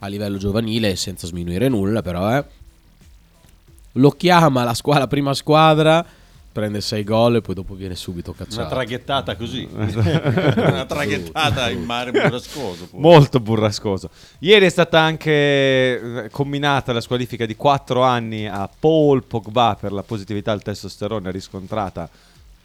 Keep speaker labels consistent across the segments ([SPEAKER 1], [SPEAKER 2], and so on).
[SPEAKER 1] a livello giovanile, senza sminuire nulla, però eh. lo chiama la, squa- la prima squadra, prende 6 gol e poi dopo viene subito
[SPEAKER 2] Una
[SPEAKER 3] Esatto.
[SPEAKER 1] cacciato.
[SPEAKER 2] traghettata così. Una traghettata in mare burrascoso. pure.
[SPEAKER 3] Molto burrascoso. Ieri è stata anche eh, combinata la squalifica di 4 anni a Paul Pogba per la positività al testosterone riscontrata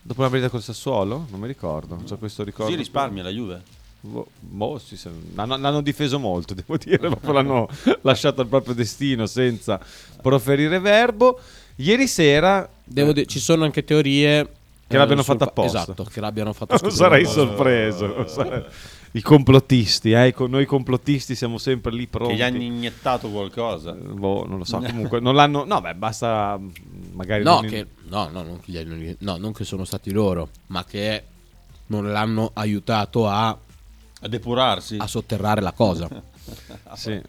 [SPEAKER 3] dopo una partita col Sassuolo. Non mi ricordo, non so questo ricordo.
[SPEAKER 2] Così risparmia la Juve.
[SPEAKER 3] Boh, boh, sì, se- l'hanno, l'hanno difeso molto, devo dire, proprio l'hanno lasciato al proprio destino senza proferire verbo. Ieri sera eh,
[SPEAKER 1] Devo dire, ci sono anche teorie eh,
[SPEAKER 3] Che l'abbiano
[SPEAKER 1] sul
[SPEAKER 3] fatta
[SPEAKER 1] pa-
[SPEAKER 3] apposta.
[SPEAKER 1] Esatto, che l'abbiano fatto
[SPEAKER 3] non
[SPEAKER 1] scoprire
[SPEAKER 3] sarei
[SPEAKER 1] apposta.
[SPEAKER 3] sorpreso. non sarei- I complottisti, eh, con noi complottisti siamo sempre lì pronti.
[SPEAKER 2] Che gli hanno iniettato qualcosa.
[SPEAKER 3] Boh, non lo so. Comunque, non l'hanno. No, beh, basta. mh, Magari.
[SPEAKER 1] No,
[SPEAKER 3] non-
[SPEAKER 1] che, no, no, non, che gli- non gli- no, non che sono stati loro, ma che non l'hanno aiutato a,
[SPEAKER 2] A depurarsi.
[SPEAKER 1] a sotterrare la cosa.
[SPEAKER 3] Sì.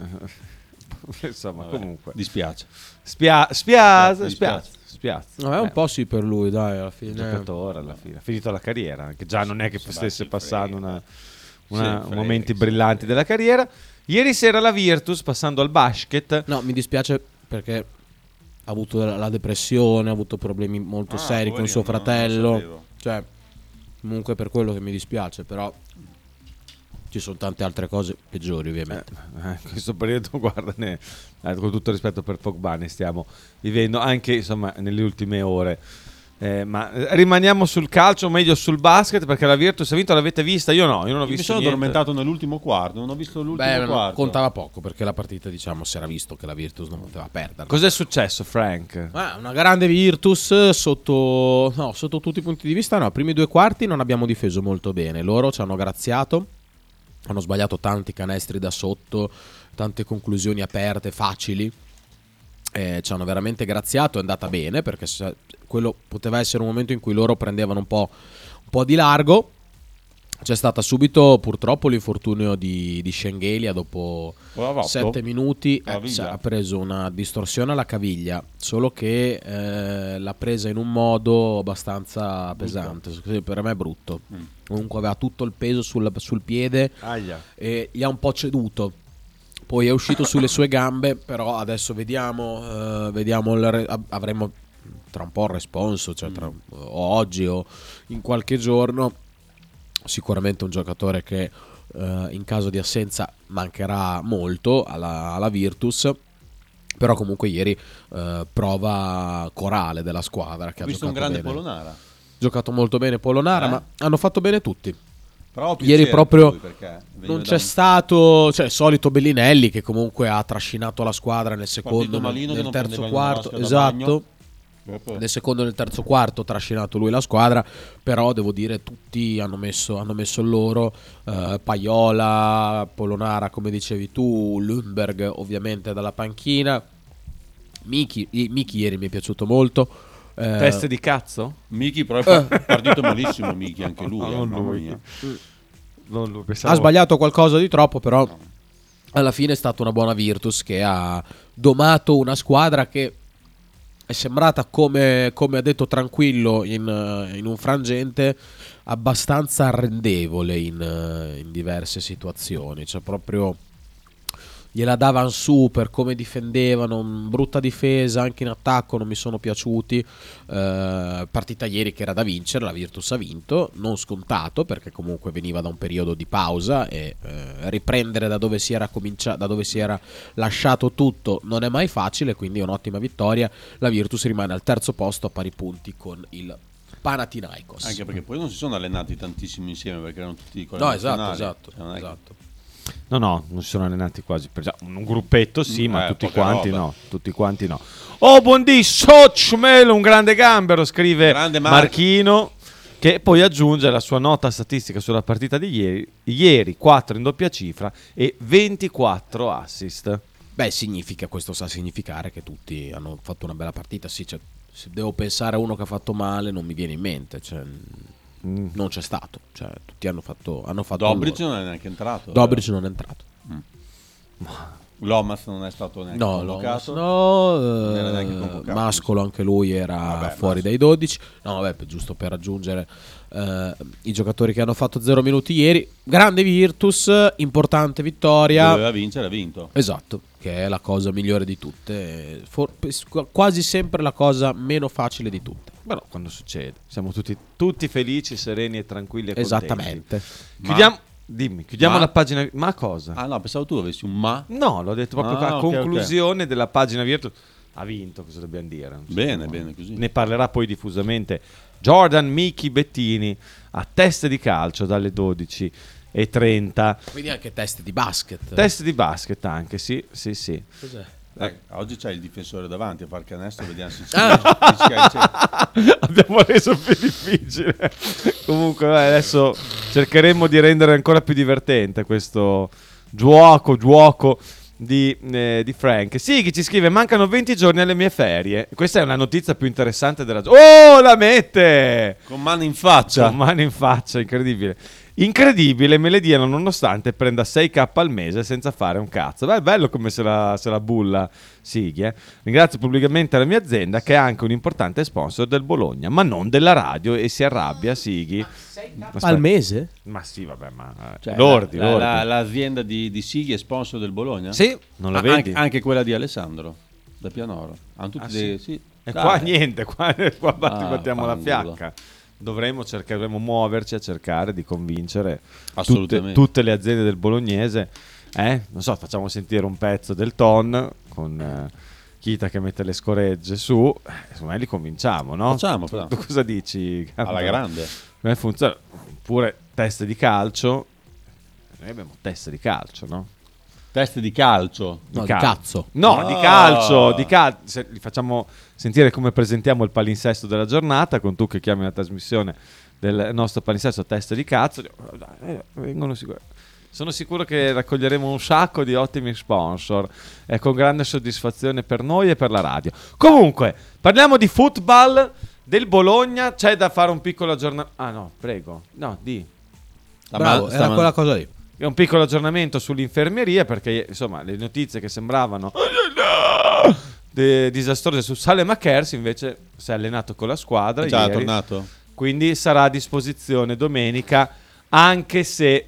[SPEAKER 3] Insomma,
[SPEAKER 2] Vabbè,
[SPEAKER 3] comunque.
[SPEAKER 2] Dispiace.
[SPEAKER 3] Spia- spiazza,
[SPEAKER 2] Mi
[SPEAKER 3] spiazza,
[SPEAKER 2] dispiace.
[SPEAKER 3] spiazza.
[SPEAKER 1] No, è un
[SPEAKER 3] Eh,
[SPEAKER 1] po' sì per lui, dai, alla fine.
[SPEAKER 3] giocatore alla fine. Ha finito la carriera, che già non è che
[SPEAKER 2] Se
[SPEAKER 3] stesse
[SPEAKER 2] batti,
[SPEAKER 3] passando
[SPEAKER 2] frega.
[SPEAKER 3] una, una-
[SPEAKER 2] frega,
[SPEAKER 3] momenti
[SPEAKER 2] se
[SPEAKER 3] brillanti della carriera. Ieri sera la Virtus, passando al basket,
[SPEAKER 1] No, mi dispiace perché ha avuto la la depressione, ha avuto problemi molto
[SPEAKER 2] Ah,
[SPEAKER 1] seri con
[SPEAKER 2] poverino,
[SPEAKER 1] suo
[SPEAKER 2] no, non lo
[SPEAKER 1] fratello.
[SPEAKER 2] sapevo.
[SPEAKER 1] Cioè, comunque per quello che mi dispiace, però ci sono tante altre cose peggiori, ovviamente.
[SPEAKER 3] Eh, in questo periodo, guarda, ne- eh, con tutto rispetto per Pogba, ne stiamo vivendo anche insomma, nelle ultime ore. Eh, ma eh, rimaniamo sul calcio, o meglio sul basket, perché la Virtus ha vinto, l'avete vista? Io no, io non ho
[SPEAKER 2] Mi
[SPEAKER 3] visto
[SPEAKER 2] sono
[SPEAKER 3] niente.
[SPEAKER 2] addormentato nell'ultimo quarto. Non ho visto l'ultimo
[SPEAKER 1] Beh,
[SPEAKER 2] quarto.
[SPEAKER 1] contava poco perché la partita, diciamo, si era visto che la Virtus non poteva perdere.
[SPEAKER 3] Cos'è successo, Frank?
[SPEAKER 1] Ah, una grande Virtus eh, sotto, no, sotto tutti i punti di vista. No, i primi due quarti non abbiamo difeso molto bene. Loro ci hanno graziato. Hanno sbagliato tanti canestri da sotto, tante conclusioni aperte, facili. Eh, ci hanno veramente graziato. È andata bene perché sa- quello poteva essere un momento in cui loro prendevano un po', un po di largo. C'è stata subito purtroppo l'infortunio di, di Schengelia dopo
[SPEAKER 2] Aveva fatto?
[SPEAKER 1] 7 minuti. eh,
[SPEAKER 2] Caviglia.
[SPEAKER 1] cioè, ha preso una distorsione alla caviglia, solo che eh, l'ha presa in un modo abbastanza pesante. Sì, Per me è brutto. Comunque aveva tutto il peso sul, sul piede
[SPEAKER 2] Ah,
[SPEAKER 3] Aglia.
[SPEAKER 1] e gli ha un po' ceduto. Poi è uscito sulle sue gambe, però adesso vediamo, eh, vediamo il re- av- avremo tra un po' il responso, cioè
[SPEAKER 2] Mm.
[SPEAKER 1] tra- o oggi o in qualche giorno. Sicuramente un giocatore che eh, in caso di assenza mancherà molto alla, alla Virtus. Però comunque ieri eh, prova corale della squadra che
[SPEAKER 2] Ho
[SPEAKER 1] ha giocato
[SPEAKER 2] visto un grande
[SPEAKER 1] bene.
[SPEAKER 2] Polonara.
[SPEAKER 1] giocato molto bene Polonara,
[SPEAKER 2] Eh.
[SPEAKER 1] ma hanno fatto bene tutti.
[SPEAKER 2] Però ho piacere
[SPEAKER 1] Ieri proprio
[SPEAKER 2] per lui, perché veniva
[SPEAKER 1] non
[SPEAKER 2] da
[SPEAKER 1] c'è
[SPEAKER 2] un
[SPEAKER 1] stato, cioè il solito Bellinelli che comunque ha trascinato la squadra nel secondo,
[SPEAKER 2] partito malino
[SPEAKER 1] nel, nel
[SPEAKER 2] che non
[SPEAKER 1] terzo
[SPEAKER 2] prendeva le
[SPEAKER 1] quarto,
[SPEAKER 2] vasche da
[SPEAKER 1] esatto,
[SPEAKER 2] proprio-
[SPEAKER 1] nel secondo e nel terzo quarto ha trascinato lui la squadra, però devo dire tutti hanno messo, hanno messo il loro, eh, Paiola, Polonara come dicevi tu, Lundberg ovviamente dalla panchina, Miki, i- Miki ieri mi è piaciuto molto, eh,
[SPEAKER 3] Teste di cazzo? Eh. Ah,
[SPEAKER 2] Miki proprio è partito malissimo Miki anche lui, eh,
[SPEAKER 3] non
[SPEAKER 2] mamma
[SPEAKER 3] lui.
[SPEAKER 2] mia.
[SPEAKER 3] Non lo pensavo.
[SPEAKER 1] ha sbagliato qualcosa di troppo però... alla fine è stata una buona Virtus che ha domato una squadra che è sembrata, come, come ha detto Tranquillo in, eh, in un frangente, abbastanza arrendevole in, eh, in diverse situazioni. Cioè, proprio gliela davano su per come difendevano, mh, brutta difesa, anche in attacco non mi sono piaciuti. Eh, partita ieri che era da vincere, la Virtus ha vinto, non scontato perché comunque veniva da un periodo di pausa e eh, riprendere da dove, si era comincia- da dove si era lasciato tutto non è mai facile, quindi è un'ottima vittoria. La Virtus rimane al terzo posto a pari punti con il Panathinaikos.
[SPEAKER 2] Anche perché poi non si sono allenati tantissimo insieme perché erano tutti con le
[SPEAKER 1] no, esatto,
[SPEAKER 2] nazionali.
[SPEAKER 1] esatto,
[SPEAKER 2] Cioè, non è che-
[SPEAKER 1] esatto.
[SPEAKER 3] No, no, non si sono allenati quasi. Per- Mm, già, Un gruppetto sì, ma
[SPEAKER 2] Eh,
[SPEAKER 3] tutti
[SPEAKER 2] poca
[SPEAKER 3] quanti
[SPEAKER 2] roba.
[SPEAKER 3] no. Tutti quanti no. Oh, buondì, Sochmel, un grande gambero, scrive
[SPEAKER 2] Grande Marco.
[SPEAKER 3] Marchino. Che poi aggiunge la sua nota statistica sulla partita di ieri, ieri 4 in doppia cifra e 24 assist.
[SPEAKER 1] Beh, significa, questo sa significare che tutti hanno fatto una bella partita. Sì, cioè, se devo pensare a uno che ha fatto male, non mi viene in mente. Cioè, Non c'è stato. Cioè, tutti hanno fatto. Hanno fatto il
[SPEAKER 2] Dobric
[SPEAKER 1] loro.
[SPEAKER 2] non è neanche entrato.
[SPEAKER 1] Dobric non è entrato.
[SPEAKER 2] Mm. Lomas non è stato neanche
[SPEAKER 1] No, Lomas
[SPEAKER 2] Ecco, convocato.
[SPEAKER 1] no,
[SPEAKER 2] Non era
[SPEAKER 1] eh,
[SPEAKER 2] neanche convocato,
[SPEAKER 1] Mascolo anche lui era
[SPEAKER 2] Vabbè,
[SPEAKER 1] fuori
[SPEAKER 2] basta.
[SPEAKER 1] dai 12. No, vabbè, per- giusto per raggiungere eh, i giocatori che hanno fatto 0 minuti ieri. Grande Virtus, importante vittoria.
[SPEAKER 2] Doveva vincere, ha vinto.
[SPEAKER 1] Esatto, che è la cosa migliore di tutte, eh, for- qu- quasi sempre la cosa meno facile di tutte.
[SPEAKER 3] Però quando succede, siamo tutti, tutti felici, sereni e tranquilli e contenti.
[SPEAKER 1] Esattamente.
[SPEAKER 3] Chiudiamo, dimmi, chiudiamo
[SPEAKER 2] Ma-
[SPEAKER 3] la pagina. Ma cosa?
[SPEAKER 2] Ah no, pensavo tu avessi un ma.
[SPEAKER 3] No, l'ho detto proprio
[SPEAKER 2] Ah,
[SPEAKER 3] a
[SPEAKER 2] ok,
[SPEAKER 3] conclusione della pagina Virtus. Ha vinto, cosa dobbiamo dire? Non so
[SPEAKER 2] Bene,
[SPEAKER 3] come.
[SPEAKER 2] bene, così.
[SPEAKER 3] Ne parlerà poi diffusamente Jordan Miki Bettini a teste di calcio dalle 12.30.
[SPEAKER 1] Quindi anche test di basket.
[SPEAKER 3] Test di basket anche, sì, sì, sì.
[SPEAKER 1] Cos'è?
[SPEAKER 2] Eh, oggi c'è il difensore davanti a far canestro, vediamo se ci riesce- riesce a riuscire.
[SPEAKER 3] Abbiamo reso più difficile. Comunque, vai, adesso cercheremo di rendere ancora più divertente questo gioco, gioco di, eh, di Frank. Sì, chi ci scrive: Mancano 20 giorni alle mie ferie. Questa è una notizia più interessante della. Oh, la mette!
[SPEAKER 2] Con mano in faccia.
[SPEAKER 3] Con mano in faccia, incredibile. Incredibile, me le diano nonostante prenda 6k al mese senza fare un cazzo. Beh, è bello come se la, se la bulla Sighi. eh. Ringrazio pubblicamente la mia azienda che è anche un importante sponsor del Bologna, ma non della radio e si arrabbia Sighi. Aspetta.
[SPEAKER 1] Al mese?
[SPEAKER 3] Ma sì, vabbè, ma... eh,
[SPEAKER 2] Cioè,
[SPEAKER 3] lordi,
[SPEAKER 2] la- la-
[SPEAKER 3] lordi.
[SPEAKER 2] la- l'azienda di, di Sighi è sponsor del Bologna?
[SPEAKER 3] Sì, non la
[SPEAKER 2] Ah,
[SPEAKER 3] vedi?
[SPEAKER 2] Anche, anche quella di Alessandro, da Pianoro. Hanno tutti
[SPEAKER 3] Ah,
[SPEAKER 2] dei-
[SPEAKER 3] sì?
[SPEAKER 2] sì.
[SPEAKER 3] E
[SPEAKER 2] Dai.
[SPEAKER 3] qua niente, qua, qua batti-
[SPEAKER 2] Ah,
[SPEAKER 3] battiamo la
[SPEAKER 2] fanculo.
[SPEAKER 3] fiacca. Dovremmo, cercare, dovremmo muoverci a cercare di convincere tutte,
[SPEAKER 2] Assolutamente.
[SPEAKER 3] tutte le aziende del bolognese. eh? Non so, facciamo sentire un pezzo del ton con eh, Chita che mette le scoregge su. eh, Secondo me li convinciamo, no?
[SPEAKER 2] Facciamo,
[SPEAKER 3] Tu,
[SPEAKER 2] però.
[SPEAKER 3] tu cosa dici? Gabbo?
[SPEAKER 2] Alla grande.
[SPEAKER 3] Come funziona? Oppure teste di calcio. Noi abbiamo teste di calcio, no?
[SPEAKER 2] Teste di calcio.
[SPEAKER 1] No, di
[SPEAKER 3] cal-
[SPEAKER 1] cazzo.
[SPEAKER 3] No,
[SPEAKER 2] Ah.
[SPEAKER 3] di calcio, di calcio. Se- li facciamo sentire come presentiamo il palinsesto della giornata, con tu che chiami la trasmissione del nostro palinsesto testa di cazzo. Eh, vengono sicur- Sono sicuro che raccoglieremo un sacco di ottimi sponsor, eh, con grande soddisfazione per noi e per la radio. Comunque, parliamo di football del Bologna, c'è da fare un piccolo aggiornamento. Ah no, prego, no, di.
[SPEAKER 1] Bravo, era
[SPEAKER 2] staman-
[SPEAKER 1] quella cosa lì.
[SPEAKER 3] E un piccolo aggiornamento sull'infermeria perché insomma le notizie che
[SPEAKER 1] Oh,
[SPEAKER 3] sembravano de- disastrose su Sale Makers invece si è allenato con la squadra
[SPEAKER 2] Già, è
[SPEAKER 3] ieri,
[SPEAKER 2] tornato?
[SPEAKER 3] quindi sarà a disposizione domenica anche se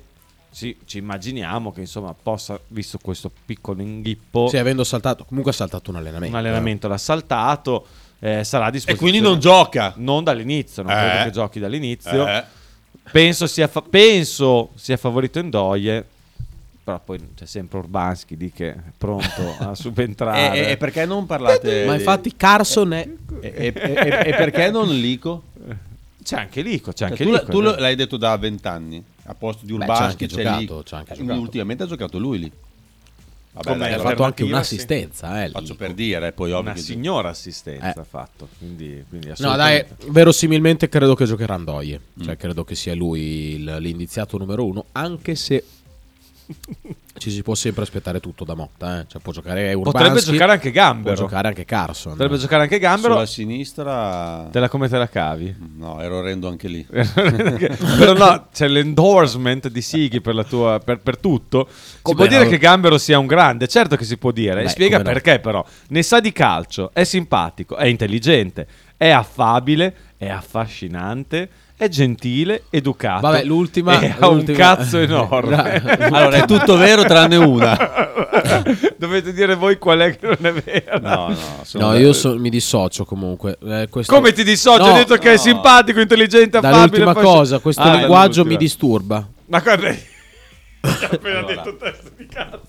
[SPEAKER 3] sì, ci immaginiamo che insomma possa visto questo piccolo inghippo
[SPEAKER 1] Sì, avendo saltato, comunque ha saltato un allenamento.
[SPEAKER 3] un allenamento l'ha saltato eh, sarà a
[SPEAKER 2] eh. E
[SPEAKER 3] disposizione
[SPEAKER 2] quindi non gioca.
[SPEAKER 3] non dall'inizio non
[SPEAKER 2] Eh.
[SPEAKER 3] credo che giochi dall'inizio
[SPEAKER 2] Eh.
[SPEAKER 3] Penso sia, fa- penso sia favorito Ndoye, però poi c'è sempre Urbanski lì che è pronto a subentrare.
[SPEAKER 2] E, e- e perché non parlate?
[SPEAKER 1] Ma infatti Carson è...
[SPEAKER 2] E, e- e- e perché non Lico?
[SPEAKER 3] C'è anche Lico, c'è
[SPEAKER 2] Cioè,
[SPEAKER 3] anche
[SPEAKER 2] tu
[SPEAKER 3] Lico. eh.
[SPEAKER 2] tu
[SPEAKER 3] è vero.
[SPEAKER 2] l'hai detto da vent'anni. A posto di
[SPEAKER 1] Beh,
[SPEAKER 2] Urbanski
[SPEAKER 1] c'ha anche giocato,
[SPEAKER 2] Lico.
[SPEAKER 1] c'ha anche
[SPEAKER 2] Eh,
[SPEAKER 1] giocato.
[SPEAKER 2] Ultimamente ha giocato lui lì. Vabbè,
[SPEAKER 3] Com'è?
[SPEAKER 2] dai,
[SPEAKER 1] ha
[SPEAKER 3] l'alternativa,
[SPEAKER 1] fatto anche
[SPEAKER 3] sì.
[SPEAKER 1] un'assistenza, eh, lì.
[SPEAKER 2] Faccio per dire, eh, poi ovvio.
[SPEAKER 3] Una
[SPEAKER 2] che-
[SPEAKER 3] signora assistenza
[SPEAKER 1] Eh.
[SPEAKER 3] ha fatto. Quindi, quindi
[SPEAKER 1] No, dai,
[SPEAKER 3] assolutamente. Mm.
[SPEAKER 1] verosimilmente credo che giocherà Andoie. Cioè, credo che sia lui il- l'indiziato numero uno, anche se ci si può sempre aspettare tutto da Motta. eh. Cioè, può giocare Urbanski,
[SPEAKER 3] Potrebbe giocare anche Gambero.
[SPEAKER 1] può giocare anche Carson.
[SPEAKER 3] Potrebbe giocare anche Gambero.
[SPEAKER 2] Sulla sinistra...
[SPEAKER 3] Te la come te la cavi?
[SPEAKER 2] No, ero orrendo anche lì.
[SPEAKER 3] Però no, c'è l'endorsement di Sighi per, la tua, per, per tutto. Si
[SPEAKER 1] Come
[SPEAKER 3] può
[SPEAKER 1] no?
[SPEAKER 3] dire che Gambero sia un grande, certo che si può dire. e
[SPEAKER 1] Beh,
[SPEAKER 3] spiega
[SPEAKER 1] come no.
[SPEAKER 3] perché, però. Ne sa di calcio, è simpatico, è intelligente, è affabile, è affascinante, è gentile, educato.
[SPEAKER 1] Vabbè, l'ultima-
[SPEAKER 3] E ha un
[SPEAKER 1] l'ultima-
[SPEAKER 3] cazzo enorme.
[SPEAKER 1] Bra-
[SPEAKER 2] Allora, è tutto vero tranne una.
[SPEAKER 3] Dovete dire voi qual è che non è vero.
[SPEAKER 2] No, no, sono-
[SPEAKER 1] No, io so- mi dissocio comunque. Eh, questo-
[SPEAKER 3] Come ti dissocio?
[SPEAKER 1] No,
[SPEAKER 3] Ho detto che è simpatico, intelligente, affabile.
[SPEAKER 1] Dall'ultima
[SPEAKER 3] affascinante.
[SPEAKER 1] cosa, questo
[SPEAKER 3] Ah,
[SPEAKER 1] linguaggio mi
[SPEAKER 3] dall'ultima.
[SPEAKER 1] disturba.
[SPEAKER 3] Ma guarda, ti ho appena
[SPEAKER 2] Allora.
[SPEAKER 3] detto testa di cazzo.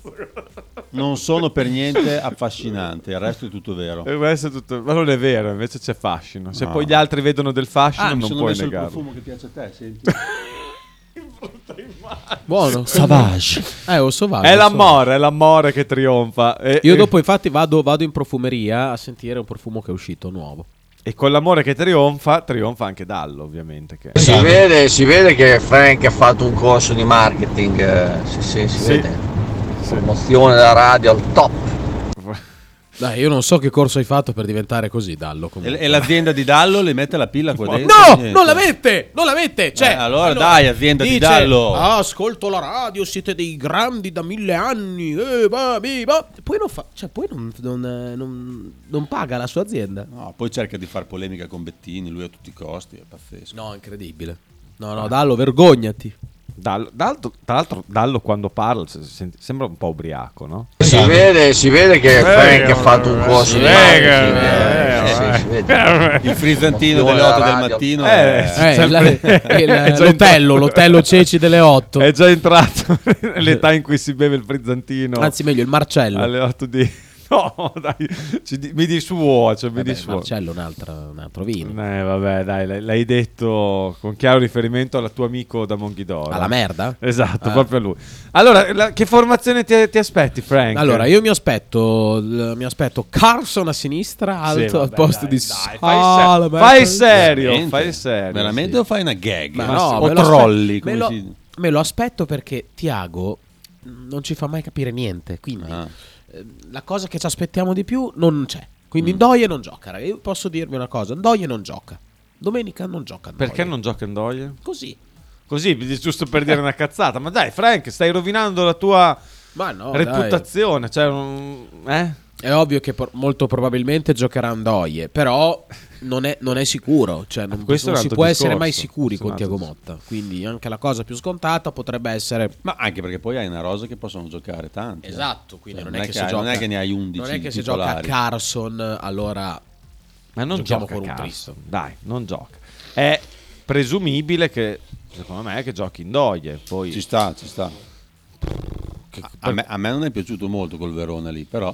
[SPEAKER 2] non sono per niente affascinante, il resto è tutto vero.
[SPEAKER 3] E questo eh, è tutto- Ma non è vero, invece c'è fascino. Se
[SPEAKER 2] No.
[SPEAKER 3] poi gli altri vedono del fascino,
[SPEAKER 2] Ah, mi
[SPEAKER 3] non
[SPEAKER 2] sono
[SPEAKER 3] puoi
[SPEAKER 2] messo il
[SPEAKER 3] negarlo.
[SPEAKER 2] profumo che piace a te, senti.
[SPEAKER 1] Buono. Savage. Eh, o Sauvage. o Sauvage.
[SPEAKER 3] È l'amore, è l'amore che trionfa. E,
[SPEAKER 1] Io
[SPEAKER 3] e-
[SPEAKER 1] dopo infatti vado, vado in profumeria a sentire un profumo che è uscito nuovo.
[SPEAKER 3] e con l'amore che trionfa, trionfa anche Dallo, ovviamente. Che...
[SPEAKER 4] Si vede, si vede che Frank ha fatto un corso di marketing, eh, sì, sì, si
[SPEAKER 3] Sì.
[SPEAKER 4] vede.
[SPEAKER 3] Sì.
[SPEAKER 4] Promozione della radio al top.
[SPEAKER 1] Dai, io non so che corso hai fatto per diventare così, Dallo.
[SPEAKER 2] E,
[SPEAKER 1] comunque.
[SPEAKER 2] e l'azienda di Dallo le mette la pilla qua dentro?
[SPEAKER 1] No,
[SPEAKER 2] Niente.
[SPEAKER 1] non la mette, non la mette. Cioè,
[SPEAKER 2] Eh, allora dai, azienda di
[SPEAKER 1] dice,
[SPEAKER 2] Dallo.
[SPEAKER 1] "Ah, ascolto la radio, siete dei grandi da mille anni. eh, va, bi, va". Poi, non, fa, cioè, poi non, non- non- non paga la sua azienda.
[SPEAKER 2] No, poi cerca di far polemica con Bettini, lui a tutti i costi, è pazzesco.
[SPEAKER 1] No, incredibile. No, no, Dallo, vergognati.
[SPEAKER 3] Dallo, Dallo- tra l'altro, Dallo quando parla se- se- sembra un po' ubriaco, no?
[SPEAKER 4] Si vede, si vede che Frank ha fatto un corso di
[SPEAKER 1] sì,
[SPEAKER 4] marketing. Sì, sì, si vede.
[SPEAKER 2] Eh, Il frizzantino
[SPEAKER 4] Io
[SPEAKER 2] delle
[SPEAKER 4] alla
[SPEAKER 2] 8 del
[SPEAKER 4] radio.
[SPEAKER 2] mattino.
[SPEAKER 3] Eh,
[SPEAKER 2] eh,
[SPEAKER 1] Eh,
[SPEAKER 3] Sempre-
[SPEAKER 1] il- il-
[SPEAKER 3] È già
[SPEAKER 1] l'otello,
[SPEAKER 3] entrato.
[SPEAKER 1] l'otello Ceci delle 8.
[SPEAKER 3] È già entrato nell'età in cui si beve il frizzantino.
[SPEAKER 1] Anzi, meglio, il Marcello.
[SPEAKER 3] alle 8 di... No, dai, ci di- mi disuo, cioè mi
[SPEAKER 1] Vabbè,
[SPEAKER 3] disuo.
[SPEAKER 1] Marcello, un altro, un altro vino.
[SPEAKER 3] Eh, vabbè, dai, l'hai- l'hai detto con chiaro riferimento al tuo amico da Monghidoro.
[SPEAKER 1] Alla merda?
[SPEAKER 3] Esatto,
[SPEAKER 1] Ah.
[SPEAKER 3] proprio a lui. Allora, la- che formazione ti, ti aspetti, Frank?
[SPEAKER 1] Allora, io mi aspetto, l- mi aspetto Carson a sinistra,
[SPEAKER 3] Sì,
[SPEAKER 1] alto al
[SPEAKER 3] vabbè,
[SPEAKER 1] posto
[SPEAKER 3] dai,
[SPEAKER 1] di Ah,
[SPEAKER 3] dai, fai,
[SPEAKER 1] Sala,
[SPEAKER 3] il se- fai il
[SPEAKER 2] veramente?
[SPEAKER 3] serio, fai il serio.
[SPEAKER 2] Veramente
[SPEAKER 3] sì.
[SPEAKER 2] o fai una gag?
[SPEAKER 1] Ma
[SPEAKER 2] Ma
[SPEAKER 1] no, me
[SPEAKER 2] sì, o
[SPEAKER 1] lo aspe-
[SPEAKER 2] trolli, come
[SPEAKER 1] me lo,
[SPEAKER 2] si dice.
[SPEAKER 1] me lo aspetto perché Tiago non ci fa mai capire niente, quindi
[SPEAKER 2] Ah.
[SPEAKER 1] eh, la cosa che ci aspettiamo di più non c'è. Quindi Ndoye non gioca, raga. io posso dirvi una cosa, Ndoye non gioca. Domenica non gioca Ndoye.
[SPEAKER 3] Perché non gioca in Doyle?
[SPEAKER 1] Così.
[SPEAKER 3] Così, giusto per dire una cazzata. Ma dai, Frank, stai rovinando la tua
[SPEAKER 1] Ma no, dai.
[SPEAKER 3] reputazione. Cioè, non- eh?
[SPEAKER 1] È ovvio che por- molto probabilmente giocherà Ndoye, però non è, non è sicuro, cioè non,
[SPEAKER 3] questo è
[SPEAKER 1] non
[SPEAKER 3] un
[SPEAKER 1] si
[SPEAKER 3] altro
[SPEAKER 1] può essere
[SPEAKER 3] discorso.
[SPEAKER 1] mai sicuri
[SPEAKER 3] Questo è
[SPEAKER 1] con
[SPEAKER 3] un
[SPEAKER 1] Tiago
[SPEAKER 3] altro
[SPEAKER 1] Motta, quindi anche la cosa più scontata potrebbe essere...
[SPEAKER 2] Ma anche perché poi hai una rosa che possono giocare tanti. eh.
[SPEAKER 1] Esatto, quindi
[SPEAKER 2] Cioè,
[SPEAKER 1] non, è che, si
[SPEAKER 2] hai-
[SPEAKER 1] gioca,
[SPEAKER 2] non è che ne hai 11
[SPEAKER 1] Non è che se gioca
[SPEAKER 2] titolari.
[SPEAKER 1] Carson, allora
[SPEAKER 3] Ma non
[SPEAKER 1] Giochiamo
[SPEAKER 3] gioca
[SPEAKER 1] con un
[SPEAKER 3] Carson,
[SPEAKER 1] Cristo.
[SPEAKER 3] Dai, non gioca. È presumibile che, secondo me, che giochi in Doyle. Poi...
[SPEAKER 2] Ci sta, ci sta. A- A me, a me non è piaciuto molto col Verona lì, però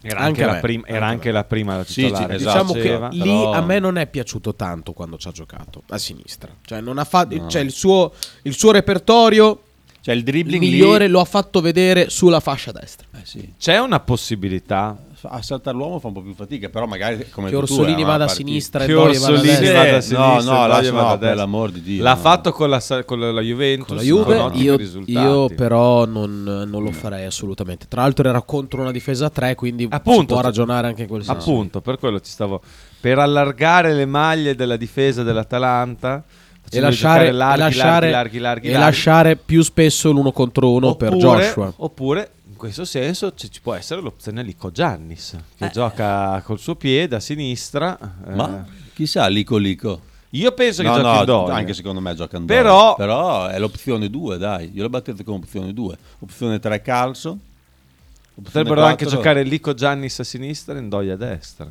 [SPEAKER 3] Era
[SPEAKER 1] Anche
[SPEAKER 3] anche,
[SPEAKER 1] a
[SPEAKER 3] la,
[SPEAKER 1] me,
[SPEAKER 3] prima, era
[SPEAKER 1] anche a
[SPEAKER 3] anche la prima la
[SPEAKER 2] Sì,
[SPEAKER 3] titolare.
[SPEAKER 2] sì, esatto.
[SPEAKER 1] diciamo che
[SPEAKER 3] Faceva.
[SPEAKER 1] lì
[SPEAKER 2] però-
[SPEAKER 1] a me non è piaciuto tanto quando ci ha giocato a sinistra, cioè, non ha fatto, cioè il, suo, il suo repertorio
[SPEAKER 2] cioè il dribbling
[SPEAKER 1] migliore
[SPEAKER 2] lì,
[SPEAKER 1] lo ha fatto vedere sulla fascia destra.
[SPEAKER 2] Eh sì.
[SPEAKER 3] C'è una possibilità
[SPEAKER 2] a saltare l'uomo fa un po' più fatica, però magari come
[SPEAKER 1] Che
[SPEAKER 2] hai detto tu,
[SPEAKER 1] Orsolini
[SPEAKER 2] era una
[SPEAKER 1] vada a
[SPEAKER 2] partita-
[SPEAKER 1] sinistra e
[SPEAKER 3] che
[SPEAKER 1] Ndoye vada a
[SPEAKER 3] Orsolini
[SPEAKER 1] destra.
[SPEAKER 2] Eh,
[SPEAKER 3] vada a
[SPEAKER 2] no,
[SPEAKER 3] sinistra,
[SPEAKER 2] no,
[SPEAKER 3] Doyle vada
[SPEAKER 2] lascia-
[SPEAKER 3] a
[SPEAKER 2] no,
[SPEAKER 3] destra.
[SPEAKER 2] per l'amor di Dio,
[SPEAKER 3] L'ha
[SPEAKER 2] no.
[SPEAKER 3] fatto con la, sa- con la- la Juventus.
[SPEAKER 1] con la
[SPEAKER 3] con
[SPEAKER 1] Juve
[SPEAKER 3] ottimi
[SPEAKER 1] io,
[SPEAKER 3] risultati.
[SPEAKER 1] io però non, non lo farei assolutamente tra l'altro era contro una difesa a 3 quindi si
[SPEAKER 3] Appunto.
[SPEAKER 1] può ragionare anche in quel senso
[SPEAKER 3] Appunto, per quello ci stavo. Per allargare le maglie della difesa dell'Atalanta
[SPEAKER 1] e
[SPEAKER 3] facendo
[SPEAKER 1] lasciare,
[SPEAKER 3] giocare larghi,
[SPEAKER 1] e lasciare-
[SPEAKER 3] larghi, larghi, larghi,
[SPEAKER 1] e
[SPEAKER 3] larghi.
[SPEAKER 1] lasciare più spesso l'uno contro uno per Joshua
[SPEAKER 3] Oppure, in questo senso, ci, ci può essere l'opzione lì con Giannis, che gioca col suo piede a sinistra. eh.
[SPEAKER 2] Ma chissà, Lico Lico.
[SPEAKER 3] Io penso che
[SPEAKER 2] No,
[SPEAKER 3] giochi
[SPEAKER 2] no,
[SPEAKER 3] in Doyle.
[SPEAKER 2] anche secondo me gioca in
[SPEAKER 3] Però-
[SPEAKER 2] Però... è l'opzione 2, dai. Glielo battete con opzione 2. Opzione 3 calcio.
[SPEAKER 3] Potrebbero anche giocare lì con Giannis a sinistra e Ndoia a destra.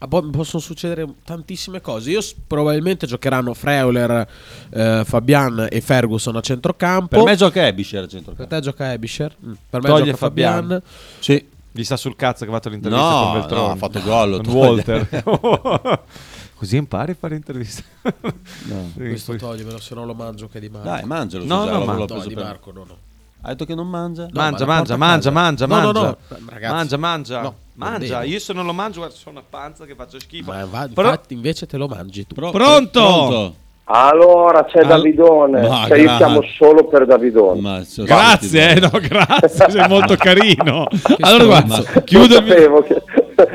[SPEAKER 1] Ah, poi possono succedere tantissime cose io s- probabilmente giocheranno Freuler eh, Fabian e Ferguson a centrocampo
[SPEAKER 2] Per me gioca Ebischer a
[SPEAKER 1] Per
[SPEAKER 2] centrocampo.
[SPEAKER 1] te gioca Ebischer Mm. per me
[SPEAKER 3] Toglie
[SPEAKER 1] gioca Fabian,
[SPEAKER 3] Fabian.
[SPEAKER 2] Sì.
[SPEAKER 3] Gli sta sul cazzo che ha fatto l'intervista
[SPEAKER 2] No,
[SPEAKER 3] con Veltroni.
[SPEAKER 2] no, ha fatto gol, lo
[SPEAKER 3] Con
[SPEAKER 2] toglie.
[SPEAKER 3] Walter. Così impari a fare interviste.
[SPEAKER 1] questo toglimelo se no lo mangio che di Marco
[SPEAKER 2] Dai, mangialo.
[SPEAKER 3] No,
[SPEAKER 2] Susanna,
[SPEAKER 3] no, ma-
[SPEAKER 2] l'ho
[SPEAKER 1] no,
[SPEAKER 2] preso
[SPEAKER 1] di
[SPEAKER 2] per-
[SPEAKER 1] Marco no no
[SPEAKER 2] Hai detto che non mangia?
[SPEAKER 1] No, ma la
[SPEAKER 3] mangia, mangia,
[SPEAKER 1] porta a
[SPEAKER 3] mangia, mangia,
[SPEAKER 1] casa. No, no,
[SPEAKER 3] mangia.
[SPEAKER 1] no, ragazzi.
[SPEAKER 3] mangia,
[SPEAKER 1] No,
[SPEAKER 3] mangia. mangia.
[SPEAKER 1] non devo.
[SPEAKER 3] Io se non lo mangio, guarda, sono una panza che faccio schifo.
[SPEAKER 1] ma va-
[SPEAKER 3] Però-
[SPEAKER 1] Ah, infatti invece te lo mangi tu
[SPEAKER 2] Pro-
[SPEAKER 3] Pronto?
[SPEAKER 5] Allora c'è
[SPEAKER 2] Al-
[SPEAKER 5] Davidone,
[SPEAKER 2] Ma
[SPEAKER 5] cioè io
[SPEAKER 2] gra-
[SPEAKER 5] chiamo solo per Davidone.
[SPEAKER 2] Ma- so-
[SPEAKER 6] Grazie, eh,
[SPEAKER 2] senti,
[SPEAKER 6] no, grazie, sei molto carino. Allora
[SPEAKER 1] stronzo.
[SPEAKER 6] guarda, chiudo il, mio,
[SPEAKER 5] Sapevo che...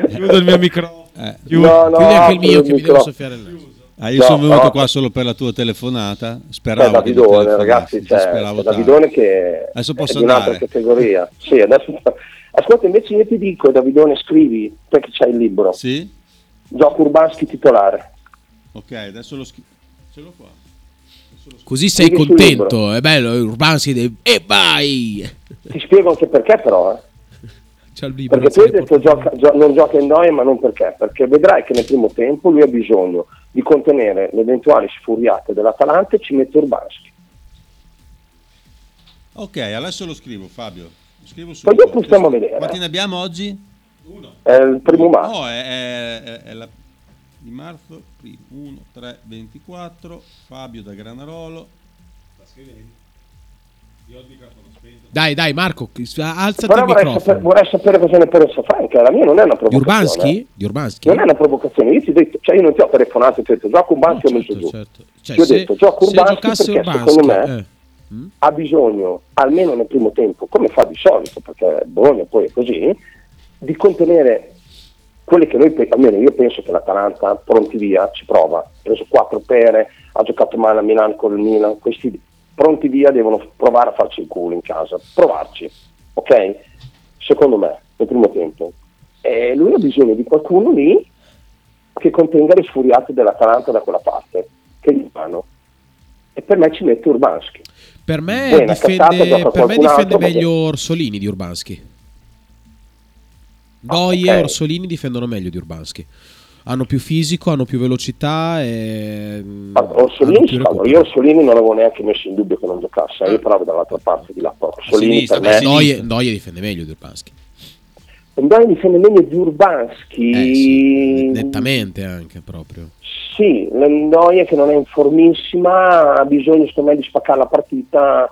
[SPEAKER 6] chiudo il mio microfono.
[SPEAKER 2] eh,
[SPEAKER 6] Chiudo.
[SPEAKER 1] Chiudi anche il
[SPEAKER 7] eh,
[SPEAKER 5] apro
[SPEAKER 1] mio che mi devo
[SPEAKER 5] microfono.
[SPEAKER 1] soffiare il naso.
[SPEAKER 2] ah, io
[SPEAKER 5] No,
[SPEAKER 2] sono venuto
[SPEAKER 5] no.
[SPEAKER 2] qua solo per la tua telefonata.
[SPEAKER 5] C'è
[SPEAKER 2] Speravo. che mi
[SPEAKER 5] Cioè, Davidone,
[SPEAKER 2] telefonassi,
[SPEAKER 5] ragazzi,
[SPEAKER 2] ti
[SPEAKER 5] c'è,
[SPEAKER 2] speravo
[SPEAKER 5] c'è
[SPEAKER 2] tanto.
[SPEAKER 5] Davidone che
[SPEAKER 2] Adesso
[SPEAKER 5] è
[SPEAKER 2] posso
[SPEAKER 5] di un'altra
[SPEAKER 2] andare.
[SPEAKER 5] categoria. Sì, adesso... Ascolta, invece io ti dico, Davidone, scrivi perché c'hai il libro.
[SPEAKER 2] Sì?
[SPEAKER 5] Gioco Urbanski titolare.
[SPEAKER 2] Ok, adesso lo schifo. Ce l'ho qua.
[SPEAKER 1] Così sei
[SPEAKER 5] Scrivi sul
[SPEAKER 1] contento, è bello, Urbansi de- e vai!
[SPEAKER 5] Ti spiego anche perché però, eh.
[SPEAKER 1] C'è il libro.
[SPEAKER 5] Perché tu hai detto gioca- gio- non gioca in noi, ma non perché? Perché vedrai che nel primo tempo lui ha bisogno di contenere le eventuali sfuriate dell'Atalanta e ci mette Urbanski.
[SPEAKER 2] Ok, adesso lo scrivo, Fabio. Lo scrivo
[SPEAKER 5] Poi
[SPEAKER 2] subito.
[SPEAKER 5] dopo stiamo a vedere.
[SPEAKER 2] Quanti ne abbiamo oggi?
[SPEAKER 5] È il primo marzo.
[SPEAKER 2] No, è, è- è- è la- di marzo, primo, 1, 3, 24, Fabio da Granarolo.
[SPEAKER 1] Dai, dai, Marco, alzati
[SPEAKER 5] Però
[SPEAKER 1] il
[SPEAKER 5] vorrei
[SPEAKER 1] microfono.
[SPEAKER 5] sapere, vorrei sapere cosa ne pensa Franca, la mia non è una
[SPEAKER 1] Di
[SPEAKER 5] provocazione.
[SPEAKER 1] Urbanski? Di Urbanski?
[SPEAKER 5] Non è una provocazione, io ti ho detto, cioè io non ti ho telefonato e ti ho detto gioco
[SPEAKER 1] No,
[SPEAKER 5] Urbanski o messo
[SPEAKER 1] certo,
[SPEAKER 5] giù.
[SPEAKER 1] certo. Cioè,
[SPEAKER 5] Ti ho
[SPEAKER 1] se,
[SPEAKER 5] detto, gioco
[SPEAKER 1] se
[SPEAKER 5] Urbanski
[SPEAKER 1] giocasse
[SPEAKER 5] perché
[SPEAKER 1] Urbanski,
[SPEAKER 5] secondo me-
[SPEAKER 1] eh. Mm?
[SPEAKER 5] Ha bisogno, almeno nel primo tempo, come fa di solito, perché Bologna poi è così, di contenere quelle che noi, pe- almeno io penso che l'Atalanta, pronti via, ci prova, ha preso quattro pere, ha giocato male a Milano con il Milan, questi pronti via devono f- provare a farci il culo in casa, provarci, ok? Secondo me, nel primo tempo. E lui ha bisogno di qualcuno lì che contenga le sfuriate dell'Atalanta da quella parte, che gli fanno. E per me ci mette Urbanski.
[SPEAKER 1] Per me
[SPEAKER 5] Bene, Cassata
[SPEAKER 1] difende,
[SPEAKER 5] gioca
[SPEAKER 1] per me
[SPEAKER 5] qualcun altro,
[SPEAKER 1] difende
[SPEAKER 5] ma-
[SPEAKER 1] meglio Orsolini di Urbanski.
[SPEAKER 5] Ah,
[SPEAKER 1] Doi
[SPEAKER 5] ok.
[SPEAKER 1] e Orsolini difendono meglio di Urbanski. Hanno più fisico, hanno più velocità e... mm,
[SPEAKER 5] Guarda,
[SPEAKER 1] hanno
[SPEAKER 5] Orsolini,
[SPEAKER 1] più
[SPEAKER 5] sì, guarda,
[SPEAKER 1] recupero.
[SPEAKER 5] io Orsolini non avevo neanche messo in dubbio che non
[SPEAKER 1] Ah.
[SPEAKER 5] giocasse, io parlavo dall'altra parte di là. Orsolini
[SPEAKER 1] Sinistra,
[SPEAKER 5] per me
[SPEAKER 1] beh, Doi- Doi difende meglio di Urbanski.
[SPEAKER 5] Andai difende meglio di Urbanski.
[SPEAKER 1] Eh, sì, nettamente anche proprio.
[SPEAKER 5] Sì, la Noia che non è in formissima ha bisogno secondo me di spaccare la partita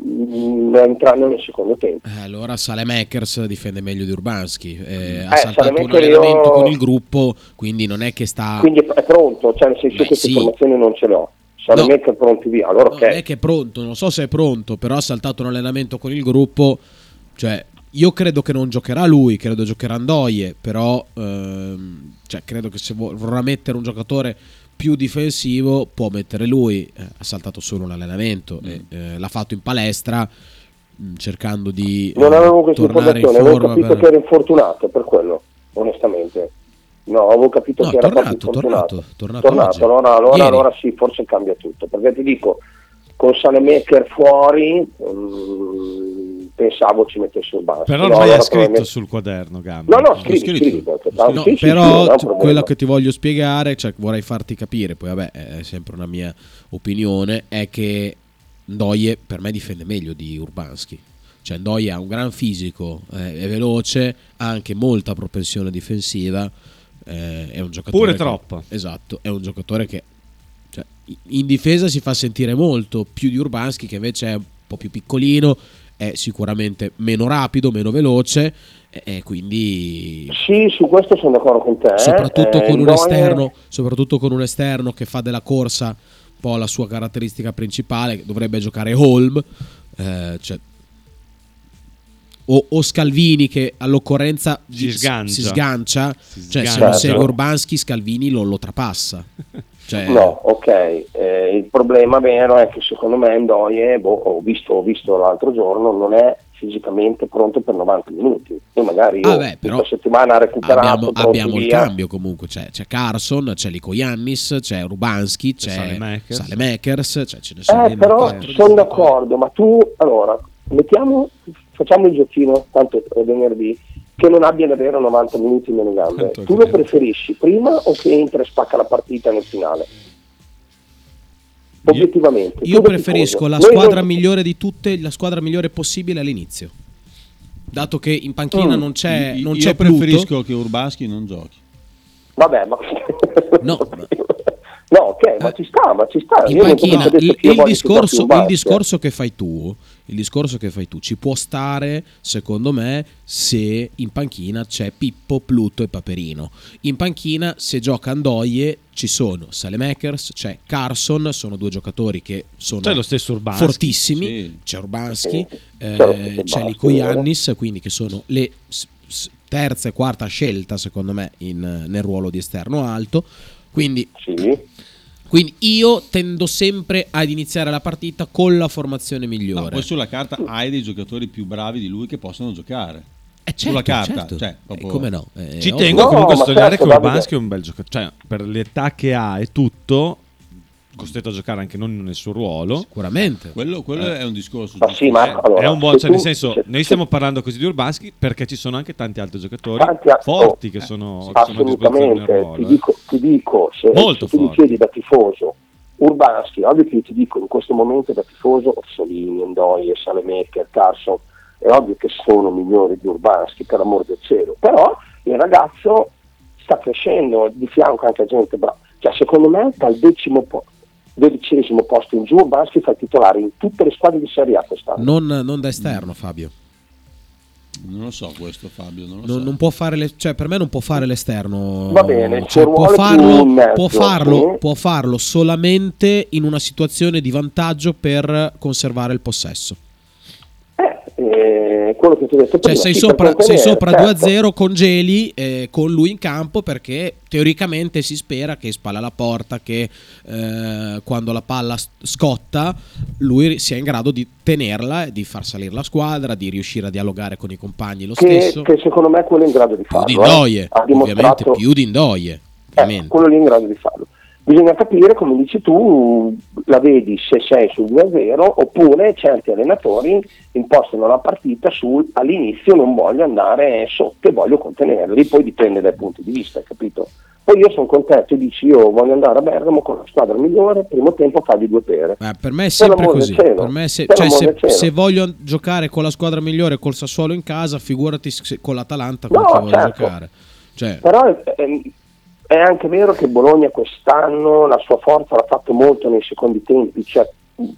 [SPEAKER 5] mm, entrando nel secondo tempo.
[SPEAKER 1] Eh, Allora Salemekers difende meglio di Urbanski, eh, ha
[SPEAKER 5] Eh,
[SPEAKER 1] saltato un
[SPEAKER 5] Saelemaekers
[SPEAKER 1] allenamento
[SPEAKER 5] io-
[SPEAKER 1] con il gruppo, quindi non è che sta...
[SPEAKER 5] Quindi è, è pronto, cioè nel senso
[SPEAKER 1] Ah. Beh,
[SPEAKER 5] che queste
[SPEAKER 1] sì.
[SPEAKER 5] informazioni non ce le ho. Sono
[SPEAKER 1] No.
[SPEAKER 5] neanche pronti via, allora
[SPEAKER 1] No,
[SPEAKER 5] ok.
[SPEAKER 1] Non è che è pronto, non so se è pronto, però ha saltato un allenamento con il gruppo. Cioè, io credo che non giocherà lui, credo giocherà Andoie, però ehm, cioè, credo che se vo- vorrà mettere un giocatore più difensivo può mettere lui. Eh, ha saltato solo un allenamento, e,
[SPEAKER 5] Mm.
[SPEAKER 1] eh, l'ha fatto in palestra mh, cercando di
[SPEAKER 5] Non
[SPEAKER 1] eh,
[SPEAKER 5] avevo questa
[SPEAKER 1] tornare in
[SPEAKER 5] informazione, avevo
[SPEAKER 1] forma.
[SPEAKER 5] capito
[SPEAKER 1] per-
[SPEAKER 5] che era infortunato per quello, onestamente. No, avevo capito
[SPEAKER 1] No,
[SPEAKER 5] che era
[SPEAKER 1] tornato,
[SPEAKER 5] proprio infortunato.
[SPEAKER 1] tornato, tornato oggi.
[SPEAKER 5] allora,
[SPEAKER 1] Ieri.
[SPEAKER 5] allora, allora sì, forse cambia tutto. Perché ti dico, con Salemaker fuori, mm, pensavo ci mettesse un basso.
[SPEAKER 6] Però
[SPEAKER 5] No,
[SPEAKER 6] ormai
[SPEAKER 5] allora
[SPEAKER 6] è scritto
[SPEAKER 5] probabilmente-
[SPEAKER 6] sul quaderno, Gamba.
[SPEAKER 5] No, no,
[SPEAKER 6] Ho
[SPEAKER 5] scrivi, scrivi.
[SPEAKER 6] scritto.
[SPEAKER 5] perché-
[SPEAKER 1] No,
[SPEAKER 5] sì, sì, sì, non è
[SPEAKER 1] però
[SPEAKER 5] un
[SPEAKER 1] cioè,
[SPEAKER 5] problema.
[SPEAKER 1] quello che ti voglio spiegare, cioè vorrei farti capire, poi vabbè, è sempre una mia opinione, è che Ndoye per me difende meglio di Urbanski. Cioè Ndoye ha un gran fisico, eh, è veloce, ha anche molta propensione difensiva, eh, è un giocatore
[SPEAKER 6] Pure
[SPEAKER 1] che-
[SPEAKER 6] troppa.
[SPEAKER 1] Esatto, è un giocatore che cioè, in difesa si fa sentire molto più di Urbanski che invece è un po' più piccolino, è sicuramente meno rapido, meno veloce e- e quindi
[SPEAKER 5] Sì, su questo sono d'accordo con te. eh.
[SPEAKER 1] soprattutto
[SPEAKER 5] Eh,
[SPEAKER 1] con un
[SPEAKER 5] Ndoye-
[SPEAKER 1] esterno, soprattutto con un esterno che fa della corsa un po' la sua caratteristica principale, che dovrebbe giocare Holm, eh, cioè- o, o Scalvini che all'occorrenza
[SPEAKER 6] Si
[SPEAKER 1] vi-
[SPEAKER 6] sgancia.
[SPEAKER 1] si sgancia,
[SPEAKER 6] Si
[SPEAKER 1] cioè se
[SPEAKER 6] sgancia.
[SPEAKER 1] non segue
[SPEAKER 5] Certo.
[SPEAKER 1] Urbanski Scalvini lo, lo trapassa. Cioè,
[SPEAKER 5] No, ok, eh, il problema vero è che secondo me Ndoye, boh, ho, visto, ho visto l'altro giorno, non è fisicamente pronto per 90 minuti. E magari io
[SPEAKER 1] Ah, beh, però
[SPEAKER 5] questa settimana ha recuperato,
[SPEAKER 1] abbiamo,
[SPEAKER 5] pronto
[SPEAKER 1] abbiamo il
[SPEAKER 5] via.
[SPEAKER 1] cambio comunque c'è, c'è Carson c'è Lico Yannis c'è Urbanski c'è
[SPEAKER 6] Saelemaekers.
[SPEAKER 1] Saelemaekers, cioè ce ne sono
[SPEAKER 5] Eh,
[SPEAKER 1] ben
[SPEAKER 5] però
[SPEAKER 1] quattro di
[SPEAKER 5] sono
[SPEAKER 1] giocatori.
[SPEAKER 5] d'accordo, ma tu allora mettiamo, facciamo il giochino, tanto è venerdì, che non abbia davvero 90 minuti nelle gambe.
[SPEAKER 6] Tanto è
[SPEAKER 5] Tu lo
[SPEAKER 6] vero.
[SPEAKER 5] preferisci prima o che entra e spacca la partita nel finale? Obiettivamente. tu
[SPEAKER 1] Io
[SPEAKER 5] che
[SPEAKER 1] preferisco
[SPEAKER 5] tifoso?
[SPEAKER 1] la
[SPEAKER 5] Noi-
[SPEAKER 1] squadra
[SPEAKER 5] noi-
[SPEAKER 1] migliore di tutte, la squadra migliore possibile all'inizio. Dato che in panchina
[SPEAKER 2] Oh.
[SPEAKER 5] Mm,
[SPEAKER 1] non c'è,
[SPEAKER 2] Io-
[SPEAKER 1] non
[SPEAKER 2] io
[SPEAKER 1] c'è Pluto.
[SPEAKER 2] preferisco che Urbaschi non giochi.
[SPEAKER 5] Vabbè, ma...
[SPEAKER 1] No.
[SPEAKER 5] No, ok, ma ci sta, ma ci sta.
[SPEAKER 1] in
[SPEAKER 5] Io non
[SPEAKER 1] panchina
[SPEAKER 5] ho detto
[SPEAKER 1] il,
[SPEAKER 5] che io
[SPEAKER 1] il
[SPEAKER 5] voglio
[SPEAKER 1] discorso,
[SPEAKER 5] giocare più
[SPEAKER 1] il
[SPEAKER 5] basket.
[SPEAKER 1] discorso che fai tu, il discorso che fai tu ci può stare, secondo me, se in panchina c'è Pippo, Pluto e Paperino. In panchina, se gioca Andoie, ci sono Salemekers, c'è Carson, sono due giocatori che sono
[SPEAKER 6] C'è lo stesso Urbano.
[SPEAKER 1] fortissimi,
[SPEAKER 2] Sì.
[SPEAKER 1] c'è Urbanski,
[SPEAKER 5] Sì.
[SPEAKER 1] eh,
[SPEAKER 5] C'è Urbanski,
[SPEAKER 1] c'è Lico
[SPEAKER 5] vero.
[SPEAKER 1] Yannis, quindi che sono le s- s- terza e quarta scelta secondo me in- nel ruolo di esterno alto. Quindi,
[SPEAKER 5] Sì.
[SPEAKER 1] quindi io tendo sempre ad iniziare la partita con la formazione
[SPEAKER 2] No,
[SPEAKER 1] migliore.
[SPEAKER 2] poi sulla carta
[SPEAKER 5] Mm.
[SPEAKER 2] hai dei giocatori più bravi di lui che possono giocare.
[SPEAKER 1] Eh, certo,
[SPEAKER 2] sulla carta,
[SPEAKER 1] certo.
[SPEAKER 2] cioè, proprio-
[SPEAKER 1] Eh, come no? Eh,
[SPEAKER 6] Oh. Ci
[SPEAKER 1] ovvio.
[SPEAKER 6] tengo
[SPEAKER 5] No,
[SPEAKER 6] comunque a
[SPEAKER 5] ma
[SPEAKER 6] sottolineare
[SPEAKER 5] certo,
[SPEAKER 6] che
[SPEAKER 5] Davide.
[SPEAKER 6] Urbanski è un bel giocatore. Cioè, per l'età che ha e tutto, costretto a giocare anche non nel suo ruolo.
[SPEAKER 1] Sicuramente.
[SPEAKER 2] Quello, quello è un discorso.
[SPEAKER 5] eh, Ma sì,
[SPEAKER 2] giusto,
[SPEAKER 5] Marco,
[SPEAKER 2] eh.
[SPEAKER 5] allora,
[SPEAKER 6] è un buon,
[SPEAKER 5] se
[SPEAKER 6] cioè, nel
[SPEAKER 5] tu-
[SPEAKER 6] senso,
[SPEAKER 5] se-
[SPEAKER 6] noi
[SPEAKER 5] se-
[SPEAKER 6] stiamo parlando così di Urbanski perché ci sono anche tanti altri giocatori
[SPEAKER 5] Tanti a-
[SPEAKER 6] forti
[SPEAKER 5] oh,
[SPEAKER 6] che sono, che sono disbozzati nel
[SPEAKER 5] Assolutamente, ti
[SPEAKER 6] ruolo. eh.
[SPEAKER 5] dico, ti dico, se,
[SPEAKER 6] Molto
[SPEAKER 5] se tu mi
[SPEAKER 6] forti.
[SPEAKER 5] chiedi da tifoso Urbanski, ovvio che io ti dico in questo momento da tifoso Orsolini, Endoie, Salemaker, Carson, è ovvio che sono migliori di Urbanski, per amor del cielo, però il ragazzo sta crescendo di fianco anche a gente brava, cioè secondo me dal decimo po- dodicesimo posto in giù Urbanski fa il titolare in tutte le squadre di Serie A quest'anno.
[SPEAKER 1] Non, non da
[SPEAKER 2] Mm.
[SPEAKER 1] esterno, Fabio.
[SPEAKER 2] Non lo so questo Fabio, non lo
[SPEAKER 1] Non,
[SPEAKER 2] so.
[SPEAKER 1] non può fare le- cioè, per me non può fare l'esterno.
[SPEAKER 5] Va bene, il
[SPEAKER 1] Cioè,
[SPEAKER 5] suo
[SPEAKER 1] può,
[SPEAKER 5] ruolo è più
[SPEAKER 1] farlo,
[SPEAKER 5] in mezzo,
[SPEAKER 1] può farlo-
[SPEAKER 5] sì.
[SPEAKER 1] può farlo solamente in una situazione di vantaggio per conservare il possesso.
[SPEAKER 5] Eh, eh, è quello che ti ho detto
[SPEAKER 1] Cioè,
[SPEAKER 5] prima,
[SPEAKER 1] sei
[SPEAKER 5] sì,
[SPEAKER 1] sopra,
[SPEAKER 5] per contenere,
[SPEAKER 1] sei sopra
[SPEAKER 5] certo.
[SPEAKER 1] 2-0 con Geli, eh, con lui in campo, perché teoricamente si spera che spalla la porta, che eh, quando la palla s- scotta lui sia in grado di tenerla, e di far salire la squadra, di riuscire a dialogare con i compagni lo
[SPEAKER 5] Che,
[SPEAKER 1] stesso.
[SPEAKER 5] che secondo me quello è in grado di
[SPEAKER 1] più
[SPEAKER 5] farlo.
[SPEAKER 1] di
[SPEAKER 5] eh.
[SPEAKER 1] noie,
[SPEAKER 5] Ha
[SPEAKER 1] ovviamente
[SPEAKER 5] dimostrato-
[SPEAKER 1] più di noie.
[SPEAKER 5] Ecco,
[SPEAKER 1] Ovviamente.
[SPEAKER 5] quello lì è in grado di farlo. Bisogna capire, come dici tu, la vedi se sei sul 2-0 oppure certi allenatori impostano la partita sul all'inizio non voglio andare sotto e voglio contenerli, poi dipende dai punti di vista, hai capito? Poi io sono contento e dici io voglio andare a Bergamo con la squadra migliore, primo tempo fagli due pere.
[SPEAKER 1] Ma per me è
[SPEAKER 5] Per
[SPEAKER 1] sempre
[SPEAKER 5] l'amor del
[SPEAKER 1] così.
[SPEAKER 5] cielo.
[SPEAKER 1] Per me se,
[SPEAKER 5] Per
[SPEAKER 1] cioè,
[SPEAKER 5] l'amor
[SPEAKER 1] se,
[SPEAKER 5] del cielo.
[SPEAKER 1] se voglio giocare con la squadra migliore, col Sassuolo in casa, figurati se- con l'Atalanta con
[SPEAKER 5] No,
[SPEAKER 1] chi voglio
[SPEAKER 5] certo.
[SPEAKER 1] giocare. Cioè,
[SPEAKER 5] Però è, è- è anche vero che Bologna quest'anno la sua forza l'ha fatto molto nei secondi tempi, cioè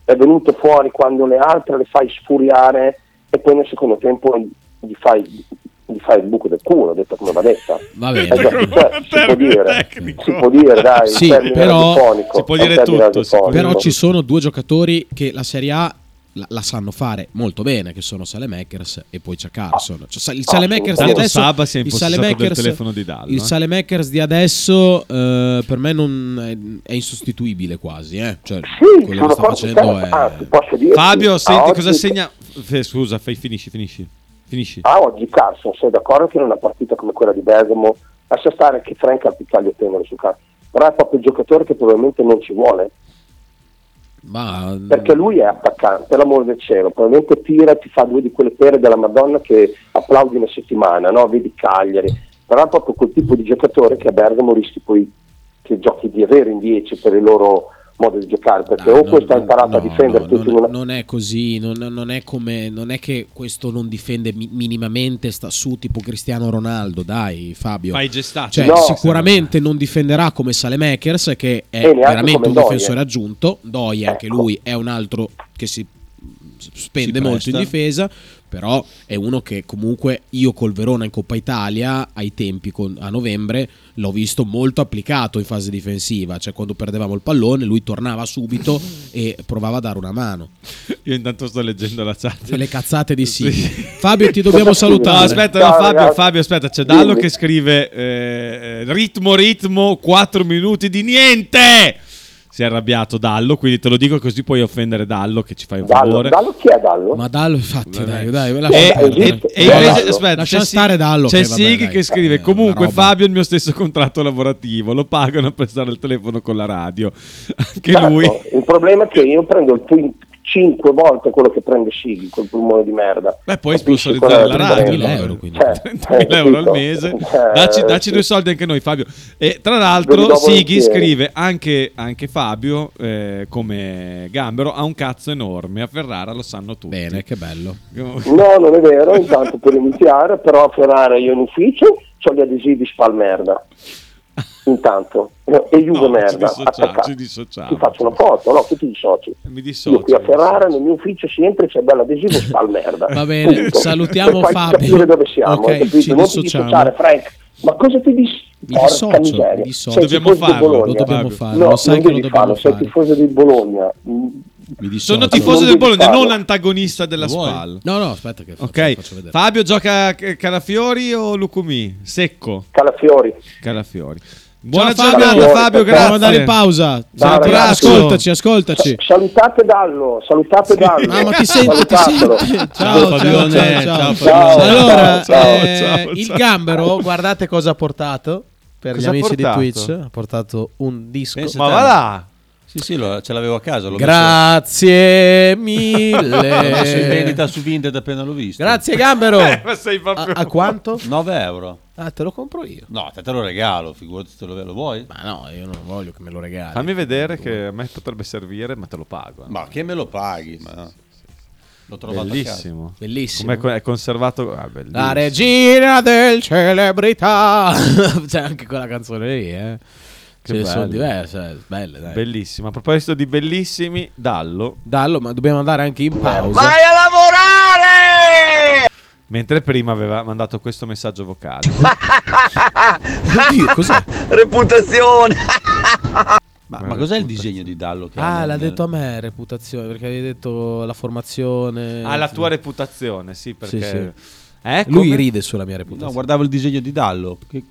[SPEAKER 5] è venuto fuori quando le altre le fai sfuriare e poi nel secondo tempo gli fai, gli fai il buco del culo, detto come va detta.
[SPEAKER 1] va
[SPEAKER 5] Eh già,
[SPEAKER 1] bene.
[SPEAKER 5] cioè, si può dire, si può dire, dai,
[SPEAKER 1] Sì,
[SPEAKER 5] il termine
[SPEAKER 1] però-
[SPEAKER 5] radiofonico,
[SPEAKER 3] si può
[SPEAKER 5] è un
[SPEAKER 3] dire
[SPEAKER 5] termine
[SPEAKER 3] tutto, si può
[SPEAKER 5] radiofonico.
[SPEAKER 1] Però ci sono due giocatori che la Serie A la, la sanno fare molto bene, che sono Salemakers e poi c'è Carson. Cioè, sa- il Salemakers di
[SPEAKER 5] Tanto
[SPEAKER 1] adesso...
[SPEAKER 3] Saba si è
[SPEAKER 1] il
[SPEAKER 3] impossessato del
[SPEAKER 1] Salemakers-
[SPEAKER 3] telefono di Dallo,
[SPEAKER 1] Il
[SPEAKER 3] eh.
[SPEAKER 1] Salemakers di adesso eh, per me non è, è insostituibile quasi. eh. Cioè,
[SPEAKER 5] Sì,
[SPEAKER 1] quello
[SPEAKER 5] sono
[SPEAKER 1] che sta
[SPEAKER 5] d'accordo,
[SPEAKER 1] facendo è...
[SPEAKER 5] certo, anzi, posso dirti,
[SPEAKER 3] Fabio,
[SPEAKER 5] a
[SPEAKER 3] senti cosa
[SPEAKER 5] oggi-
[SPEAKER 3] segna. F- scusa, fai- finisci, finisci. Finisci.
[SPEAKER 5] Ah, oggi Carson, sei d'accordo che in una partita come quella di Bergamo, lascia stare che Frank ha pittaglio tenero su Carson, però è proprio il giocatore che probabilmente non ci vuole,
[SPEAKER 1] Ma,
[SPEAKER 5] perché lui è attaccante, per l'amore del cielo, probabilmente tira e ti fa due di quelle pere della Madonna che applaudi una settimana, no? vedi Cagliari, però è proprio quel tipo di giocatore che a Bergamo rischi poi che giochi di avere in 10 per il loro modo di giocare, perché
[SPEAKER 1] Ah,
[SPEAKER 5] o
[SPEAKER 1] no,
[SPEAKER 5] questo ha
[SPEAKER 1] no,
[SPEAKER 5] imparato a
[SPEAKER 1] no,
[SPEAKER 5] difendersi
[SPEAKER 1] no,
[SPEAKER 5] in
[SPEAKER 1] non,
[SPEAKER 5] una...
[SPEAKER 1] non è così, non, non è come, non è che questo non difende mi- minimamente, sta su tipo Cristiano Ronaldo, dai Fabio.
[SPEAKER 3] Fai gestato.
[SPEAKER 1] Cioè,
[SPEAKER 5] No.
[SPEAKER 1] sicuramente non difenderà come Salemakers, che è
[SPEAKER 5] E neanche
[SPEAKER 1] veramente
[SPEAKER 5] come
[SPEAKER 1] un
[SPEAKER 5] Doie.
[SPEAKER 1] difensore aggiunto. Doia, anche
[SPEAKER 5] Ecco.
[SPEAKER 1] lui, è un altro che si spende
[SPEAKER 2] Si
[SPEAKER 1] molto in
[SPEAKER 2] presta.
[SPEAKER 1] difesa, però è uno che comunque io col Verona in Coppa Italia ai tempi con- a novembre l'ho visto molto applicato in fase difensiva, cioè quando perdevamo il pallone lui tornava subito e provava a dare una mano.
[SPEAKER 3] Io intanto sto leggendo la chat.
[SPEAKER 1] Le cazzate di sì.
[SPEAKER 3] Sì.
[SPEAKER 1] Fabio ti dobbiamo
[SPEAKER 3] No,
[SPEAKER 1] salutare.
[SPEAKER 3] aspetta,
[SPEAKER 5] Ciao,
[SPEAKER 3] no, Fabio,
[SPEAKER 5] ragazzi.
[SPEAKER 3] Fabio, aspetta, c'è Dallo
[SPEAKER 5] Dimmi.
[SPEAKER 3] che scrive eh, ritmo, ritmo, 4 minuti di niente. Si è arrabbiato Dallo, quindi te lo dico così puoi offendere Dallo che ci fai un
[SPEAKER 5] Dallo,
[SPEAKER 3] favore.
[SPEAKER 5] Dallo chi è Dallo?
[SPEAKER 1] Ma Dallo, infatti, dai, dai,
[SPEAKER 3] E,
[SPEAKER 1] lascia
[SPEAKER 5] Eh,
[SPEAKER 1] perdere.
[SPEAKER 3] e-
[SPEAKER 5] esiste.
[SPEAKER 3] e
[SPEAKER 5] No,
[SPEAKER 3] invece,
[SPEAKER 5] Dallo.
[SPEAKER 3] aspetta,
[SPEAKER 1] Lascia
[SPEAKER 3] c'è
[SPEAKER 1] stare
[SPEAKER 3] Sig-
[SPEAKER 1] Dallo,
[SPEAKER 3] C'è
[SPEAKER 1] che vabbè,
[SPEAKER 3] Sig
[SPEAKER 1] dai,
[SPEAKER 3] che scrive:
[SPEAKER 1] eh,
[SPEAKER 3] Comunque,
[SPEAKER 1] una roba.
[SPEAKER 3] Fabio ha il mio stesso contratto lavorativo. Lo pagano per stare al telefono con la radio. Anche
[SPEAKER 5] Certo,
[SPEAKER 3] lui.
[SPEAKER 5] Il problema è che io prendo il pin- cinque volte quello che prende Sighi col pulmone di merda.
[SPEAKER 3] Beh, puoi
[SPEAKER 5] Capisci
[SPEAKER 3] sponsorizzare
[SPEAKER 5] qual è
[SPEAKER 3] la
[SPEAKER 5] il
[SPEAKER 3] radio.
[SPEAKER 5] problema?
[SPEAKER 1] 30.000 euro, quindi.
[SPEAKER 5] Cioè,
[SPEAKER 3] 30.000
[SPEAKER 5] eh,
[SPEAKER 3] euro al
[SPEAKER 5] capito?
[SPEAKER 3] mese,
[SPEAKER 5] Eh,
[SPEAKER 3] dacci, dacci
[SPEAKER 5] sì.
[SPEAKER 3] due soldi anche noi, Fabio. E tra
[SPEAKER 5] Ve li
[SPEAKER 3] l'altro,
[SPEAKER 5] do
[SPEAKER 3] Sighi
[SPEAKER 5] volentieri.
[SPEAKER 3] scrive anche, anche Fabio, eh, come Gambero, ha un cazzo enorme. A Ferrara lo sanno tutti.
[SPEAKER 1] Bene, che bello.
[SPEAKER 5] No, non è vero, intanto per iniziare, però a Ferrari io in ufficio ho gli adesivi spalmerda. Intanto, No, e Juve
[SPEAKER 3] No, ci
[SPEAKER 5] merda,
[SPEAKER 3] dissociamo,
[SPEAKER 5] attaccati.
[SPEAKER 3] ci dissociamo.
[SPEAKER 5] Ti faccio una foto, no, tutti i soci.
[SPEAKER 3] Mi dissocio.
[SPEAKER 5] Io qui a
[SPEAKER 3] mi
[SPEAKER 5] Ferrara
[SPEAKER 3] dissocio.
[SPEAKER 5] nel mio ufficio si entra e c'è bell'adesivo spalmerda.
[SPEAKER 1] Va bene,
[SPEAKER 5] Punto.
[SPEAKER 1] salutiamo
[SPEAKER 5] per farti
[SPEAKER 1] Fabio.
[SPEAKER 5] capire dove siamo,
[SPEAKER 1] Ok,
[SPEAKER 5] hai capito?
[SPEAKER 1] ci
[SPEAKER 5] non ti
[SPEAKER 1] dissociamo.
[SPEAKER 5] dissociare, Frank. Ma cosa ti dis-
[SPEAKER 1] Mi
[SPEAKER 5] Porca
[SPEAKER 1] dissocio,
[SPEAKER 5] miseria.
[SPEAKER 1] mi dissocio.
[SPEAKER 5] Sei
[SPEAKER 3] Dobbiamo
[SPEAKER 5] tifoso del
[SPEAKER 3] farlo,
[SPEAKER 5] Bologna.
[SPEAKER 1] Lo dobbiamo
[SPEAKER 3] Fabio.
[SPEAKER 1] fare,
[SPEAKER 5] No,
[SPEAKER 1] lo sai
[SPEAKER 5] non
[SPEAKER 1] che lo
[SPEAKER 5] devi
[SPEAKER 1] dobbiamo
[SPEAKER 5] farlo, sei
[SPEAKER 1] fare.
[SPEAKER 5] tifoso del Bologna. Mm,
[SPEAKER 1] Mi dissocio.
[SPEAKER 3] Sono
[SPEAKER 5] tifosi
[SPEAKER 3] tifoso del
[SPEAKER 5] devi
[SPEAKER 3] Bologna,
[SPEAKER 5] farlo.
[SPEAKER 3] non antagonista della
[SPEAKER 1] Lo vuoi?
[SPEAKER 3] SPAL.
[SPEAKER 1] No, no, aspetta che faccio,
[SPEAKER 3] Ok,
[SPEAKER 1] faccio vedere.
[SPEAKER 3] Fabio gioca a C- Calafiori o Lucumi? Secco,
[SPEAKER 5] Calafiori.
[SPEAKER 3] Calafiori. Buona
[SPEAKER 1] Ciao, Fabio.
[SPEAKER 3] giornata Fabio,
[SPEAKER 5] Ciao,
[SPEAKER 1] Dobbiamo
[SPEAKER 3] grazie.
[SPEAKER 1] andare in pausa. Ciao,
[SPEAKER 5] ragazzi.
[SPEAKER 1] ascoltaci, ascoltaci.
[SPEAKER 5] Sa- Salutate Dallo, salutate Dallo.
[SPEAKER 1] Ah, ma ti senti? Ti
[SPEAKER 5] Salutatelo.
[SPEAKER 1] senti? Ciao, ciao, ciao,
[SPEAKER 3] Fabione, ciao,
[SPEAKER 1] ciao.
[SPEAKER 5] Fabione.
[SPEAKER 1] Allora,
[SPEAKER 3] Ciao,
[SPEAKER 1] eh,
[SPEAKER 3] ciao,
[SPEAKER 1] il
[SPEAKER 3] ciao.
[SPEAKER 1] gambero, guardate cosa ha portato per
[SPEAKER 8] Cosa
[SPEAKER 1] gli
[SPEAKER 8] ha
[SPEAKER 1] amici
[SPEAKER 8] portato?
[SPEAKER 1] di Twitch. Ha portato un disco.
[SPEAKER 2] Pensa
[SPEAKER 8] Ma
[SPEAKER 2] te.
[SPEAKER 8] va là.
[SPEAKER 2] Sì, sì, lo- ce l'avevo a casa. L'ho
[SPEAKER 1] Grazie
[SPEAKER 2] messo, l'ho messo in vendita
[SPEAKER 1] mille.
[SPEAKER 2] su Vinted appena l'ho visto. Eh,
[SPEAKER 1] Grazie gambero.
[SPEAKER 3] Ma sei
[SPEAKER 1] A,
[SPEAKER 3] proprio-
[SPEAKER 1] a quanto?
[SPEAKER 2] 9 euro.
[SPEAKER 1] Ah, te lo compro io.
[SPEAKER 2] No, te, te lo regalo, figurati te lo, lo vuoi?
[SPEAKER 1] Ma no, io non voglio che me lo regali.
[SPEAKER 3] Fammi vedere che a me potrebbe servire, ma te lo pago. eh.
[SPEAKER 2] Ma che me lo paghi? Ma... L'ho trovato a
[SPEAKER 3] Bellissimo.
[SPEAKER 1] Bellissimo.
[SPEAKER 3] Come è conservato? Ah, bellissimo.
[SPEAKER 1] La regina del celebrità. C'è Cioè, anche quella canzone lì, eh.
[SPEAKER 3] Che
[SPEAKER 1] Ce ne sono
[SPEAKER 3] bello.
[SPEAKER 1] diverse, eh, belle, dai.
[SPEAKER 3] Bellissimo. A proposito di bellissimi, Dallo,
[SPEAKER 1] Dallo, ma dobbiamo andare anche in pausa.
[SPEAKER 9] a lavorare!
[SPEAKER 3] mentre prima aveva mandato questo messaggio vocale.
[SPEAKER 1] Oddio, cos'è?
[SPEAKER 9] Reputazione!
[SPEAKER 2] Ma,
[SPEAKER 3] Ma
[SPEAKER 2] ma cos'è il
[SPEAKER 3] reputazione.
[SPEAKER 2] disegno di Dallo? Che
[SPEAKER 1] Ah,
[SPEAKER 2] ha
[SPEAKER 1] l'ha
[SPEAKER 2] nel-
[SPEAKER 1] detto a me reputazione, perché avevi detto la formazione.
[SPEAKER 3] Ah, la tua
[SPEAKER 1] Sì.
[SPEAKER 3] reputazione, sì, perché... Eh,
[SPEAKER 1] Lui
[SPEAKER 3] come?
[SPEAKER 1] ride sulla mia
[SPEAKER 2] No,
[SPEAKER 1] reputazione.
[SPEAKER 2] guardavo il disegno di Dallo. Che...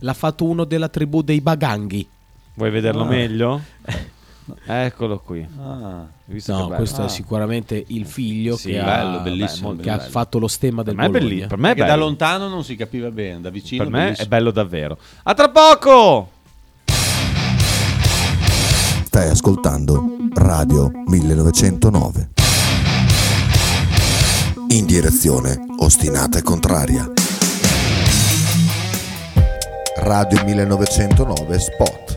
[SPEAKER 1] L'ha fatto uno della tribù dei Baganghi.
[SPEAKER 3] Vuoi vederlo
[SPEAKER 2] Ah.
[SPEAKER 3] meglio? Eccolo qui. Hai
[SPEAKER 2] Ah,
[SPEAKER 3] visto che
[SPEAKER 1] No,
[SPEAKER 3] bello?
[SPEAKER 1] questo
[SPEAKER 2] Ah.
[SPEAKER 1] è sicuramente il figlio
[SPEAKER 3] Sì,
[SPEAKER 1] che,
[SPEAKER 2] bello,
[SPEAKER 1] ha,
[SPEAKER 2] bellissimo,
[SPEAKER 1] che ha
[SPEAKER 2] bello.
[SPEAKER 1] fatto lo stemma
[SPEAKER 3] Per
[SPEAKER 1] del
[SPEAKER 3] me è
[SPEAKER 1] Bologna.
[SPEAKER 3] bellissimo. Per me è
[SPEAKER 2] perché da
[SPEAKER 3] bello.
[SPEAKER 2] lontano non si capiva bene, da vicino
[SPEAKER 3] Per me è
[SPEAKER 2] bellissimo.
[SPEAKER 3] bello davvero. A tra poco!
[SPEAKER 10] Stai ascoltando Radio 1909. In direzione ostinata e contraria. Radio 1909 Spot.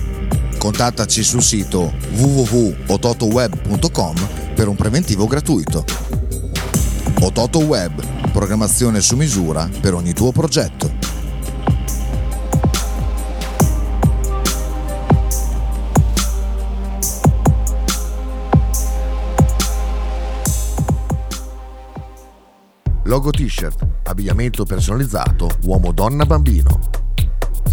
[SPEAKER 10] Contattaci sul sito www.ototoweb.com per un preventivo gratuito. Ototo Web, programmazione su misura per ogni tuo progetto.
[SPEAKER 11] Logo t-shirt, abbigliamento personalizzato, uomo, donna, bambino.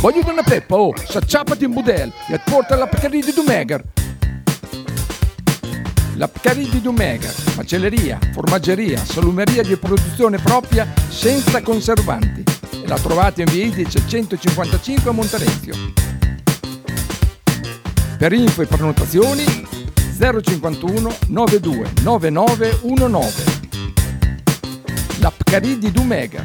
[SPEAKER 12] Voglio una peppa, oh, s'acciappati in budel e porta la Pcaridi di Dumegar. La Pcaridi di Dumegar, macelleria, formaggeria, salumeria di produzione propria senza conservanti. E la trovate in via Idice 155 a Monterezio. Per info e prenotazioni 051 92 9919. La Pcaridi di Dumegar.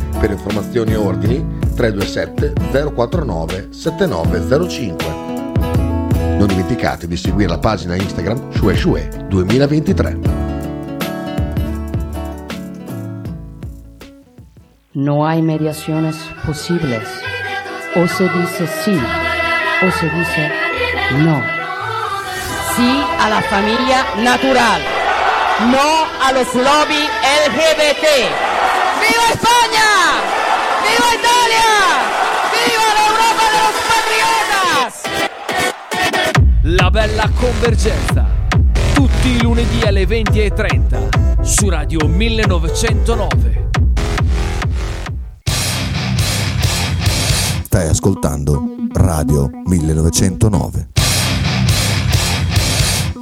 [SPEAKER 11] Per informazioni e ordini 327 049 7905. Non dimenticate di seguire la pagina Instagram Shue Shue 2023.
[SPEAKER 13] No hay mediaciones posibles. O se dice sí o se dice no. Sí a la familia natural. No a los lobbies LGBT. ¡Viva España! ¡Viva Italia! ¡Viva la Europa de los patriotas!
[SPEAKER 14] La bella convergenza, tutti i lunedì alle 20.30 su Radio 1909.
[SPEAKER 10] Stai ascoltando Radio 1909.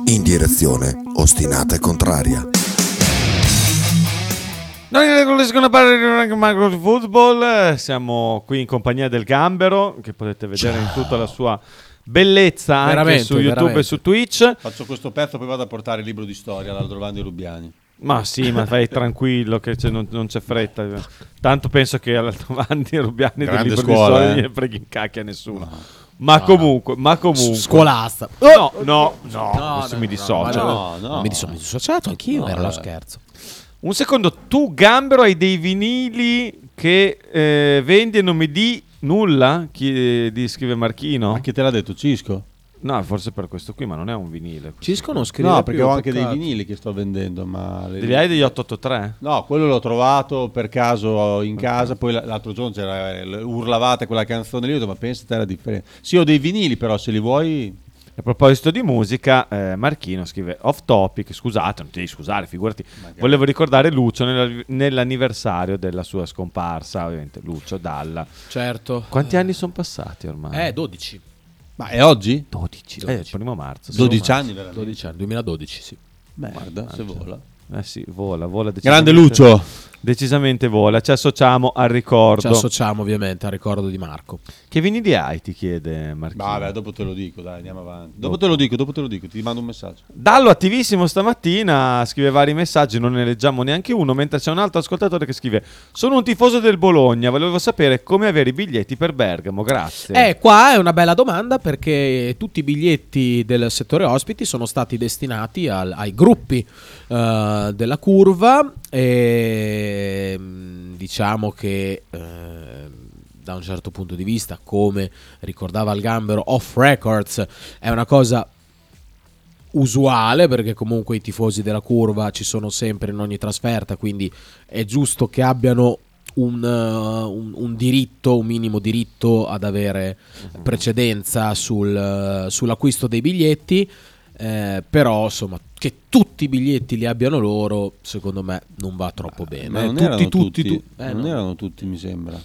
[SPEAKER 10] In direzione ostinata e contraria.
[SPEAKER 3] Noi non riescono a parlare di Marco Football, eh, siamo qui in compagnia del Gambero, che potete vedere in tutta la sua bellezza anche
[SPEAKER 2] Veramente,
[SPEAKER 3] su YouTube
[SPEAKER 2] veramente.
[SPEAKER 3] e su Twitch.
[SPEAKER 2] Faccio questo pezzo, poi vado a portare il libro di storia all'Aldrovandi Rubiani.
[SPEAKER 3] Ma sì, ma fai tranquillo, che c'è- non, non c'è fretta. Tanto penso che all'Altovandi e Rubiani del
[SPEAKER 2] Grande
[SPEAKER 3] libro
[SPEAKER 2] scuola,
[SPEAKER 3] di storia
[SPEAKER 2] eh.
[SPEAKER 3] gliene freghi in cacchia a nessuno. Ma comunque, ma comunque.
[SPEAKER 1] Scuolasta. Oh!
[SPEAKER 3] No, no, no, adesso mi dissocio.
[SPEAKER 1] ma no, Mi sono dissociato anch'io, era uno scherzo.
[SPEAKER 3] eh. Un secondo, tu Gambero hai dei vinili che eh, vendi e non mi di nulla? Chi eh, di scrive Marchino? Ma
[SPEAKER 2] chi te l'ha detto Cisco?
[SPEAKER 3] No, forse per questo qui, ma non è un vinile.
[SPEAKER 1] Cisco non
[SPEAKER 3] scrive
[SPEAKER 2] No,
[SPEAKER 3] più,
[SPEAKER 2] perché ho anche dei
[SPEAKER 3] peccato.
[SPEAKER 2] vinili che sto vendendo, ma... le-
[SPEAKER 3] Li hai degli 883?
[SPEAKER 2] No, quello l'ho trovato per caso in casa, poi l- l'altro giorno c'era, eh, l- urlavate quella canzone lì, ho detto, ma pensa te la differenza. Sì, ho dei vinili però, se li vuoi...
[SPEAKER 3] A proposito di musica, eh, Marchino scrive off topic, scusate, non ti devi scusare, figurati. Volevo ricordare Lucio nella- nell'anniversario della sua scomparsa, ovviamente Lucio Dalla.
[SPEAKER 1] Certo.
[SPEAKER 3] Quanti anni sono passati ormai?
[SPEAKER 1] Eh, 12.
[SPEAKER 2] Ma è oggi?
[SPEAKER 3] 12. Eh, il primo marzo.
[SPEAKER 2] 12
[SPEAKER 3] primo
[SPEAKER 2] anni,
[SPEAKER 3] marzo.
[SPEAKER 2] veramente?
[SPEAKER 1] 12 anni, 2012, sì.
[SPEAKER 2] Guarda, se vola.
[SPEAKER 3] Eh sì, vola, vola.
[SPEAKER 2] Grande
[SPEAKER 3] decisamente-
[SPEAKER 2] Lucio.
[SPEAKER 3] Decisamente vola, ci associamo al ricordo.
[SPEAKER 1] Ci associamo ovviamente al ricordo di Marco.
[SPEAKER 3] Che vinili hai, ti chiede Marchino.
[SPEAKER 2] Vabbè, dopo te lo dico, dai, andiamo avanti. Dopo te lo dico, dopo te lo dico, ti mando un messaggio.
[SPEAKER 3] Dallo attivissimo stamattina scrive vari messaggi, non ne leggiamo neanche uno, mentre c'è un altro ascoltatore che scrive Sono un tifoso del Bologna, volevo sapere come avere i biglietti per Bergamo, grazie.
[SPEAKER 1] Eh, qua è una bella domanda perché tutti i biglietti del settore ospiti sono stati destinati al- ai gruppi eh, della curva e mm, diciamo che eh, da un certo punto di vista, come ricordava il gambero, off records è una cosa usuale perché comunque i tifosi della curva ci sono sempre in ogni trasferta, quindi è giusto che abbiano un, eh, un- un diritto, un minimo diritto ad avere
[SPEAKER 2] Mhm.
[SPEAKER 1] precedenza sul, eh, sull'acquisto dei biglietti, eh, però insomma che tutti i biglietti li abbiano loro, secondo me non va troppo bene.
[SPEAKER 2] Ma
[SPEAKER 1] Eh,
[SPEAKER 2] non
[SPEAKER 1] tutti,
[SPEAKER 2] erano tutti,
[SPEAKER 1] tu- eh,
[SPEAKER 2] non
[SPEAKER 1] no.
[SPEAKER 2] erano tutti, mi sembra.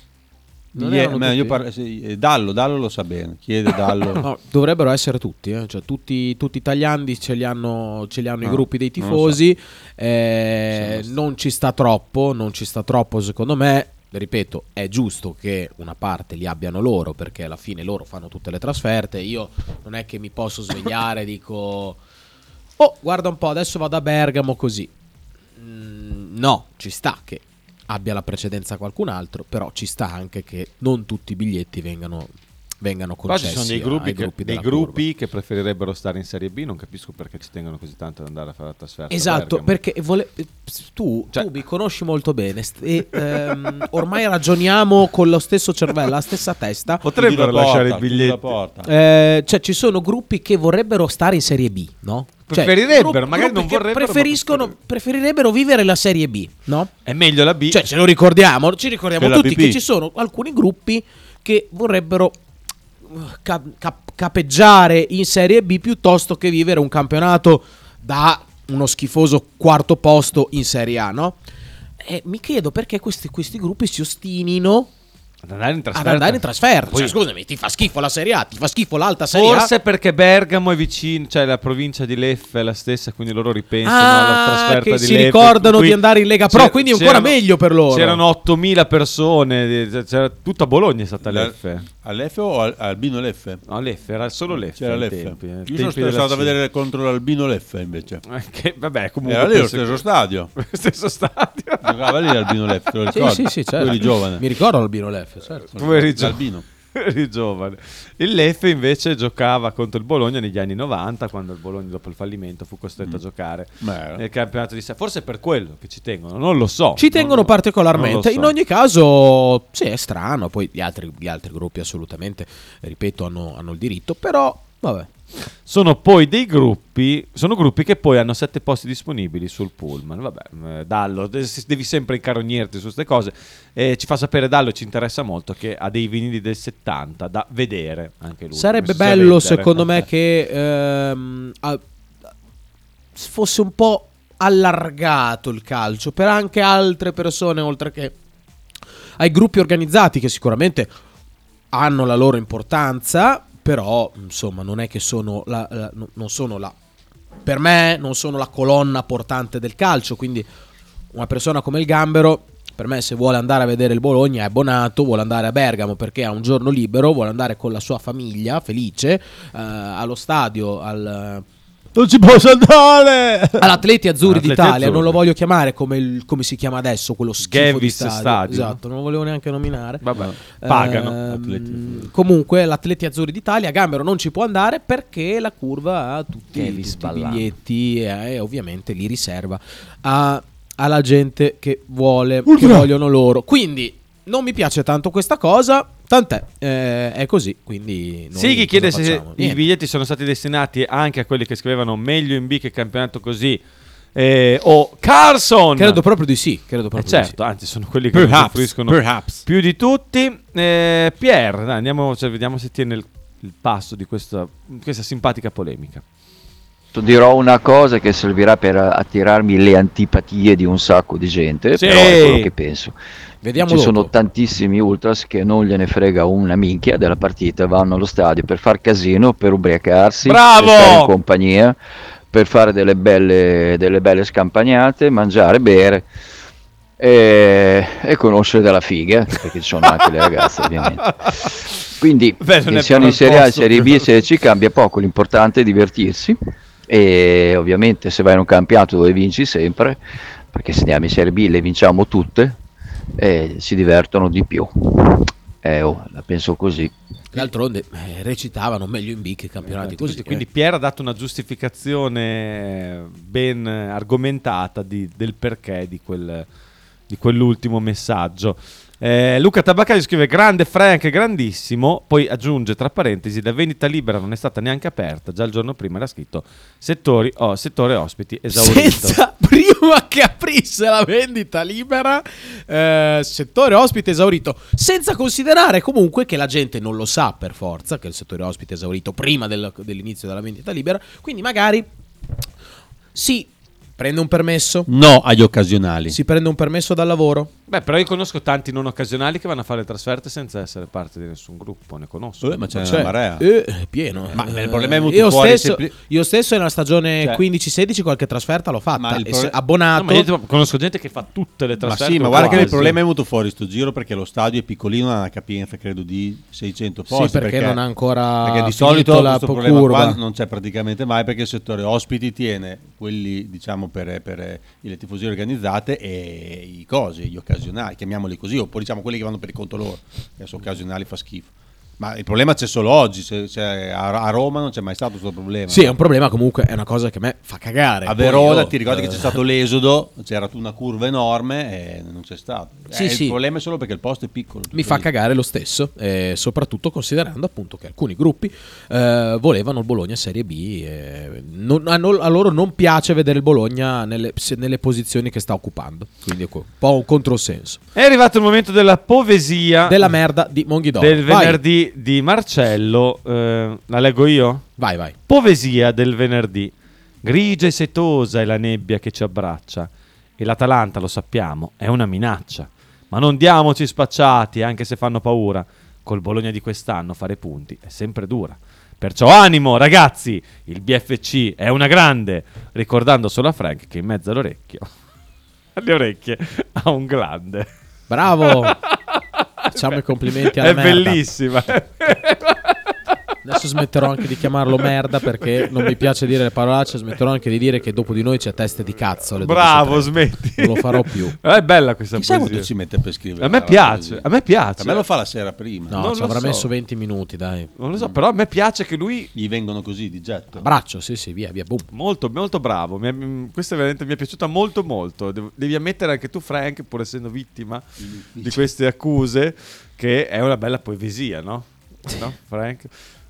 [SPEAKER 1] Non
[SPEAKER 2] Ie-
[SPEAKER 1] erano
[SPEAKER 2] ma io
[SPEAKER 1] tutti?
[SPEAKER 2] parlo- sì, eh, Dallo, Dallo lo sa bene, chiede Dallo.
[SPEAKER 1] No, dovrebbero essere tutti, eh, cioè tutti, tutti i tagliandi ce li hanno, ce li hanno
[SPEAKER 2] Ah,
[SPEAKER 1] i gruppi dei
[SPEAKER 2] non lo
[SPEAKER 1] tifosi, eh, non ci sta troppo, non ci sta troppo secondo me, ripeto, è giusto che una parte li abbiano loro perché alla fine loro fanno tutte le trasferte, io non è che mi posso svegliare e dico, oh guarda un po', adesso vado a Bergamo così, Mm, no, ci sta che abbia la precedenza qualcun altro, però ci sta anche che non tutti i biglietti vengano... Vengano
[SPEAKER 3] Qua
[SPEAKER 1] concessi
[SPEAKER 3] ci sono dei
[SPEAKER 1] ai
[SPEAKER 3] gruppi, che,
[SPEAKER 1] gruppi
[SPEAKER 3] dei
[SPEAKER 1] della curva.
[SPEAKER 3] gruppi che preferirebbero stare in Serie B, non capisco perché ci tengono così tanto ad andare a fare la trasferta. a
[SPEAKER 1] Esatto,
[SPEAKER 3] Bergamo. Cioè
[SPEAKER 1] perché vole- tu, tu mi conosci molto bene st- e ehm, ormai ragioniamo con lo stesso cervello, la stessa testa.
[SPEAKER 3] Potrebbero
[SPEAKER 2] Chiudi la
[SPEAKER 3] lasciare i
[SPEAKER 2] porta, chiudi
[SPEAKER 3] biglietti.
[SPEAKER 2] la porta.
[SPEAKER 1] Eh, cioè, ci sono gruppi che vorrebbero stare in Serie B, no? Cioè,
[SPEAKER 3] Preferirebbero,
[SPEAKER 1] gruppi-
[SPEAKER 3] magari
[SPEAKER 1] gruppi
[SPEAKER 3] non
[SPEAKER 1] che
[SPEAKER 3] vorrebbero, ma
[SPEAKER 1] preferiscono- preferirebbero vivere la Serie B, no?
[SPEAKER 3] È meglio la B.
[SPEAKER 1] Cioè, ce lo ricordiamo, ci ricordiamo
[SPEAKER 3] Che la
[SPEAKER 1] tutti
[SPEAKER 3] PP.
[SPEAKER 1] che ci sono alcuni gruppi che vorrebbero uh, ca- cap- capeggiare in Serie B piuttosto che vivere un campionato da uno schifoso quarto posto in Serie A, no? E mi chiedo perché questi, questi gruppi si ostinino
[SPEAKER 3] Ad andare in trasferta.
[SPEAKER 1] ad andare in trasferta.
[SPEAKER 3] Poi-
[SPEAKER 1] Cioè, scusami, ti fa schifo la Serie A, ti fa schifo l'alta Serie A.
[SPEAKER 3] Forse perché Bergamo è vicino, cioè la provincia di Leffe è la stessa, quindi loro ripensano alla
[SPEAKER 1] Ah,
[SPEAKER 3] trasferta
[SPEAKER 1] che
[SPEAKER 3] di
[SPEAKER 1] si
[SPEAKER 3] Leffe,
[SPEAKER 1] ricordano
[SPEAKER 3] qui-
[SPEAKER 1] di andare in Lega Pro,
[SPEAKER 3] c'era-
[SPEAKER 1] quindi è ancora
[SPEAKER 3] c'erano-
[SPEAKER 1] meglio per loro.
[SPEAKER 3] C'erano 8000 persone, eh, c'era- tutta Bologna è stata Leffe.
[SPEAKER 2] All'F o al- Albino Leffe?
[SPEAKER 3] No, Leffe, era solo Leffe.
[SPEAKER 2] C'era
[SPEAKER 3] ai
[SPEAKER 2] Leffe.
[SPEAKER 3] tempi, eh, ai
[SPEAKER 2] Io sono
[SPEAKER 3] tempi della
[SPEAKER 2] stato a
[SPEAKER 3] C.
[SPEAKER 2] vedere contro l'Albino Leffe invece.
[SPEAKER 3] Che, vabbè, comunque
[SPEAKER 2] Era lì lo
[SPEAKER 3] penso
[SPEAKER 2] stesso
[SPEAKER 3] che-
[SPEAKER 2] stadio.
[SPEAKER 3] stesso stadio.
[SPEAKER 2] Giocava lì l'Albino Leffe, te lo
[SPEAKER 1] Sì,
[SPEAKER 2] ricordi?
[SPEAKER 1] sì, sì, certo.
[SPEAKER 2] Tu eri giovane.
[SPEAKER 1] Mi ricordo l'Albino Leffe, certo.
[SPEAKER 3] Come eri gio-
[SPEAKER 2] L'Albino.
[SPEAKER 3] eri giovane. Il Leffe invece giocava contro il Bologna negli anni 90, quando il Bologna dopo il fallimento fu costretto a giocare
[SPEAKER 2] Beh.
[SPEAKER 3] nel campionato di Serie Forse è per quello che ci tengono, non lo so.
[SPEAKER 1] Ci tengono particolarmente.
[SPEAKER 3] non
[SPEAKER 1] In
[SPEAKER 3] lo so.
[SPEAKER 1] ogni caso, sì, è strano. Poi gli altri, gli altri gruppi, assolutamente, ripeto, hanno, hanno il diritto. Però, vabbè.
[SPEAKER 3] Sono poi dei gruppi, sono gruppi che poi hanno sette posti disponibili sul pullman. Vabbè, eh, Dallo, de- si- devi sempre incarognirti su queste cose. Eh, ci fa sapere Dallo, ci interessa molto, che ha dei vinili del 70 da vedere anche lui.
[SPEAKER 1] Sarebbe
[SPEAKER 3] Come se sia
[SPEAKER 1] bello,
[SPEAKER 3] vendere. Eh.
[SPEAKER 1] secondo me, che ehm, a- fosse un po' allargato il calcio per anche altre persone, oltre che ai gruppi organizzati, che sicuramente hanno la loro importanza, però insomma non è che sono la, la- no- non sono la per me non sono la colonna portante del calcio, quindi una persona come il Gambero per me se vuole andare a vedere il Bologna è abbonato, vuole andare a Bergamo perché ha un giorno libero, vuole andare con la sua famiglia felice eh, allo stadio al
[SPEAKER 2] Non ci posso andare!
[SPEAKER 1] All'Atleti Azzurri
[SPEAKER 2] Atleti
[SPEAKER 1] d'Italia, non
[SPEAKER 2] Azzurri.
[SPEAKER 1] lo voglio chiamare come, il- come si chiama adesso, quello schifo di
[SPEAKER 3] Gavis
[SPEAKER 1] stadio.
[SPEAKER 3] Stadio.
[SPEAKER 1] Esatto, non lo volevo neanche nominare.
[SPEAKER 3] Vabbè,
[SPEAKER 1] Ehm,
[SPEAKER 3] pagano. Atleti
[SPEAKER 1] comunque l'Atleti Azzurri d'Italia, Gambero non ci può andare perché la curva ha tutti,
[SPEAKER 3] Gavis
[SPEAKER 1] tutti i
[SPEAKER 3] ballando.
[SPEAKER 1] biglietti eh, e, e ovviamente li riserva a- alla gente che vuole, che
[SPEAKER 2] Ultra.
[SPEAKER 1] vogliono loro. Quindi non mi piace tanto questa cosa, tant'è, eh, è così, quindi noi
[SPEAKER 3] Sighi
[SPEAKER 1] cosa
[SPEAKER 3] chiede se
[SPEAKER 1] facciamo?
[SPEAKER 3] i
[SPEAKER 1] Niente.
[SPEAKER 3] biglietti sono stati destinati anche a quelli che scrivevano meglio in B che campionato così. eh, o Carson!
[SPEAKER 1] Credo proprio di sì, credo
[SPEAKER 3] Eh
[SPEAKER 1] proprio di sì.
[SPEAKER 3] certo, anzi sono quelli che
[SPEAKER 2] Perhaps,
[SPEAKER 3] soffriscono
[SPEAKER 2] perhaps.
[SPEAKER 3] più di tutti. Eh, Pierre, dai, andiamo, cioè, vediamo se tiene il, il passo di questa, questa simpatica polemica.
[SPEAKER 15] Dirò una cosa che servirà per attirarmi le antipatie di un sacco di gente,
[SPEAKER 3] Sì.
[SPEAKER 15] però è quello che penso.
[SPEAKER 1] Vediamo
[SPEAKER 15] Ci
[SPEAKER 1] dopo.
[SPEAKER 15] sono tantissimi ultras che non gliene frega una minchia della partita, vanno allo stadio per far casino, per ubriacarsi,
[SPEAKER 3] Bravo!
[SPEAKER 15] per stare in compagnia, per fare delle belle, delle belle scampagnate, mangiare, bere e, e conoscere della figa, perché ci sono anche le ragazze ovviamente. Quindi
[SPEAKER 3] Beh, non è
[SPEAKER 15] che siano in
[SPEAKER 3] proprio
[SPEAKER 15] Serie A, in
[SPEAKER 3] posto,
[SPEAKER 15] Serie B e
[SPEAKER 3] però.
[SPEAKER 15] Serie C cambia poco, l'importante è divertirsi e ovviamente se vai in un campionato dove vinci sempre, perché se andiamo in Serie B le vinciamo tutte, eh, si divertono di più. Eh, oh, la penso così.
[SPEAKER 1] D'altronde eh, recitavano meglio in B che campionati così.
[SPEAKER 3] Esatto,
[SPEAKER 2] eh.
[SPEAKER 3] Quindi Pierre ha dato una giustificazione ben argomentata di- del perché di, quel- di quell'ultimo messaggio. Eh, Luca Tabaccaio scrive grande Frank, grandissimo, poi aggiunge tra parentesi la vendita libera non è stata neanche aperta, già il giorno prima era scritto settori, oh, settore ospiti esaurito.
[SPEAKER 1] Senza prima che aprisse la vendita libera, eh, settore ospite esaurito. Senza considerare comunque che la gente non lo sa per forza che il settore ospite è esaurito prima del- dell'inizio della vendita libera. Quindi magari si prende un permesso,
[SPEAKER 2] No agli occasionali.
[SPEAKER 1] si prende un permesso dal lavoro.
[SPEAKER 3] Beh, però io conosco tanti non occasionali che vanno a fare le trasferte senza essere parte di nessun gruppo, ne conosco.
[SPEAKER 2] Eh, ma c'è
[SPEAKER 1] Cioè,
[SPEAKER 2] una marea.
[SPEAKER 1] eh, è pieno.
[SPEAKER 2] Ma
[SPEAKER 1] Eh,
[SPEAKER 2] il problema è venuto
[SPEAKER 1] io
[SPEAKER 2] fuori
[SPEAKER 1] stesso,
[SPEAKER 2] sempli-
[SPEAKER 1] io stesso nella stagione
[SPEAKER 2] Cioè-
[SPEAKER 1] 15-16 qualche trasferta l'ho fatta.
[SPEAKER 2] Ma il
[SPEAKER 1] e
[SPEAKER 2] pro-
[SPEAKER 1] se- abbonato.
[SPEAKER 3] No, ma io tipo conosco gente che fa tutte le
[SPEAKER 2] Ma
[SPEAKER 3] trasferte.
[SPEAKER 2] sì, ma guarda che il
[SPEAKER 3] quasi.
[SPEAKER 2] problema è venuto fuori sto giro perché lo stadio è piccolino, ha una capienza credo di 600
[SPEAKER 1] Sì,
[SPEAKER 2] posti.
[SPEAKER 1] perché non ha ancora
[SPEAKER 2] Perché di
[SPEAKER 1] finito
[SPEAKER 2] solito
[SPEAKER 1] la
[SPEAKER 2] questo problema
[SPEAKER 1] curva.
[SPEAKER 2] qua non c'è praticamente mai perché il settore ospiti tiene quelli diciamo per, per le tifosie organizzate e i cosi, gli occasionali, chiamiamoli così, oppure diciamo quelli che vanno per il conto loro. Adesso occasionali fa schifo. Ma il problema c'è solo oggi, se- se- a, a Roma non c'è mai stato questo problema.
[SPEAKER 1] Sì, è un problema comunque, è una cosa che a me fa cagare.
[SPEAKER 2] A
[SPEAKER 1] Poi
[SPEAKER 2] Verona
[SPEAKER 1] io,
[SPEAKER 2] ti ricordi
[SPEAKER 1] eh,
[SPEAKER 2] che c'è stato l'esodo, c'era una curva enorme e non c'è stato.
[SPEAKER 1] Sì,
[SPEAKER 2] Eh,
[SPEAKER 1] sì.
[SPEAKER 2] Il problema è solo perché il posto è piccolo. tutto
[SPEAKER 1] Mi fa
[SPEAKER 2] lì.
[SPEAKER 1] cagare lo stesso, eh, soprattutto considerando appunto che alcuni gruppi eh, volevano il Bologna Serie B. eh, non- a, no- a loro non piace vedere il Bologna nelle, se- nelle posizioni che sta occupando. Quindi è un po' un controsenso.
[SPEAKER 3] È arrivato il momento della poesia
[SPEAKER 1] Della merda di Monghidoro.
[SPEAKER 3] del
[SPEAKER 1] Vai.
[SPEAKER 3] venerdì di Marcello. Eh, la leggo io?
[SPEAKER 1] Vai, vai.
[SPEAKER 3] Poesia del venerdì. Grigia e setosa è la nebbia che ci abbraccia. E l'Atalanta, lo sappiamo, è una minaccia. Ma non diamoci spacciati, anche se fanno paura. Col Bologna di quest'anno fare punti è sempre dura. Perciò animo, ragazzi! Il BFC è una grande! Ricordando solo a Frank che in mezzo all'orecchio... alle orecchie ha un glande.
[SPEAKER 1] Bravo. Facciamo i complimenti alla
[SPEAKER 3] è
[SPEAKER 1] merda.
[SPEAKER 3] bellissima.
[SPEAKER 1] Adesso smetterò anche di chiamarlo merda perché non mi piace dire le parolacce. Smetterò anche di dire che dopo di noi c'è teste di cazzo. alle
[SPEAKER 3] Bravo,
[SPEAKER 1] 12.30.
[SPEAKER 3] smetti. Eh,
[SPEAKER 1] Non lo farò più.
[SPEAKER 3] È bella questa
[SPEAKER 2] Chissà
[SPEAKER 3] poesia.
[SPEAKER 2] quanto ci mette per scrivere.
[SPEAKER 3] A me
[SPEAKER 2] la
[SPEAKER 3] piace,
[SPEAKER 2] poesia.
[SPEAKER 3] a me piace.
[SPEAKER 2] A me lo fa la sera prima.
[SPEAKER 1] No,
[SPEAKER 3] Non
[SPEAKER 1] ci
[SPEAKER 3] lo
[SPEAKER 1] avrà
[SPEAKER 3] so.
[SPEAKER 1] messo 20 minuti, dai.
[SPEAKER 3] Non lo so, però a me piace che lui
[SPEAKER 2] Gli vengono così di getto.
[SPEAKER 1] Braccio, sì, sì, via, via, boom.
[SPEAKER 3] molto molto bravo. Mi è- m- questa veramente mi è piaciuta molto molto. Devo- Devi ammettere anche tu Frank, pur essendo vittima di queste accuse, che è una bella poesia, no? No, Frank.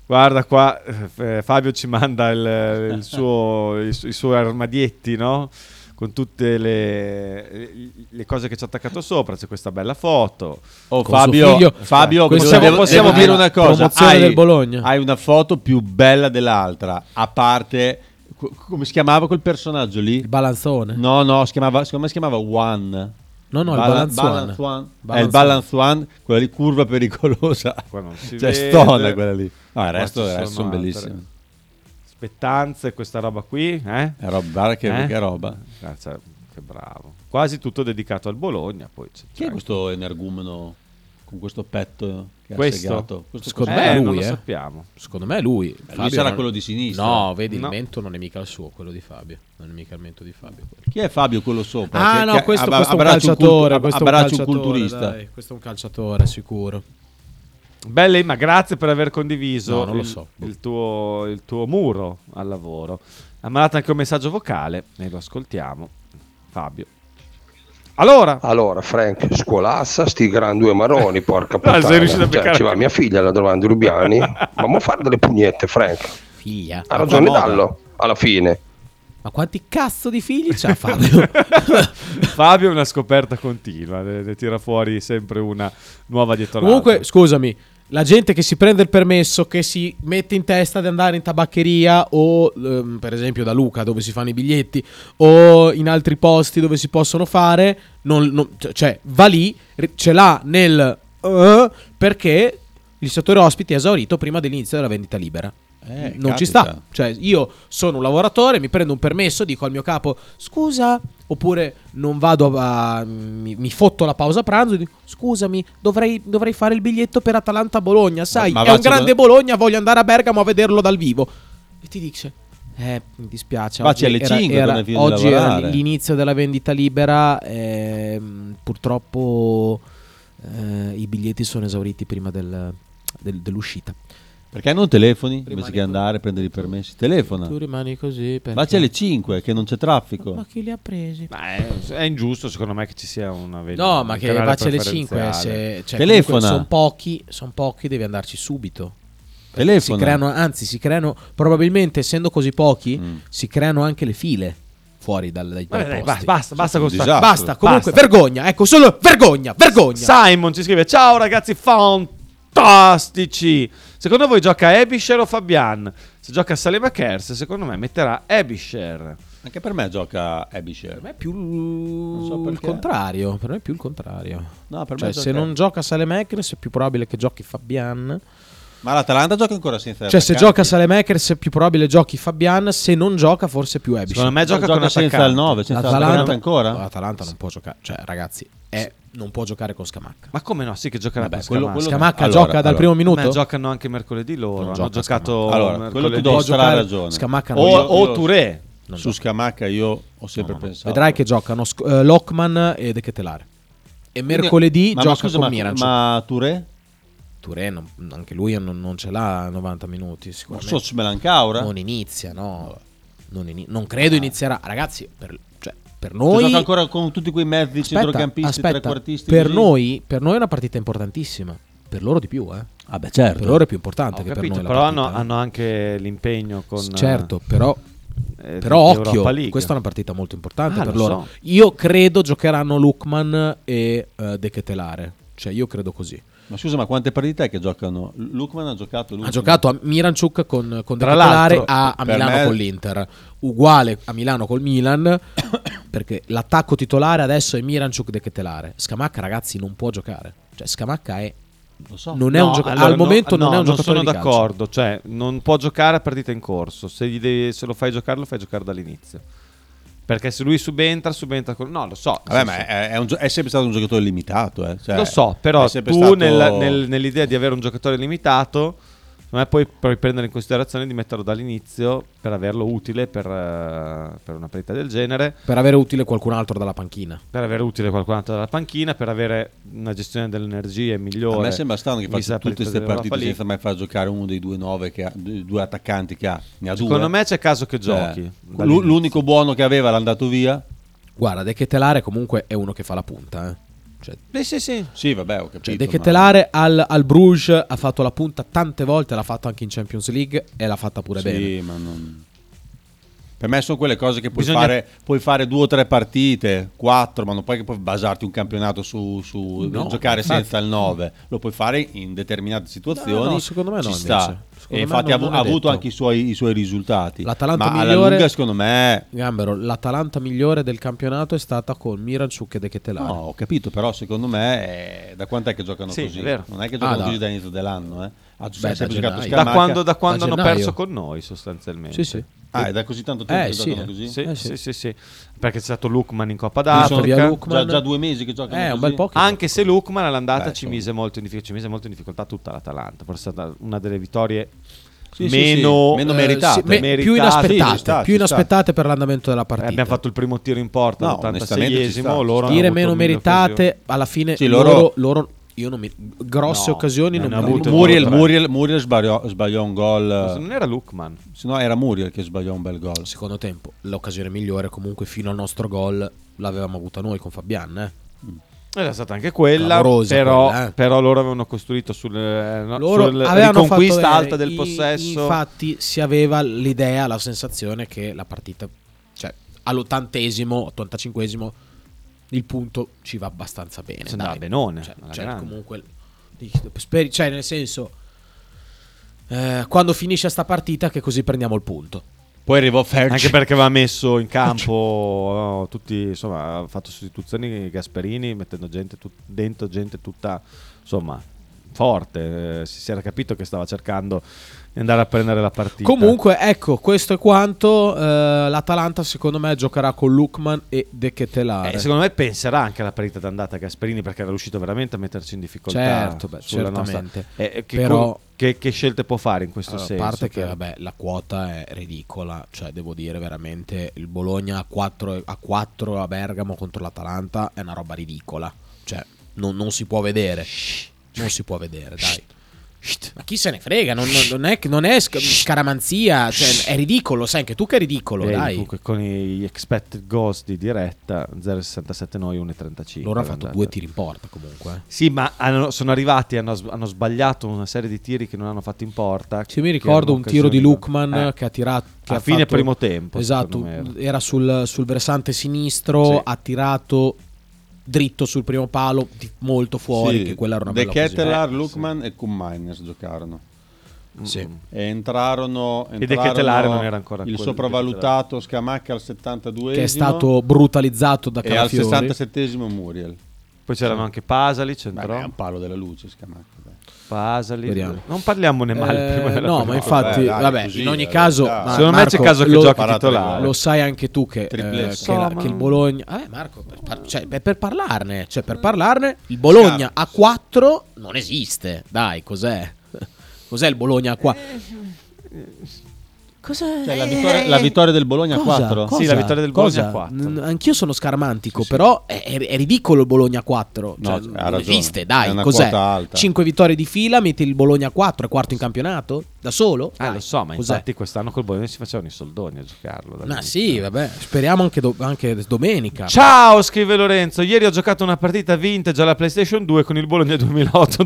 [SPEAKER 3] Guarda qua, eh, Fabio ci manda il, il suo, i, su- i suoi armadietti, no? Con tutte le, le cose che ci ha attaccato sopra. C'è questa bella foto.
[SPEAKER 2] Oh,
[SPEAKER 1] Con
[SPEAKER 2] Fabio,
[SPEAKER 1] suo figlio.
[SPEAKER 2] Fabio
[SPEAKER 1] Questa
[SPEAKER 2] devo-
[SPEAKER 1] è
[SPEAKER 2] devo-
[SPEAKER 1] la-
[SPEAKER 2] possiamo
[SPEAKER 1] è la
[SPEAKER 2] dire una cosa.
[SPEAKER 1] promozione del Bologna.
[SPEAKER 2] hai una foto più bella dell'altra, a parte... co- Come si chiamava quel personaggio lì?
[SPEAKER 1] Il balanzone.
[SPEAKER 2] No, no, si chiamava, secondo me si chiamava One.
[SPEAKER 1] No, no, il
[SPEAKER 2] Bala-
[SPEAKER 1] Balance One.
[SPEAKER 2] Balance One.
[SPEAKER 1] Balance
[SPEAKER 2] È Eh, il Balance One, quella lì curva pericolosa.
[SPEAKER 3] si
[SPEAKER 2] cioè,
[SPEAKER 3] vede.
[SPEAKER 2] stona quella lì. No,
[SPEAKER 3] Qua
[SPEAKER 2] il resto,
[SPEAKER 3] ci
[SPEAKER 2] il resto sono
[SPEAKER 3] altre.
[SPEAKER 2] bellissime.
[SPEAKER 3] Spettanze, questa roba qui, eh?
[SPEAKER 2] È roba- guarda che- che roba.
[SPEAKER 3] Cazzo, che bravo. Quasi tutto dedicato al Bologna, poi c'è
[SPEAKER 2] Chi è questo energumeno con questo petto che ha segato? Questo
[SPEAKER 1] secondo
[SPEAKER 2] cos'è?
[SPEAKER 1] me è lui,
[SPEAKER 3] non lo
[SPEAKER 1] eh.
[SPEAKER 3] sappiamo.
[SPEAKER 1] Secondo me è lui. Fabio
[SPEAKER 2] sarà
[SPEAKER 1] non-
[SPEAKER 2] quello di sinistra.
[SPEAKER 1] No, vedi,
[SPEAKER 2] No.
[SPEAKER 1] il mento non è mica il suo, quello di Fabio. Non è mica il mento di Fabio. quello.
[SPEAKER 2] Chi è Fabio quello sopra?
[SPEAKER 1] Ah,
[SPEAKER 2] Che-
[SPEAKER 1] no,
[SPEAKER 2] che
[SPEAKER 1] questo,
[SPEAKER 2] abba-
[SPEAKER 1] questo è un
[SPEAKER 2] abbraccia un
[SPEAKER 1] calciatore.
[SPEAKER 2] cultu-
[SPEAKER 1] questo è un
[SPEAKER 2] abbraccia un
[SPEAKER 1] calciatore,
[SPEAKER 2] culturista.
[SPEAKER 1] dai, questo è un calciatore, sicuro.
[SPEAKER 3] Belle, ma grazie per aver condiviso
[SPEAKER 1] No, non lo
[SPEAKER 3] il,
[SPEAKER 1] so.
[SPEAKER 3] il tuo, il tuo muro al lavoro. Ha mandato anche un messaggio vocale e lo ascoltiamo. Fabio. Allora,
[SPEAKER 16] Frank, scuolassa, sti gran due maroni, porca
[SPEAKER 3] sei
[SPEAKER 16] puttana.
[SPEAKER 3] riuscito a
[SPEAKER 16] Cioè,
[SPEAKER 3] beccare-
[SPEAKER 16] ci va mia figlia la domanda Rubiani, ma a fare delle pugnette, Frank.
[SPEAKER 1] Figlia.
[SPEAKER 16] Ha ragione
[SPEAKER 1] Moda.
[SPEAKER 16] Dallo, alla fine.
[SPEAKER 1] Ma quanti cazzo di figli c'ha Fabio?
[SPEAKER 3] Fabio è una scoperta continua, ne, ne tira fuori sempre una nuova dietro l'altra.
[SPEAKER 1] Comunque, scusami, la gente che si prende il permesso, che si mette in testa di andare in tabaccheria o ehm, per esempio da Luca dove si fanno i biglietti o in altri posti dove si possono fare, non- non- c- cioè va lì, ri- ce l'ha nel eh, perché il settore ospiti è esaurito prima dell'inizio della vendita libera.
[SPEAKER 2] Eh,
[SPEAKER 1] non
[SPEAKER 2] capita.
[SPEAKER 1] ci sta, cioè io sono un lavoratore, mi prendo un permesso, dico al mio capo scusa, oppure non vado a, a- mi, mi fotto la pausa pranzo e dico scusami, dovrei, dovrei fare il biglietto per Atalanta-Bologna, sai,
[SPEAKER 2] ma
[SPEAKER 1] è
[SPEAKER 2] va,
[SPEAKER 1] un
[SPEAKER 2] secondo-
[SPEAKER 1] grande Bologna, voglio andare a Bergamo a vederlo dal vivo. E ti dice, eh, mi dispiace,
[SPEAKER 2] Baci
[SPEAKER 1] oggi
[SPEAKER 2] Cioè, alle
[SPEAKER 1] era-
[SPEAKER 2] 5
[SPEAKER 1] era-
[SPEAKER 2] quando hai finito di
[SPEAKER 1] oggi era
[SPEAKER 2] lavorare.
[SPEAKER 1] l- l'inizio della vendita libera, ehm, purtroppo eh, i biglietti sono esauriti prima del- del- dell'uscita.
[SPEAKER 2] Perché non telefoni
[SPEAKER 1] Rimani
[SPEAKER 2] invece che andare a prendere i permessi? Telefona.
[SPEAKER 1] Tu rimani così perché...
[SPEAKER 2] Baci alle 5 che non c'è traffico.
[SPEAKER 1] Ma chi li ha presi?
[SPEAKER 3] Ma è, è ingiusto secondo me che ci sia una vendita.
[SPEAKER 1] No, ma
[SPEAKER 3] un
[SPEAKER 1] che
[SPEAKER 3] canale
[SPEAKER 1] baci alle 5.
[SPEAKER 3] preferenziale.
[SPEAKER 1] Se, cioè,
[SPEAKER 2] Telefona.
[SPEAKER 1] Sono pochi, son pochi, devi andarci subito. Perché
[SPEAKER 2] Telefona.
[SPEAKER 1] Si creano, anzi, si creano, probabilmente essendo così pochi,
[SPEAKER 2] Mm.
[SPEAKER 1] si creano anche le file fuori dal, dai,
[SPEAKER 3] Vabbè,
[SPEAKER 1] dai
[SPEAKER 3] dai,
[SPEAKER 1] posti.
[SPEAKER 3] basta, basta, basta con sta-
[SPEAKER 1] Basta, comunque,
[SPEAKER 3] basta.
[SPEAKER 1] vergogna, ecco, solo vergogna, vergogna.
[SPEAKER 3] Simon ci scrive: Ciao ragazzi, fantastici! Secondo voi gioca Ebisher o Fabian? Se gioca Salema Kers, secondo me metterà Ebisher.
[SPEAKER 2] Anche per me gioca Ebisher. Per
[SPEAKER 1] me è più il contrario, per me è più il contrario.
[SPEAKER 2] No, per me
[SPEAKER 1] Cioè,
[SPEAKER 2] gioca-
[SPEAKER 1] se non gioca Salemekers è più probabile che giochi Fabian.
[SPEAKER 2] Ma l'Atalanta gioca ancora senza
[SPEAKER 1] Cioè, se
[SPEAKER 2] attaccanti.
[SPEAKER 1] gioca Salemekers è più probabile giochi Fabian, se non gioca forse più Ebisher.
[SPEAKER 2] Secondo me gioca Gioca con senza attaccante. il nove, senza l'attaccante ancora?
[SPEAKER 1] L'Atalanta non può giocare, cioè ragazzi, è- non può giocare con Scamacca.
[SPEAKER 3] Ma come no? Sì, che giocherà
[SPEAKER 1] Vabbè,
[SPEAKER 3] con
[SPEAKER 1] quello-
[SPEAKER 3] Scamacca.
[SPEAKER 1] quello- Scamacca allora, gioca dal allora. primo minuto?
[SPEAKER 3] Ma giocano anche mercoledì loro.
[SPEAKER 1] Non
[SPEAKER 3] hanno
[SPEAKER 1] gioca
[SPEAKER 3] giocato
[SPEAKER 1] Scamacca. Allora,
[SPEAKER 2] Quello
[SPEAKER 3] mercoledì.
[SPEAKER 2] ti do
[SPEAKER 1] Può
[SPEAKER 2] sarà
[SPEAKER 1] giocare-
[SPEAKER 2] ragione.
[SPEAKER 1] Scamacca non
[SPEAKER 2] o,
[SPEAKER 1] gioca.
[SPEAKER 2] o
[SPEAKER 1] Non
[SPEAKER 2] Touré.
[SPEAKER 1] gioca.
[SPEAKER 2] Su Scamacca io ho sempre pensato.
[SPEAKER 1] Esatto. Vedrai che giocano Sc- eh, Lockman e De Ketelare. E mercoledì
[SPEAKER 2] Ma- ma
[SPEAKER 1] gioca
[SPEAKER 2] scusa,
[SPEAKER 1] con
[SPEAKER 2] ma-
[SPEAKER 1] Miranchuk.
[SPEAKER 2] ma Touré?
[SPEAKER 1] Touré non- anche lui non, non ce l'ha 90 minuti sicuramente.
[SPEAKER 2] Ma Sos Melancaura?
[SPEAKER 1] Non inizia, no. Non, ini- non credo inizierà. Ragazzi, per, cioè, per
[SPEAKER 2] Che
[SPEAKER 1] noi
[SPEAKER 2] Ah. Gioca ancora con tutti quei mezzi
[SPEAKER 1] Aspetta,
[SPEAKER 2] centrocampisti,
[SPEAKER 1] aspetta,
[SPEAKER 2] trequartisti.
[SPEAKER 1] Per
[SPEAKER 2] così?
[SPEAKER 1] noi, per noi è una partita importantissima. Per loro di più, eh.
[SPEAKER 2] Ah, beh, certo.
[SPEAKER 1] Per loro è più importante
[SPEAKER 3] Ho
[SPEAKER 1] che
[SPEAKER 3] capito,
[SPEAKER 1] per noi.
[SPEAKER 3] però
[SPEAKER 1] la
[SPEAKER 3] hanno,
[SPEAKER 1] partita,
[SPEAKER 3] hanno anche l'impegno con...
[SPEAKER 1] eh. Certo, però.
[SPEAKER 3] eh,
[SPEAKER 1] Però
[SPEAKER 3] di
[SPEAKER 1] occhio,
[SPEAKER 3] Europa League.
[SPEAKER 1] questa è una partita molto importante
[SPEAKER 3] Ah,
[SPEAKER 1] per
[SPEAKER 3] lo
[SPEAKER 1] loro.
[SPEAKER 3] so.
[SPEAKER 1] Io credo giocheranno Lukman e eh, De Ketelare. Cioè, io credo così.
[SPEAKER 2] Ma scusa, ma quante partite è che giocano? L- Lukman ha giocato. Lukman.
[SPEAKER 1] Ha giocato a Miranchuk con, con De
[SPEAKER 2] Tra
[SPEAKER 1] Ketelare
[SPEAKER 2] l'altro,
[SPEAKER 1] a, a
[SPEAKER 2] per
[SPEAKER 1] Milano
[SPEAKER 2] me-
[SPEAKER 1] con l'Inter. Uguale a Milano col Milan. perché l'attacco titolare adesso è Miranchuk De Ketelare. Scamacca, ragazzi, non può giocare. Cioè, Scamacca è. Non è
[SPEAKER 3] No,
[SPEAKER 1] un gioca-
[SPEAKER 3] allora,
[SPEAKER 1] al momento
[SPEAKER 3] no,
[SPEAKER 1] non è un
[SPEAKER 3] no,
[SPEAKER 1] giocatore
[SPEAKER 3] Non
[SPEAKER 1] di
[SPEAKER 3] sono
[SPEAKER 1] calcio.
[SPEAKER 3] d'accordo, cioè non può giocare a partita in corso. Se, gli devi- se lo fai giocare, lo fai giocare dall'inizio. Perché se lui subentra, subentra con... No, lo so.
[SPEAKER 2] Vabbè,
[SPEAKER 3] nel
[SPEAKER 2] ma
[SPEAKER 3] senso-
[SPEAKER 2] è, è un gio- è sempre stato un giocatore limitato. eh. Cioè,
[SPEAKER 3] lo so, però
[SPEAKER 2] è
[SPEAKER 3] tu
[SPEAKER 2] sempre stato-
[SPEAKER 3] nel- nel- nell'idea di avere un giocatore limitato, secondo me poi puoi prendere in considerazione di metterlo dall'inizio per averlo utile per, eh, per una partita del genere,
[SPEAKER 1] Per avere utile qualcun altro dalla panchina.
[SPEAKER 3] per avere utile qualcun altro dalla panchina, per avere una gestione delle energie
[SPEAKER 2] A
[SPEAKER 3] migliore.
[SPEAKER 2] me sembra strano che
[SPEAKER 3] vista
[SPEAKER 2] faccia
[SPEAKER 3] la
[SPEAKER 2] tutte
[SPEAKER 3] partita
[SPEAKER 2] queste
[SPEAKER 3] dell'Europa
[SPEAKER 2] partite
[SPEAKER 3] League.
[SPEAKER 2] senza mai far giocare uno dei due nove che ha, due due attaccanti che ha. Ne ha
[SPEAKER 3] Secondo
[SPEAKER 2] due.
[SPEAKER 3] me c'è caso che
[SPEAKER 2] Cioè,
[SPEAKER 3] giochi.
[SPEAKER 2] l'u-
[SPEAKER 3] dall'inizio.
[SPEAKER 2] l'unico buono che aveva l'ha andato via.
[SPEAKER 1] Guarda, De Ketelare comunque è uno che fa la punta. eh. Cioè,
[SPEAKER 3] Sì, sì, sì.
[SPEAKER 2] Sì, vabbè, ho capito.
[SPEAKER 1] Cioè, De
[SPEAKER 2] ma-
[SPEAKER 1] Ketelare al, al Bruges ha fatto la punta tante volte, l'ha fatto anche in Champions League e l'ha fatta pure
[SPEAKER 2] Sì,
[SPEAKER 1] bene.
[SPEAKER 2] ma non... Per me sono quelle cose che puoi,
[SPEAKER 3] Bisogna-
[SPEAKER 2] fare, puoi fare due o tre partite, quattro, ma non puoi che puoi basarti un campionato su, su
[SPEAKER 1] No,
[SPEAKER 2] giocare
[SPEAKER 1] infatti.
[SPEAKER 2] senza il 9. Lo puoi fare in determinate situazioni.
[SPEAKER 1] No, no, secondo me
[SPEAKER 2] ci
[SPEAKER 1] no,
[SPEAKER 2] sta.
[SPEAKER 1] invece. Secondo
[SPEAKER 2] e
[SPEAKER 1] me
[SPEAKER 2] infatti
[SPEAKER 1] non-
[SPEAKER 2] ha,
[SPEAKER 1] non
[SPEAKER 2] ha
[SPEAKER 1] è
[SPEAKER 2] avuto
[SPEAKER 1] detto.
[SPEAKER 2] anche i suoi, i suoi risultati.
[SPEAKER 1] L'Atalanta
[SPEAKER 2] ma alla
[SPEAKER 1] migliore,
[SPEAKER 2] lunga, secondo me.
[SPEAKER 1] Gambero, l'Atalanta migliore del campionato è stata con Miranchuk e De Ketelare.
[SPEAKER 2] No, ho capito, però secondo me eh, da quant'è che giocano
[SPEAKER 1] Sì,
[SPEAKER 2] così?
[SPEAKER 1] è vero.
[SPEAKER 2] Non è che giocano
[SPEAKER 1] Ah, da-
[SPEAKER 2] così dall'inizio dell'anno, eh?
[SPEAKER 1] Beh,
[SPEAKER 2] Ha
[SPEAKER 1] da
[SPEAKER 2] sempre
[SPEAKER 1] gennaio.
[SPEAKER 2] giocato Scamacca.
[SPEAKER 3] Da quando, da quando
[SPEAKER 1] Da
[SPEAKER 3] hanno
[SPEAKER 1] gennaio.
[SPEAKER 3] perso con noi,
[SPEAKER 1] Sì,
[SPEAKER 3] sostanzialmente.
[SPEAKER 1] sì.
[SPEAKER 2] Ah, è da così tanto tempo che giocano così?
[SPEAKER 3] Sì,
[SPEAKER 2] Eh,
[SPEAKER 3] sì.
[SPEAKER 2] sì.
[SPEAKER 3] sì, sì. Perché c'è stato Lukman in Coppa
[SPEAKER 2] Quindi sono via
[SPEAKER 3] d'Africa.
[SPEAKER 2] Lookman. Già- già due mesi che giocano
[SPEAKER 3] Eh, un
[SPEAKER 2] così.
[SPEAKER 3] bel po' che- Anche se Lukman all'andata
[SPEAKER 2] Beh,
[SPEAKER 3] ci, mise molto in difficoltà, ci mise molto in difficoltà tutta l'Atalanta. Forse è stata una delle vittorie
[SPEAKER 2] Sì, sì,
[SPEAKER 3] meno,
[SPEAKER 2] sì. Meno
[SPEAKER 3] eh,
[SPEAKER 2] meritate.
[SPEAKER 3] sì, me-
[SPEAKER 2] Meritate.
[SPEAKER 1] Più
[SPEAKER 3] Sì,
[SPEAKER 1] inaspettate,
[SPEAKER 3] ci sta,
[SPEAKER 1] più
[SPEAKER 3] ci sta.
[SPEAKER 1] inaspettate per l'andamento della
[SPEAKER 3] Eh,
[SPEAKER 1] partita.
[SPEAKER 3] abbiamo fatto il primo tiro in porta,
[SPEAKER 1] No,
[SPEAKER 2] onestamente ci sta,
[SPEAKER 3] l'86esimo. Loro
[SPEAKER 2] ci sta.
[SPEAKER 3] hanno
[SPEAKER 1] Dire
[SPEAKER 3] avuto
[SPEAKER 1] meno
[SPEAKER 3] mille
[SPEAKER 1] meritate,
[SPEAKER 3] occasioni.
[SPEAKER 1] alla fine
[SPEAKER 2] Sì,
[SPEAKER 1] loro,
[SPEAKER 2] loro-
[SPEAKER 1] loro- io non mi, grosse
[SPEAKER 3] No,
[SPEAKER 1] occasioni non
[SPEAKER 3] non ne
[SPEAKER 1] mi
[SPEAKER 3] hanno avute
[SPEAKER 2] Muriel,
[SPEAKER 3] Oltre.
[SPEAKER 2] Muriel, Muriel sbagliò, sbagliò un gol.
[SPEAKER 3] Forse non era Lukman.
[SPEAKER 2] Se no, era Muriel che sbagliò un bel gol.
[SPEAKER 1] Secondo tempo, l'occasione migliore comunque fino al nostro gol l'avevamo avuta noi con Fabian. eh.
[SPEAKER 3] Era stata anche quella,
[SPEAKER 1] Clamorosa
[SPEAKER 3] però,
[SPEAKER 1] quella, eh.
[SPEAKER 3] però loro avevano costruito sul, eh, no,
[SPEAKER 1] Loro
[SPEAKER 3] sul
[SPEAKER 1] avevano
[SPEAKER 3] riconquista
[SPEAKER 1] fatto bene.
[SPEAKER 3] alta del
[SPEAKER 1] I-
[SPEAKER 3] possesso.
[SPEAKER 1] infatti, si aveva l'idea, la sensazione che la partita, cioè all'ottantesimo, 85esimo, il punto ci va abbastanza bene.
[SPEAKER 3] Si andava
[SPEAKER 1] dai.
[SPEAKER 3] benone,
[SPEAKER 1] Cioè,
[SPEAKER 3] alla
[SPEAKER 1] cioè,
[SPEAKER 3] grande.
[SPEAKER 1] comunque, speri- cioè, nel senso, eh, quando finisce sta partita, che così prendiamo il punto.
[SPEAKER 2] Poi arrivò Ferch.
[SPEAKER 3] Anche perché aveva messo in campo no, tutti, insomma, ha fatto sostituzioni Gasperini, mettendo gente tut- dentro gente tutta, insomma, forte. Eh, si, si era capito che stava cercando di andare a prendere la partita.
[SPEAKER 1] Comunque, ecco, questo è quanto. eh, L'Atalanta, secondo me, giocherà con Lukman e De Ketelare.
[SPEAKER 3] Eh, secondo me penserà anche alla partita d'andata Gasperini perché era riuscito veramente a metterci in difficoltà.
[SPEAKER 1] Certo, beh,
[SPEAKER 3] sulla nostra-
[SPEAKER 1] certamente.
[SPEAKER 3] Eh, eh, che,
[SPEAKER 1] Però-
[SPEAKER 3] co- che- che scelte può fare in questo
[SPEAKER 1] Allora,
[SPEAKER 3] senso?
[SPEAKER 1] A parte che
[SPEAKER 3] Cioè,
[SPEAKER 1] vabbè, la quota è ridicola, cioè devo dire veramente il Bologna a 4 a, 4 a Bergamo contro l'Atalanta è una roba ridicola, cioè non, non si può vedere, non si può vedere dai. Ma chi se ne frega, non, non- non è, non è sc- scaramanzia, cioè, è ridicolo, sai anche tu che è ridicolo,
[SPEAKER 3] vedi,
[SPEAKER 1] dai.
[SPEAKER 3] eh, comunque con gli expected goals di diretta 0,67 noi 1,35.
[SPEAKER 1] Loro hanno fatto
[SPEAKER 3] l'andata.
[SPEAKER 1] due tiri in porta comunque. eh.
[SPEAKER 3] Sì, ma hanno- sono arrivati, hanno, s- hanno sbagliato una serie di tiri che non hanno fatto in porta.
[SPEAKER 1] Sì, mi ricordo un tiro di Lukman
[SPEAKER 3] Eh.
[SPEAKER 1] che ha tirato che
[SPEAKER 3] a
[SPEAKER 1] ha
[SPEAKER 3] fine
[SPEAKER 1] fatto-
[SPEAKER 3] primo tempo.
[SPEAKER 1] Esatto,
[SPEAKER 3] secondo me era.
[SPEAKER 1] era, sul, sul versante sinistro,
[SPEAKER 3] Sì.
[SPEAKER 1] ha tirato dritto sul primo palo, di- molto fuori,
[SPEAKER 2] Sì,
[SPEAKER 1] che quella era una
[SPEAKER 2] De
[SPEAKER 1] bella occasione.
[SPEAKER 3] Eh,
[SPEAKER 2] Kettelar, Lukman e Kumainers giocarono.
[SPEAKER 1] Sì.
[SPEAKER 2] E entrarono,
[SPEAKER 3] Mm. E De
[SPEAKER 2] entrarono
[SPEAKER 3] Ketelaere non era ancora
[SPEAKER 2] il
[SPEAKER 3] quello di
[SPEAKER 2] sopravvalutato Scamacca al 72
[SPEAKER 1] Che è stato brutalizzato da
[SPEAKER 2] e al
[SPEAKER 1] Calafiori.
[SPEAKER 2] 67 Muriel.
[SPEAKER 3] Poi c'erano anche Pasali, c'entrò.
[SPEAKER 2] Beh, è un palo della luce Scamacca. dai.
[SPEAKER 3] Pasali.
[SPEAKER 1] Vediamo.
[SPEAKER 3] Non parliamone male
[SPEAKER 1] Eh,
[SPEAKER 3] prima della
[SPEAKER 1] no,
[SPEAKER 3] prima
[SPEAKER 1] ma
[SPEAKER 3] volta.
[SPEAKER 1] infatti,
[SPEAKER 2] Vabbè, dai,
[SPEAKER 1] vabbè,
[SPEAKER 2] così,
[SPEAKER 1] in ogni
[SPEAKER 2] eh,
[SPEAKER 1] caso,
[SPEAKER 2] dai.
[SPEAKER 1] ma
[SPEAKER 3] Secondo me c'è
[SPEAKER 1] Marco,
[SPEAKER 3] caso che
[SPEAKER 1] lo-
[SPEAKER 3] giochi
[SPEAKER 2] Parate
[SPEAKER 3] titolare.
[SPEAKER 1] Lo sai anche tu che,
[SPEAKER 2] Tripletta.
[SPEAKER 1] eh, che
[SPEAKER 3] So,
[SPEAKER 1] la-
[SPEAKER 3] ma-
[SPEAKER 1] che il Bologna. Eh, Marco, per, par- cioè, per- per parlarne, cioè, per parlarne, il Bologna
[SPEAKER 3] ah.
[SPEAKER 1] a 4 non esiste. Dai, cos'è? Cos'è il Bologna a 4? Cos'è?
[SPEAKER 2] Cioè, la, vittoria, la vittoria del Bologna a
[SPEAKER 1] Eh, Cosa?
[SPEAKER 2] 4?
[SPEAKER 1] Cosa?
[SPEAKER 3] Sì, la vittoria del Bologna
[SPEAKER 1] Cosa?
[SPEAKER 3] a quattro.
[SPEAKER 1] N- anch'io sono scarmantico, però è, è- è ridicolo il Bologna a 4.
[SPEAKER 2] No,
[SPEAKER 1] Cioè,
[SPEAKER 2] ha
[SPEAKER 1] non
[SPEAKER 2] ragione.
[SPEAKER 1] esiste,
[SPEAKER 2] È
[SPEAKER 1] dai,
[SPEAKER 2] una
[SPEAKER 1] cos'è?
[SPEAKER 2] quota alta.
[SPEAKER 1] 5 vittorie di fila, metti il Bologna a 4, è quarto in campionato? Da solo?
[SPEAKER 3] Ah, lo so, ma
[SPEAKER 1] Cos'è?
[SPEAKER 3] infatti quest'anno col Bologna si facevano i soldoni a giocarlo.
[SPEAKER 1] Ma
[SPEAKER 3] dall'inizio.
[SPEAKER 1] sì, vabbè, speriamo anche, do- anche domenica.
[SPEAKER 3] Ciao, scrive Lorenzo. Ieri ho giocato una partita vintage alla PlayStation 2 con il Bologna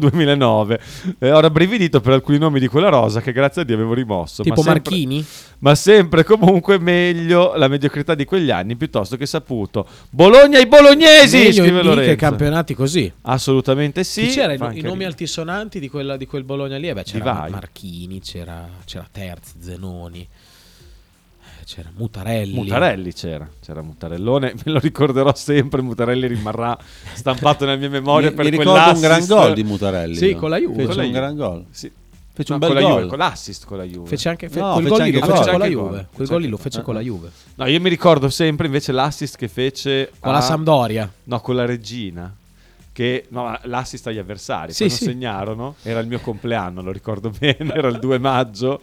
[SPEAKER 3] 2008-2009. Eh, ho rabbrividito per alcuni nomi di quella rosa che grazie a Dio avevo rimosso.
[SPEAKER 1] Tipo
[SPEAKER 3] sempre-
[SPEAKER 1] Marchini?
[SPEAKER 3] Ma sempre comunque meglio la mediocrità di quegli anni piuttosto che saputo. Bologna ai bolognesi,
[SPEAKER 1] Meglio
[SPEAKER 3] scrive
[SPEAKER 1] in lì
[SPEAKER 3] Lorenzo.
[SPEAKER 1] che campionati così.
[SPEAKER 3] Assolutamente sì.
[SPEAKER 1] Chi c'era i,
[SPEAKER 3] Fa anche
[SPEAKER 1] i nomi
[SPEAKER 3] ridere.
[SPEAKER 1] altisonanti di, quella- di quel Bologna lì? Eh beh, c'era
[SPEAKER 3] Vai.
[SPEAKER 1] Marchini, c'era, c'era Terzi, Zenoni, eh, c'era Mutarelli.
[SPEAKER 3] Mutarelli c'era, c'era Mutarellone, me lo ricorderò sempre, Mutarelli rimarrà stampato nella mia memoria
[SPEAKER 2] Mi-
[SPEAKER 3] per
[SPEAKER 2] mi ricordo
[SPEAKER 3] quell'assist.
[SPEAKER 2] un gran gol di Mutarelli,
[SPEAKER 1] Sì,
[SPEAKER 2] no?
[SPEAKER 1] con la Juve.
[SPEAKER 2] Fece
[SPEAKER 1] Con la
[SPEAKER 2] un
[SPEAKER 1] Juve.
[SPEAKER 2] gran gol.
[SPEAKER 3] Sì.
[SPEAKER 2] Fece un
[SPEAKER 3] No,
[SPEAKER 2] bel
[SPEAKER 3] con la
[SPEAKER 2] gol.
[SPEAKER 3] Juve, con l'assist con la Juve.
[SPEAKER 1] Fece anche fe-
[SPEAKER 2] No,
[SPEAKER 1] quel
[SPEAKER 2] fece
[SPEAKER 1] gol lì
[SPEAKER 2] anche
[SPEAKER 1] lo
[SPEAKER 2] il
[SPEAKER 1] fece con la
[SPEAKER 2] gol.
[SPEAKER 3] Fece anche il
[SPEAKER 1] Juve.
[SPEAKER 3] gol.
[SPEAKER 1] Quel
[SPEAKER 3] Fece
[SPEAKER 1] gol lì
[SPEAKER 3] anche
[SPEAKER 1] lo
[SPEAKER 3] il
[SPEAKER 1] fece
[SPEAKER 3] gol.
[SPEAKER 1] con la Juve.
[SPEAKER 3] No, io mi ricordo sempre invece l'assist che fece
[SPEAKER 1] Con la
[SPEAKER 3] a-
[SPEAKER 1] Sampdoria.
[SPEAKER 3] No, con la Regina. Che no, ma l'assist agli avversari.
[SPEAKER 1] Sì,
[SPEAKER 3] Quando
[SPEAKER 1] sì.
[SPEAKER 3] segnarono, era il mio compleanno, lo ricordo bene, era il 2 maggio.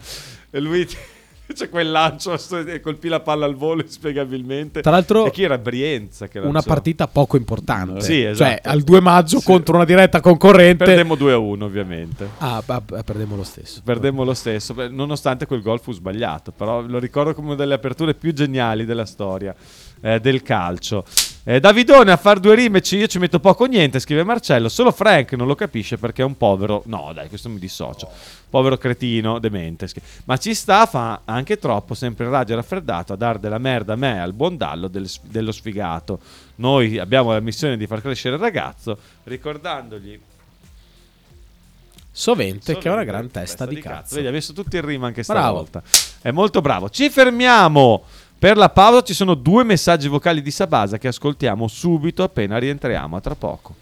[SPEAKER 3] E lui fece quel lancio e colpì la palla al volo inspiegabilmente.
[SPEAKER 1] Tra l'altro,
[SPEAKER 3] e chi era Brienza? Che
[SPEAKER 1] Una
[SPEAKER 3] lanciò?
[SPEAKER 1] partita poco importante.
[SPEAKER 3] Sì, esatto.
[SPEAKER 1] Cioè, al 2 maggio contro una diretta concorrente.
[SPEAKER 3] Perdemmo 2-1, ovviamente.
[SPEAKER 1] Ah, bah, bah, perdemmo lo stesso.
[SPEAKER 3] Perdemmo lo stesso, beh, nonostante quel gol fu sbagliato, però lo ricordo come una delle aperture più geniali della storia eh, del calcio. Eh, Davidone a far due rime, ci- io ci metto poco o niente, scrive Marcello. Solo Frank non lo capisce perché è un povero. No, dai, questo mi dissocio. Povero cretino, demente. scri- Ma ci sta, fa anche troppo, sempre il raggio raffreddato, a dar della merda a me, al buon dallo del- dello sfigato. Noi abbiamo la missione di far crescere il ragazzo, ricordandogli
[SPEAKER 1] Sovente, che è una gran testa, di cazzo.
[SPEAKER 3] Vedi, ha messo tutti in rima anche
[SPEAKER 1] Bravo.
[SPEAKER 3] stavolta. È molto bravo. Ci fermiamo. Per la pausa ci sono due messaggi vocali di Sabasa che ascoltiamo subito appena rientriamo. A tra poco.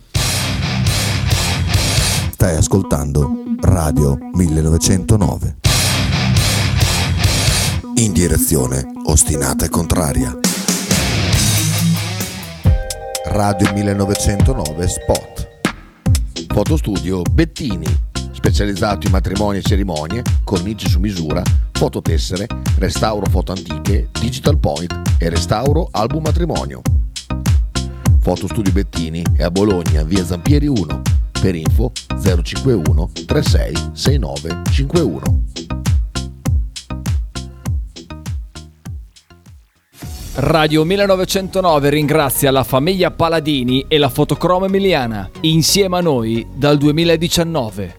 [SPEAKER 10] Stai ascoltando Radio 1909. In direzione ostinata e contraria. Radio 1909 Spot.
[SPEAKER 11] Fotostudio Bettini, specializzato in matrimoni e cerimonie, cornici su misura, fototessere, restauro foto antiche, digital point e restauro album matrimonio. Fotostudio Bettini è a Bologna, via Zampieri 1, per info 051 36 69 51.
[SPEAKER 14] Radio 1909 ringrazia la famiglia Paladini e la fotocromo emiliana, insieme a noi dal 2019.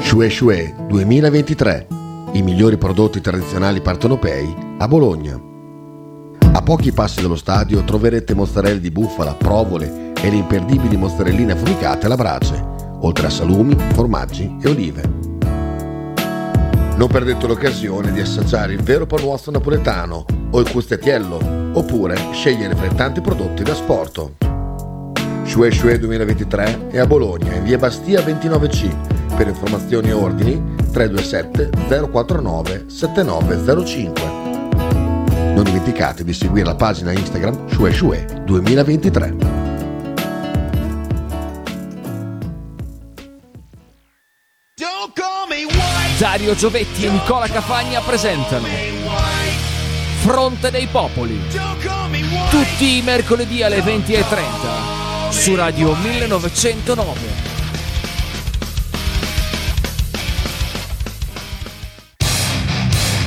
[SPEAKER 11] Shue Shue 2023, i migliori prodotti tradizionali partenopei a Bologna. A pochi passi dallo stadio troverete mozzarella di bufala, provole e le imperdibili mozzarelline affumicate alla brace, oltre a salumi, formaggi e olive. Non perdete l'occasione di assaggiare il vero panuozzo napoletano o il custettiello, oppure scegliere fra i tanti prodotti da sporto. Shue Shue 2023 è a Bologna, in via Bastia 29C. Per informazioni e ordini 327 049 7905. Non dimenticate di seguire la pagina Instagram Shue Shue 2023.
[SPEAKER 14] Dario Giovetti e Nicola Cafagna presentano Fronte dei Popoli tutti i mercoledì alle 20.30 su Radio 1909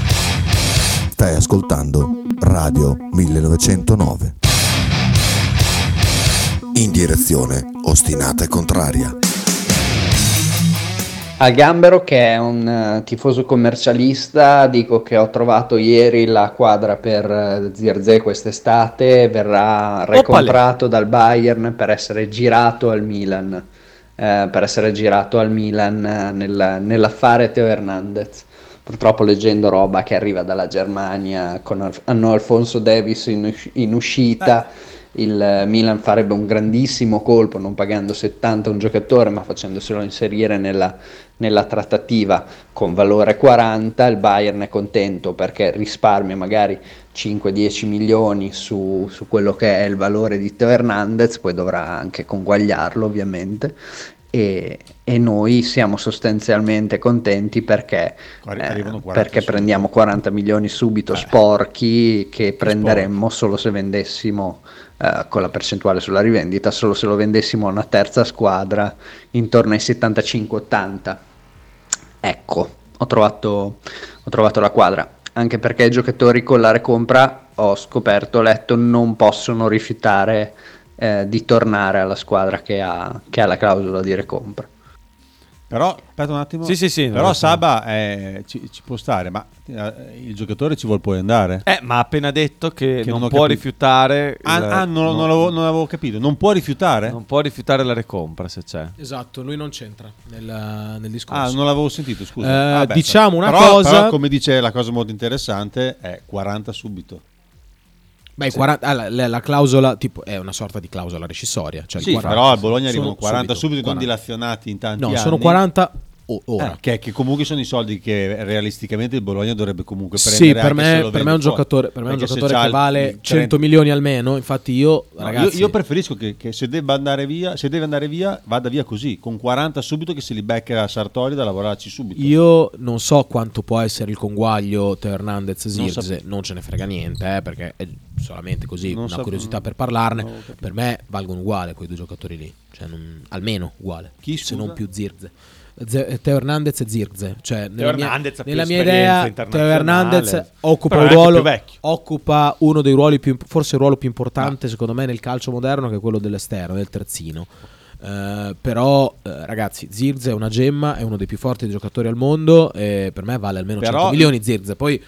[SPEAKER 10] Stai ascoltando Radio 1909. In direzione ostinata e contraria.
[SPEAKER 17] A Gambero, che è un eh, tifoso commercialista, dico che ho trovato ieri la quadra per eh, Zirze quest'estate, verrà recomprato dal Bayern per essere girato al Milan, eh, per essere girato al Milan eh, nel- nell'affare Teo Hernandez. Purtroppo leggendo roba che arriva dalla Germania con Al- hanno Alfonso Davis in, usci- in uscita. Il eh, Milan farebbe un grandissimo colpo non pagando 70 un giocatore, ma facendoselo inserire nella, nella trattativa con valore 40. Il Bayern è contento perché risparmia magari 5-10 milioni su, su quello che è il valore di Teo Hernandez, poi dovrà anche conguagliarlo ovviamente. E, e noi siamo sostanzialmente contenti perché, eh, perché prendiamo 40 milioni subito sporchi che prenderemmo solo se vendessimo eh, con la percentuale sulla rivendita, solo se lo vendessimo a una terza squadra intorno ai 75-80. Ecco, ho trovato, ho trovato la quadra. Anche perché i giocatori con la recompra, ho scoperto, ho letto, non possono rifiutare eh, di tornare alla squadra che ha, che ha la clausola di recompra.
[SPEAKER 2] Però, aspetta un attimo.
[SPEAKER 3] Sì, sì, sì,
[SPEAKER 2] Però
[SPEAKER 3] no, no.
[SPEAKER 2] Saba eh, ci, ci può stare, ma eh, il giocatore ci vuole poi andare.
[SPEAKER 3] Eh, ma ha appena detto che,
[SPEAKER 2] Che
[SPEAKER 3] non,
[SPEAKER 2] non ho
[SPEAKER 3] può
[SPEAKER 2] capito.
[SPEAKER 3] rifiutare.
[SPEAKER 2] Ah, ah, non- non l'avevo- capito. Non può rifiutare?
[SPEAKER 3] Non può rifiutare la recompra se c'è.
[SPEAKER 1] Esatto, lui non c'entra nel, nel discorso.
[SPEAKER 2] Ah, non l'avevo sentito, scusa.
[SPEAKER 1] Eh,
[SPEAKER 2] Ah, beh,
[SPEAKER 1] diciamo una
[SPEAKER 2] però-
[SPEAKER 1] cosa.
[SPEAKER 2] Però, come dice la cosa molto interessante, è 40 subito.
[SPEAKER 1] Beh, i 40 ah, la, la- la clausola tipo, è una sorta di clausola rescissoria. Cioè il
[SPEAKER 2] sì,
[SPEAKER 1] 40
[SPEAKER 2] però a Bologna
[SPEAKER 1] sono
[SPEAKER 2] arrivano 40 subito, non
[SPEAKER 1] 40.
[SPEAKER 2] dilazionati in tanti
[SPEAKER 1] No,
[SPEAKER 2] anni.
[SPEAKER 1] sono 40 o- ora.
[SPEAKER 2] Eh, che, che comunque sono i soldi che realisticamente il Bologna dovrebbe comunque prendere.
[SPEAKER 1] Sì, per
[SPEAKER 2] anche se
[SPEAKER 1] me,
[SPEAKER 2] lo
[SPEAKER 1] per me
[SPEAKER 2] vende
[SPEAKER 1] è un
[SPEAKER 2] fuori.
[SPEAKER 1] giocatore, per me è un
[SPEAKER 2] Perché se
[SPEAKER 1] giocatore
[SPEAKER 2] c'ha
[SPEAKER 1] che
[SPEAKER 2] il-
[SPEAKER 1] vale
[SPEAKER 2] il
[SPEAKER 1] 100 milioni almeno. Infatti, io,
[SPEAKER 2] No,
[SPEAKER 1] ragazzi,
[SPEAKER 2] io, io preferisco che, che se debba andare via, se deve andare via, vada via così, con 40 subito che se li becca a Sartori da lavorarci subito.
[SPEAKER 1] Io non so quanto può essere il conguaglio tra Hernandez e
[SPEAKER 2] Non
[SPEAKER 1] Zirze,
[SPEAKER 2] sapevo.
[SPEAKER 1] non, ce ne frega niente, eh, perché è solamente così
[SPEAKER 2] Non
[SPEAKER 1] una
[SPEAKER 2] sapevo.
[SPEAKER 1] curiosità per parlarne.
[SPEAKER 2] Non avevo capito.
[SPEAKER 1] per me valgono uguale quei due giocatori lì, cioè non- almeno uguale,
[SPEAKER 2] Chi,
[SPEAKER 1] se
[SPEAKER 2] scusa?
[SPEAKER 1] non più Zirze. Z- Teo Hernandez e Zirze, cioè nella mia,
[SPEAKER 3] Hernandez ha più
[SPEAKER 1] nella mia
[SPEAKER 3] esperienza
[SPEAKER 1] idea Teo
[SPEAKER 3] internazionale.
[SPEAKER 1] Hernandez occupa
[SPEAKER 3] Però
[SPEAKER 1] un
[SPEAKER 3] è anche
[SPEAKER 1] ruolo
[SPEAKER 3] più vecchio.
[SPEAKER 1] occupa uno dei ruoli più forse il ruolo più importante secondo me nel calcio moderno che è quello dell'esterno, del terzino. Eh, però eh, ragazzi Zirze è una gemma, è uno dei più forti giocatori al mondo e per me vale almeno
[SPEAKER 2] Però-
[SPEAKER 1] 100 milioni Zirze, poi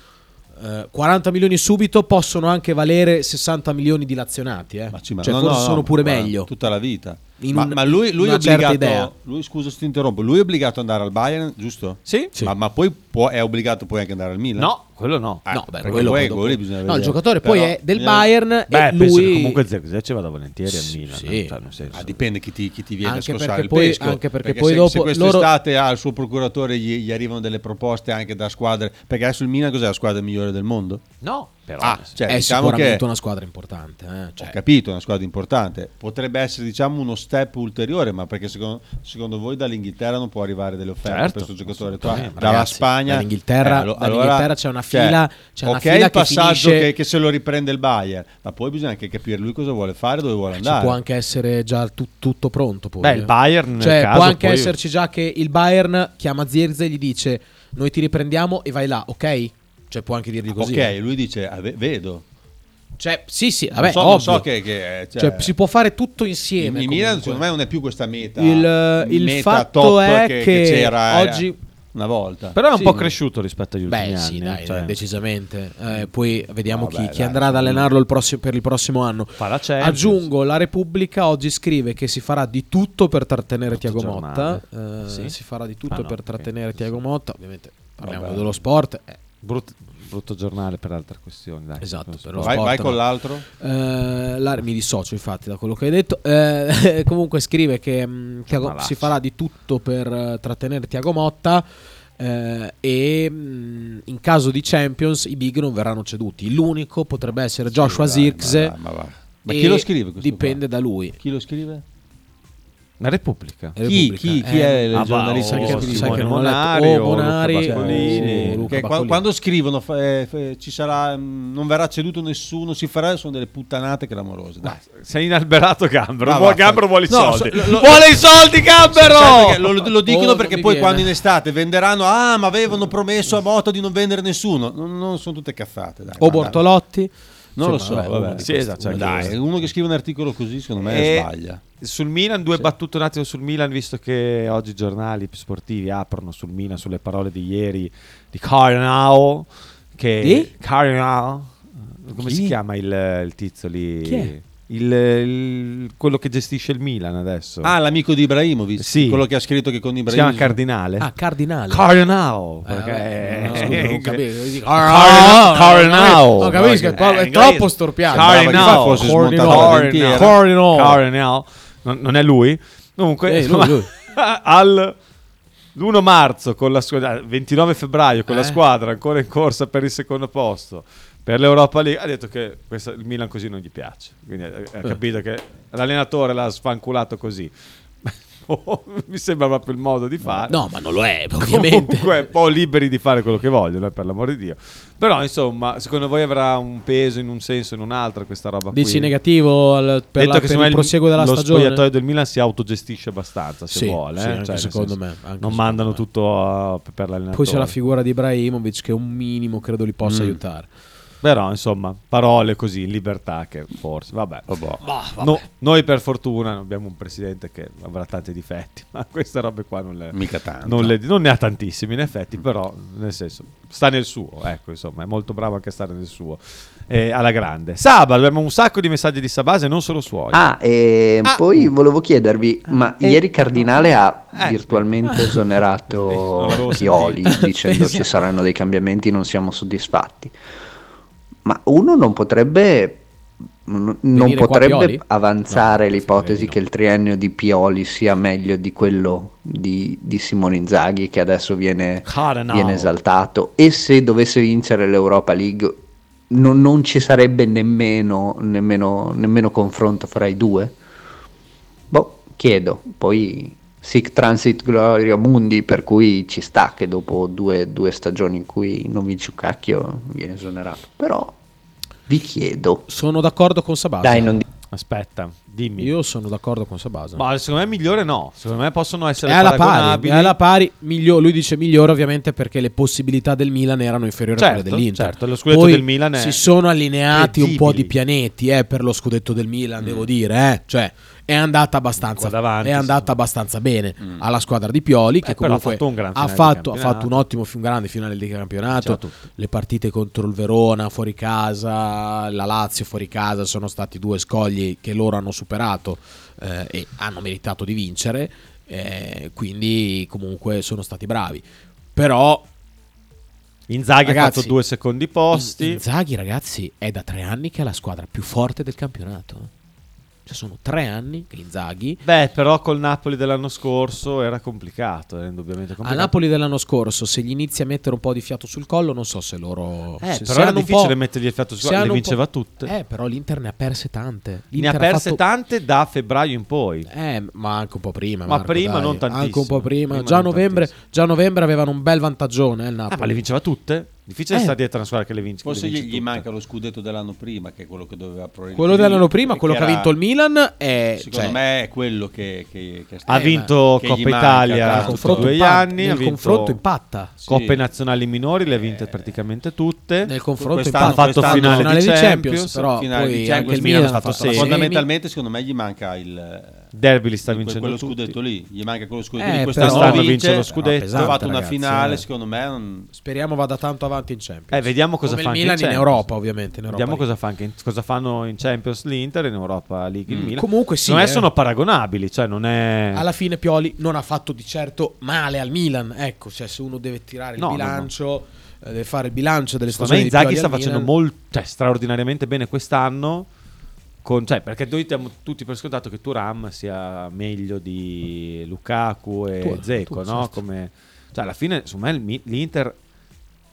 [SPEAKER 1] eh, 40 milioni subito possono anche valere 60 milioni dilazionati, eh.
[SPEAKER 2] Sì, ma
[SPEAKER 1] cioè
[SPEAKER 2] no,
[SPEAKER 1] forse
[SPEAKER 2] no, no,
[SPEAKER 1] sono pure
[SPEAKER 2] guarda,
[SPEAKER 1] meglio.
[SPEAKER 2] Tutta la vita.
[SPEAKER 1] In
[SPEAKER 2] ma,
[SPEAKER 1] un-
[SPEAKER 2] ma lui, lui è
[SPEAKER 1] una certa
[SPEAKER 2] obbligato.
[SPEAKER 1] idea.
[SPEAKER 2] Lui, scusa se ti interrompo. Lui è obbligato ad andare al Bayern, giusto?
[SPEAKER 3] Sì.
[SPEAKER 2] Ma, ma poi può- è obbligato poi anche andare al Milan?
[SPEAKER 3] No, quello no.
[SPEAKER 2] Ah,
[SPEAKER 1] No, beh,
[SPEAKER 2] perché
[SPEAKER 1] quello
[SPEAKER 2] poi
[SPEAKER 1] dopo.
[SPEAKER 2] quelli bisogna
[SPEAKER 1] No, il
[SPEAKER 2] vedere.
[SPEAKER 1] giocatore
[SPEAKER 2] Però eh,
[SPEAKER 1] poi è del
[SPEAKER 2] bisogna-
[SPEAKER 1] Bayern
[SPEAKER 3] Beh,
[SPEAKER 1] e
[SPEAKER 3] penso che
[SPEAKER 1] lui
[SPEAKER 3] comunque Zirkzee ci vada volentieri
[SPEAKER 1] Sì,
[SPEAKER 3] a Milan.
[SPEAKER 1] sì.
[SPEAKER 3] no? Cioè, nel senso-
[SPEAKER 2] Ah, dipende chi ti, chi ti viene
[SPEAKER 1] Anche
[SPEAKER 2] a scossare
[SPEAKER 1] perché
[SPEAKER 2] il
[SPEAKER 1] poi-
[SPEAKER 2] pesco.
[SPEAKER 1] anche perché poi
[SPEAKER 2] se,
[SPEAKER 1] dopo
[SPEAKER 2] se
[SPEAKER 1] loro-
[SPEAKER 2] quest'estate al suo procuratore gli, gli arrivano delle proposte anche da squadre. Perché adesso il Milan cos'è la squadra migliore del mondo?
[SPEAKER 3] No, però
[SPEAKER 2] Ah,
[SPEAKER 3] nel
[SPEAKER 2] cioè,
[SPEAKER 1] è
[SPEAKER 2] diciamo
[SPEAKER 1] sicuramente
[SPEAKER 2] che-
[SPEAKER 1] una squadra importante, eh, cioè-
[SPEAKER 2] Ho capito, è una squadra importante. Potrebbe essere, diciamo, uno step ulteriore, ma perché secondo, secondo voi dall'Inghilterra non può arrivare delle offerte
[SPEAKER 1] Certo,
[SPEAKER 2] per questo giocatore qua?
[SPEAKER 1] assolutamente.
[SPEAKER 2] Dalla
[SPEAKER 1] Ragazzi,
[SPEAKER 2] Spagna, Eh,
[SPEAKER 1] dall'Inghilterra-
[SPEAKER 2] allo-
[SPEAKER 1] dall'Inghilterra c'è una
[SPEAKER 2] cioè,
[SPEAKER 1] fila- c'è una
[SPEAKER 2] ok,
[SPEAKER 1] fila
[SPEAKER 2] il
[SPEAKER 1] che
[SPEAKER 2] passaggio
[SPEAKER 1] finisce-
[SPEAKER 2] che, che se lo riprende il Bayern, ma poi bisogna anche capire lui cosa vuole fare, dove vuole
[SPEAKER 1] Ci
[SPEAKER 2] andare.
[SPEAKER 1] può anche essere già tu- tutto pronto. Poi.
[SPEAKER 3] Beh, il Bayern nel
[SPEAKER 1] Cioè,
[SPEAKER 3] caso
[SPEAKER 1] può anche
[SPEAKER 3] poi-
[SPEAKER 1] esserci già che il Bayern chiama Zirze e gli dice: Noi ti riprendiamo e vai là, ok? Cioè, può anche dirgli così.
[SPEAKER 2] Ok, lui dice, "Ah, ve- vedo.
[SPEAKER 1] Cioè, sì, sì,
[SPEAKER 2] non
[SPEAKER 1] vabbè,
[SPEAKER 2] so, non
[SPEAKER 1] ovvio.
[SPEAKER 2] so che, che, eh, cioè,
[SPEAKER 1] Cioè, si può fare tutto insieme.
[SPEAKER 2] Il Milan,
[SPEAKER 1] comunque.
[SPEAKER 2] secondo me, non è più questa meta.
[SPEAKER 1] Il- il
[SPEAKER 2] meta
[SPEAKER 1] fatto
[SPEAKER 2] top
[SPEAKER 1] è
[SPEAKER 2] che,
[SPEAKER 1] che
[SPEAKER 2] c'era eh,
[SPEAKER 1] oggi-
[SPEAKER 2] una volta.
[SPEAKER 3] Però è un
[SPEAKER 1] Sì.
[SPEAKER 3] po' cresciuto rispetto agli ultimi
[SPEAKER 1] Beh,
[SPEAKER 3] anni.
[SPEAKER 1] sì, dai,
[SPEAKER 3] eh, cioè-
[SPEAKER 1] decisamente. Eh, poi vediamo
[SPEAKER 3] Vabbè,
[SPEAKER 1] chi, chi
[SPEAKER 3] dai,
[SPEAKER 1] andrà ad allenarlo il prossimo- per il prossimo anno.
[SPEAKER 3] Fa la Champions.
[SPEAKER 1] Aggiungo, la Repubblica oggi scrive che si farà di tutto per trattenere Tiago Motta.
[SPEAKER 3] giornale.
[SPEAKER 1] Eh,
[SPEAKER 3] Sì?
[SPEAKER 1] Si farà di tutto
[SPEAKER 3] Ah, no,
[SPEAKER 1] per
[SPEAKER 3] ok.
[SPEAKER 1] trattenere Tiago Motta. Ovviamente parliamo
[SPEAKER 3] Vabbè.
[SPEAKER 1] dello sport. eh,
[SPEAKER 3] Brut- brutto giornale per altre questioni. Dai.
[SPEAKER 1] Esatto,
[SPEAKER 3] Non so.
[SPEAKER 1] per lo
[SPEAKER 2] Vai-
[SPEAKER 1] sport,
[SPEAKER 2] vai con
[SPEAKER 1] no.
[SPEAKER 2] l'altro.
[SPEAKER 1] Eh, la- mi dissocio infatti da quello che hai detto. Eh, comunque scrive che mh, Thiago-
[SPEAKER 3] Malaccio.
[SPEAKER 1] si farà di tutto per eh, trattenere Tiago Motta eh, e mh, in caso di Champions i big non verranno ceduti. L'unico potrebbe essere Joshua
[SPEAKER 2] dai, ma
[SPEAKER 1] Zirkse.
[SPEAKER 2] dai, ma va. Ma
[SPEAKER 1] e
[SPEAKER 2] chi lo scrive questo
[SPEAKER 1] Dipende da lui.
[SPEAKER 2] Chi lo scrive?
[SPEAKER 3] La Repubblica.
[SPEAKER 2] Chi,
[SPEAKER 1] Eh,
[SPEAKER 2] chi- chi è il
[SPEAKER 3] Ah, va,
[SPEAKER 2] giornalista
[SPEAKER 3] oh,
[SPEAKER 2] che
[SPEAKER 3] sai che-
[SPEAKER 2] scrive?
[SPEAKER 3] sai che non ho letto. Oh, Monari,
[SPEAKER 2] Luca Pasqualini.
[SPEAKER 1] oh, Luca
[SPEAKER 2] Che
[SPEAKER 1] Pasqualini.
[SPEAKER 2] quando, quando scrivono fa- eh, fa- ci sarà, mm, non verrà ceduto nessuno, si farà, sono delle puttanate clamorose. Dai.
[SPEAKER 3] Sei inalberato Gambero.
[SPEAKER 2] Ma
[SPEAKER 3] Vuoi-
[SPEAKER 2] vaffa-
[SPEAKER 3] Gambero vuole i
[SPEAKER 2] No,
[SPEAKER 3] soldi.
[SPEAKER 2] so- lo- lo-
[SPEAKER 3] vuole i soldi
[SPEAKER 2] Sai perché?
[SPEAKER 3] Gambero!
[SPEAKER 2] Lo, lo dicono
[SPEAKER 1] Oh,
[SPEAKER 2] perché
[SPEAKER 1] non mi
[SPEAKER 2] poi
[SPEAKER 1] viene.
[SPEAKER 2] quando in estate venderanno, ah ma avevano promesso a Moto di non vendere nessuno, non, non sono tutte cazzate. Dai,
[SPEAKER 1] O
[SPEAKER 2] ma dai.
[SPEAKER 1] Bortolotti.
[SPEAKER 2] Non lo so,
[SPEAKER 1] Insomma, vabbè,
[SPEAKER 2] vabbè.
[SPEAKER 1] uno di
[SPEAKER 3] Sì,
[SPEAKER 1] questi.
[SPEAKER 3] esatto, Eh, cioè,
[SPEAKER 1] Uno di
[SPEAKER 2] Dai,
[SPEAKER 1] questi.
[SPEAKER 2] uno che scrive un articolo così secondo me
[SPEAKER 3] E
[SPEAKER 2] sbaglia.
[SPEAKER 3] Sul Milan, due battute un attimo sul Milan, visto che oggi i giornali più sportivi aprono sul Milan, sulle parole di ieri di Carnao. Che
[SPEAKER 1] Di?
[SPEAKER 3] Carnao, come
[SPEAKER 1] Chi?
[SPEAKER 3] si chiama il, il tizio lì?
[SPEAKER 1] Chi è?
[SPEAKER 3] Il- il- quello che gestisce il Milan adesso.
[SPEAKER 2] Ah, l'amico di Ibrahimovic,
[SPEAKER 3] Certo. Sì.
[SPEAKER 2] quello che ha scritto che con
[SPEAKER 3] si chiama
[SPEAKER 2] Ibrahimovic...
[SPEAKER 3] Cardinale.
[SPEAKER 1] Ah, Cardinale.
[SPEAKER 3] Cardinale.
[SPEAKER 1] Eh, vabbè,
[SPEAKER 3] perché-
[SPEAKER 1] no, scusa, non capisco. Dico, Ah,
[SPEAKER 3] Cardinale.
[SPEAKER 1] Cardinale. Non capisco, è tro-
[SPEAKER 3] Eh,
[SPEAKER 1] è
[SPEAKER 3] inglese.
[SPEAKER 1] troppo storpiato.
[SPEAKER 3] Cardinale.
[SPEAKER 2] Sembrava che fosse smontato la
[SPEAKER 3] Cardinale.
[SPEAKER 2] dentiera.
[SPEAKER 3] Cardinale. Cardinale. Non, non è lui. Comunque,
[SPEAKER 1] Eh, lui, lui.
[SPEAKER 3] al l'1 marzo con la squadra 29 febbraio con
[SPEAKER 1] Eh.
[SPEAKER 3] la squadra ancora in corsa per il secondo posto per l'Europa League ha detto che questa- il Milan così non gli piace quindi ha, ha
[SPEAKER 1] Eh.
[SPEAKER 3] capito che l'allenatore l'ha sfanculato così mi sembra proprio il modo di fare
[SPEAKER 1] No, ma non lo è, ovviamente.
[SPEAKER 3] Comunque, un po' liberi di fare quello che vogliono, eh, per l'amor di Dio. Però, insomma, secondo voi avrà un peso in un senso o in un altro questa roba
[SPEAKER 1] Dici
[SPEAKER 3] qui?
[SPEAKER 1] negativo al, per,
[SPEAKER 3] Detto
[SPEAKER 1] la-
[SPEAKER 3] che
[SPEAKER 1] per
[SPEAKER 3] secondo me
[SPEAKER 1] il prosieguo della
[SPEAKER 3] lo
[SPEAKER 1] stagione?
[SPEAKER 3] spogliatoio del Milan si autogestisce abbastanza se
[SPEAKER 1] Sì,
[SPEAKER 3] vuole.
[SPEAKER 1] sì,
[SPEAKER 3] eh.
[SPEAKER 1] anche
[SPEAKER 3] nel
[SPEAKER 1] secondo
[SPEAKER 3] senso,
[SPEAKER 1] me, anche
[SPEAKER 3] non
[SPEAKER 1] secondo
[SPEAKER 3] mandano
[SPEAKER 1] me.
[SPEAKER 3] tutto uh, per l'allenatore.
[SPEAKER 1] Poi c'è la figura di Ibrahimovic che un minimo credo li possa
[SPEAKER 3] Mm.
[SPEAKER 1] aiutare.
[SPEAKER 3] Però, insomma, parole così, in libertà che forse, vabbè.
[SPEAKER 1] Bah, Boh, vabbè.
[SPEAKER 3] No- noi per fortuna abbiamo un presidente che avrà tanti difetti, ma queste robe qua non le...
[SPEAKER 2] Mica tanto.
[SPEAKER 3] Non, le- non ne ha tantissimi, in effetti, però, nel senso, sta nel suo, ecco, insomma, è molto bravo anche a stare nel suo. Eh, alla grande. Saba, abbiamo un sacco di messaggi di Sabase, non solo suoi.
[SPEAKER 17] Ah, e poi volevo chiedervi, ma ieri Cardinale ha virtualmente
[SPEAKER 1] Eh,
[SPEAKER 17] esonerato Chioli dicendo ci saranno dei cambiamenti, non siamo soddisfatti. Ma uno non potrebbe, n- non
[SPEAKER 1] Venire qua Pioli?
[SPEAKER 17] potrebbe avanzare l'ipotesi che il triennio di Pioli sia meglio di quello di, di Simone Inzaghi che adesso viene,
[SPEAKER 3] Cardinale.
[SPEAKER 17] viene esaltato e se dovesse vincere l'Europa League non, non ci sarebbe nemmeno, nemmeno, nemmeno confronto fra i due? Boh, chiedo. Poi Sic Transit Gloria Mundi, per cui ci sta che dopo due, due stagioni in cui non vinci un cacchio viene esonerato. Però vi chiedo.
[SPEAKER 1] Sono d'accordo con Sabasa.
[SPEAKER 17] Dai, non
[SPEAKER 3] Aspetta, dimmi.
[SPEAKER 1] Io sono d'accordo con Sabasa.
[SPEAKER 3] Ma secondo me migliore no, secondo me possono essere
[SPEAKER 1] è alla pari,
[SPEAKER 3] paragonabili.
[SPEAKER 1] è alla pari miglio- lui dice migliore ovviamente perché le possibilità del Milan erano inferiori a
[SPEAKER 3] Certo,
[SPEAKER 1] quelle dell'Inter.
[SPEAKER 3] certo, lo scudetto
[SPEAKER 1] Poi
[SPEAKER 3] del Milan è
[SPEAKER 1] si sono allineati un po'
[SPEAKER 3] leggibili.
[SPEAKER 1] di pianeti eh, per lo scudetto del Milan, devo
[SPEAKER 3] Mm.
[SPEAKER 1] dire, eh. cioè è andata abbastanza, è andata abbastanza bene
[SPEAKER 3] Mm.
[SPEAKER 1] alla squadra di Pioli che
[SPEAKER 3] Eh, però ha
[SPEAKER 1] comunque
[SPEAKER 3] fatto un gran
[SPEAKER 1] ha,
[SPEAKER 3] finale di
[SPEAKER 1] fatto, ha
[SPEAKER 3] campionato.
[SPEAKER 1] fatto un ottimo fi- un grande finale di
[SPEAKER 3] C'era
[SPEAKER 1] campionato,
[SPEAKER 3] tutto.
[SPEAKER 1] le partite contro il Verona fuori casa, la Lazio fuori casa sono stati due scogli che loro hanno superato eh, e hanno meritato di vincere, eh, quindi comunque sono stati bravi. Però
[SPEAKER 3] Inzaghi
[SPEAKER 1] Ragazzi,
[SPEAKER 3] ha fatto due secondi posti.
[SPEAKER 1] Inzaghi ragazzi è da tre anni che è la squadra più forte del campionato. Cioè sono tre anni che Inzaghi
[SPEAKER 3] Beh, però col Napoli dell'anno scorso era complicato, era indubbiamente
[SPEAKER 1] A
[SPEAKER 3] complicato.
[SPEAKER 1] Napoli dell'anno scorso, se gli inizi a mettere un po' di fiato sul collo, non so se loro.
[SPEAKER 3] Eh,
[SPEAKER 1] se,
[SPEAKER 3] però
[SPEAKER 1] se
[SPEAKER 3] era
[SPEAKER 1] hanno un
[SPEAKER 3] difficile
[SPEAKER 1] po'-
[SPEAKER 3] mettergli il fiato sul
[SPEAKER 1] se
[SPEAKER 3] collo, le
[SPEAKER 1] hanno un po'-
[SPEAKER 3] vinceva tutte.
[SPEAKER 1] Eh, però l'Inter ne ha perse tante.
[SPEAKER 3] ne ha
[SPEAKER 1] L'Inter
[SPEAKER 3] perse
[SPEAKER 1] fatto-
[SPEAKER 3] tante da febbraio in poi.
[SPEAKER 1] Eh, ma anche un po' prima.
[SPEAKER 3] Ma
[SPEAKER 1] Marco,
[SPEAKER 3] prima
[SPEAKER 1] dai.
[SPEAKER 3] non tantissimo.
[SPEAKER 1] Anche un po' prima.
[SPEAKER 3] Prima
[SPEAKER 1] già, a
[SPEAKER 3] non
[SPEAKER 1] novembre, già a novembre avevano un bel vantaggione. eh, il Napoli.
[SPEAKER 3] Ah, ma le vinceva tutte? Difficile
[SPEAKER 1] Eh.
[SPEAKER 3] stare dietro a una squadra che le vince. che le
[SPEAKER 2] Forse
[SPEAKER 3] vince
[SPEAKER 2] gli, gli manca lo scudetto dell'anno prima, che è quello che doveva probabilmente
[SPEAKER 1] Quello dell'anno prima,
[SPEAKER 2] che
[SPEAKER 1] quello che ha
[SPEAKER 2] era-
[SPEAKER 1] vinto il Milan, è.
[SPEAKER 2] Secondo
[SPEAKER 1] cioè,
[SPEAKER 2] me è quello che, che- che è
[SPEAKER 3] Ha
[SPEAKER 1] Eh,
[SPEAKER 2] stato-
[SPEAKER 3] vinto
[SPEAKER 2] che gli
[SPEAKER 3] Coppa
[SPEAKER 2] manca,
[SPEAKER 3] Italia
[SPEAKER 2] tanto.
[SPEAKER 1] confronto
[SPEAKER 3] due
[SPEAKER 1] impatta-
[SPEAKER 3] anni,
[SPEAKER 1] nel
[SPEAKER 3] ha vinto
[SPEAKER 1] confronto impatta.
[SPEAKER 2] Sì.
[SPEAKER 3] Coppe nazionali minori le ha vinte praticamente tutte.
[SPEAKER 1] Nel confronto
[SPEAKER 3] Quest'anno-
[SPEAKER 1] impatta.
[SPEAKER 3] ha fatto
[SPEAKER 1] Quest'anno Eh.
[SPEAKER 3] finale,
[SPEAKER 1] finale di
[SPEAKER 3] di Champions,
[SPEAKER 1] Champions, però
[SPEAKER 2] Finale
[SPEAKER 1] poi
[SPEAKER 2] di
[SPEAKER 1] anche
[SPEAKER 2] Champions,
[SPEAKER 1] il
[SPEAKER 2] Milan
[SPEAKER 1] Milan
[SPEAKER 2] ha
[SPEAKER 1] ha fatto
[SPEAKER 2] ma
[SPEAKER 1] semi.
[SPEAKER 2] Fondamentalmente, secondo me, gli manca il
[SPEAKER 3] Derby li sta vincendo
[SPEAKER 2] quello
[SPEAKER 3] tutti.
[SPEAKER 2] scudetto lì. Gli manca quello scudetto
[SPEAKER 1] Eh,
[SPEAKER 2] lì.
[SPEAKER 1] però-
[SPEAKER 2] Quest'anno
[SPEAKER 3] Quest'anno
[SPEAKER 2] vince,
[SPEAKER 3] vince lo scudetto.
[SPEAKER 2] Ha fatto una
[SPEAKER 1] Pesante,
[SPEAKER 2] finale,
[SPEAKER 1] ragazzi, eh.
[SPEAKER 2] secondo me. non-
[SPEAKER 1] Speriamo vada tanto avanti in Champions.
[SPEAKER 3] Eh, vediamo cosa
[SPEAKER 1] Come
[SPEAKER 3] fa
[SPEAKER 1] il
[SPEAKER 3] anche
[SPEAKER 1] Milan in,
[SPEAKER 3] Champions.
[SPEAKER 1] Europa, ovviamente. in Europa
[SPEAKER 3] Vediamo
[SPEAKER 1] League.
[SPEAKER 3] cosa, fa anche in- cosa fanno in Champions l'Inter e in Europa League il
[SPEAKER 1] Mm.
[SPEAKER 3] Milan.
[SPEAKER 1] Comunque sì,
[SPEAKER 3] Secondo me
[SPEAKER 1] eh.
[SPEAKER 3] sono paragonabili, cioè non è...
[SPEAKER 1] alla fine Pioli non ha fatto di certo male al Milan. Ecco, cioè se uno deve tirare il
[SPEAKER 3] No, no,
[SPEAKER 1] bilancio, eh, deve fare il bilancio delle
[SPEAKER 3] Secondo me
[SPEAKER 1] stagioni di
[SPEAKER 3] Inzaghi
[SPEAKER 1] Pioli
[SPEAKER 3] sta
[SPEAKER 1] al
[SPEAKER 3] facendo
[SPEAKER 1] Milan.
[SPEAKER 3] molto, cioè, straordinariamente bene quest'anno. con- cioè, perché noi diamo tutti per scontato che Turam sia meglio di Lukaku e
[SPEAKER 1] Tu-
[SPEAKER 3] Zecco,
[SPEAKER 1] tu,
[SPEAKER 3] no?
[SPEAKER 1] certo.
[SPEAKER 3] Come- cioè, alla fine, secondo me, il Mi- l'Inter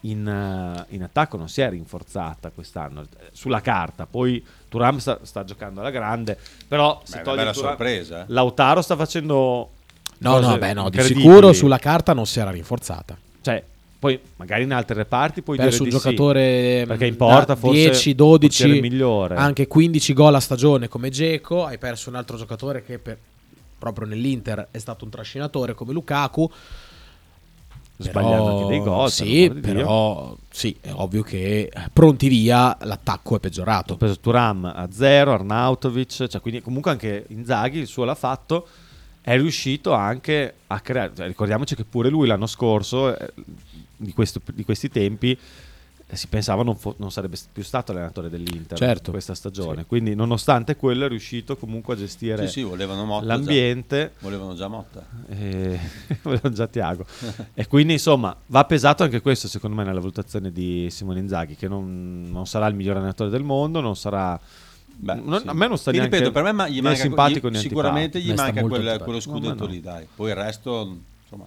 [SPEAKER 3] in, eh, in attacco non si è rinforzata quest'anno, eh, sulla carta. Poi Turam sta, sta giocando alla grande, però se
[SPEAKER 2] Beh,
[SPEAKER 3] togli
[SPEAKER 2] bella
[SPEAKER 3] Thuram-
[SPEAKER 2] sorpresa, eh.
[SPEAKER 3] Lautaro sta facendo...
[SPEAKER 1] No,
[SPEAKER 3] cose
[SPEAKER 1] no, beh, no, di
[SPEAKER 3] incredibili.
[SPEAKER 1] sicuro sulla carta non si era rinforzata.
[SPEAKER 3] Cioè, poi magari in altri reparti puoi
[SPEAKER 1] Perso
[SPEAKER 3] dire
[SPEAKER 1] un
[SPEAKER 3] di sì,
[SPEAKER 1] giocatore ehm,
[SPEAKER 3] perché in porta
[SPEAKER 1] da
[SPEAKER 3] forse
[SPEAKER 1] 10,
[SPEAKER 3] portiere
[SPEAKER 1] 12,
[SPEAKER 3] migliore.
[SPEAKER 1] anche 15 gol a stagione come Geco. Hai perso un altro giocatore che per- proprio nell'Inter è stato un trascinatore come Lukaku.
[SPEAKER 3] sbagliando
[SPEAKER 1] Però-
[SPEAKER 3] anche dei gol.
[SPEAKER 1] Sì,
[SPEAKER 3] per l'amor di Dio.
[SPEAKER 1] però sì, è ovvio che eh, pronti via l'attacco è peggiorato.
[SPEAKER 3] Ha preso Turam a zero, Arnautovic, cioè, quindi comunque anche Inzaghi il suo l'ha fatto, è riuscito anche a creare, cioè, ricordiamoci che pure lui l'anno scorso, eh, di, questo- di questi tempi, eh, si pensava non, fo- non sarebbe più stato allenatore dell'Inter
[SPEAKER 1] Certo.
[SPEAKER 3] questa stagione, quindi nonostante quello è riuscito comunque a gestire
[SPEAKER 2] Sì, sì, volevano esatto. Motta. già.
[SPEAKER 3] l'ambiente.
[SPEAKER 2] Volevano già Motta.
[SPEAKER 3] E... Eh, volevo già Tiago. e quindi insomma va pesato anche questo secondo me nella valutazione di Simone Inzaghi che non, non sarà il miglior allenatore del mondo non sarà non-
[SPEAKER 2] sì.
[SPEAKER 3] a me non sta
[SPEAKER 2] Ti
[SPEAKER 3] neanche
[SPEAKER 2] ripeto, per me ma- gli
[SPEAKER 3] né
[SPEAKER 2] manca-
[SPEAKER 3] simpatico
[SPEAKER 2] gli-
[SPEAKER 3] né
[SPEAKER 2] sicuramente
[SPEAKER 3] antipatico.
[SPEAKER 2] gli
[SPEAKER 3] A me sta
[SPEAKER 2] manca
[SPEAKER 3] molto
[SPEAKER 2] quel-
[SPEAKER 3] antipatico.
[SPEAKER 2] quello
[SPEAKER 3] No,
[SPEAKER 2] scudetto
[SPEAKER 3] ma no.
[SPEAKER 2] lì, dai. Poi il resto, insomma,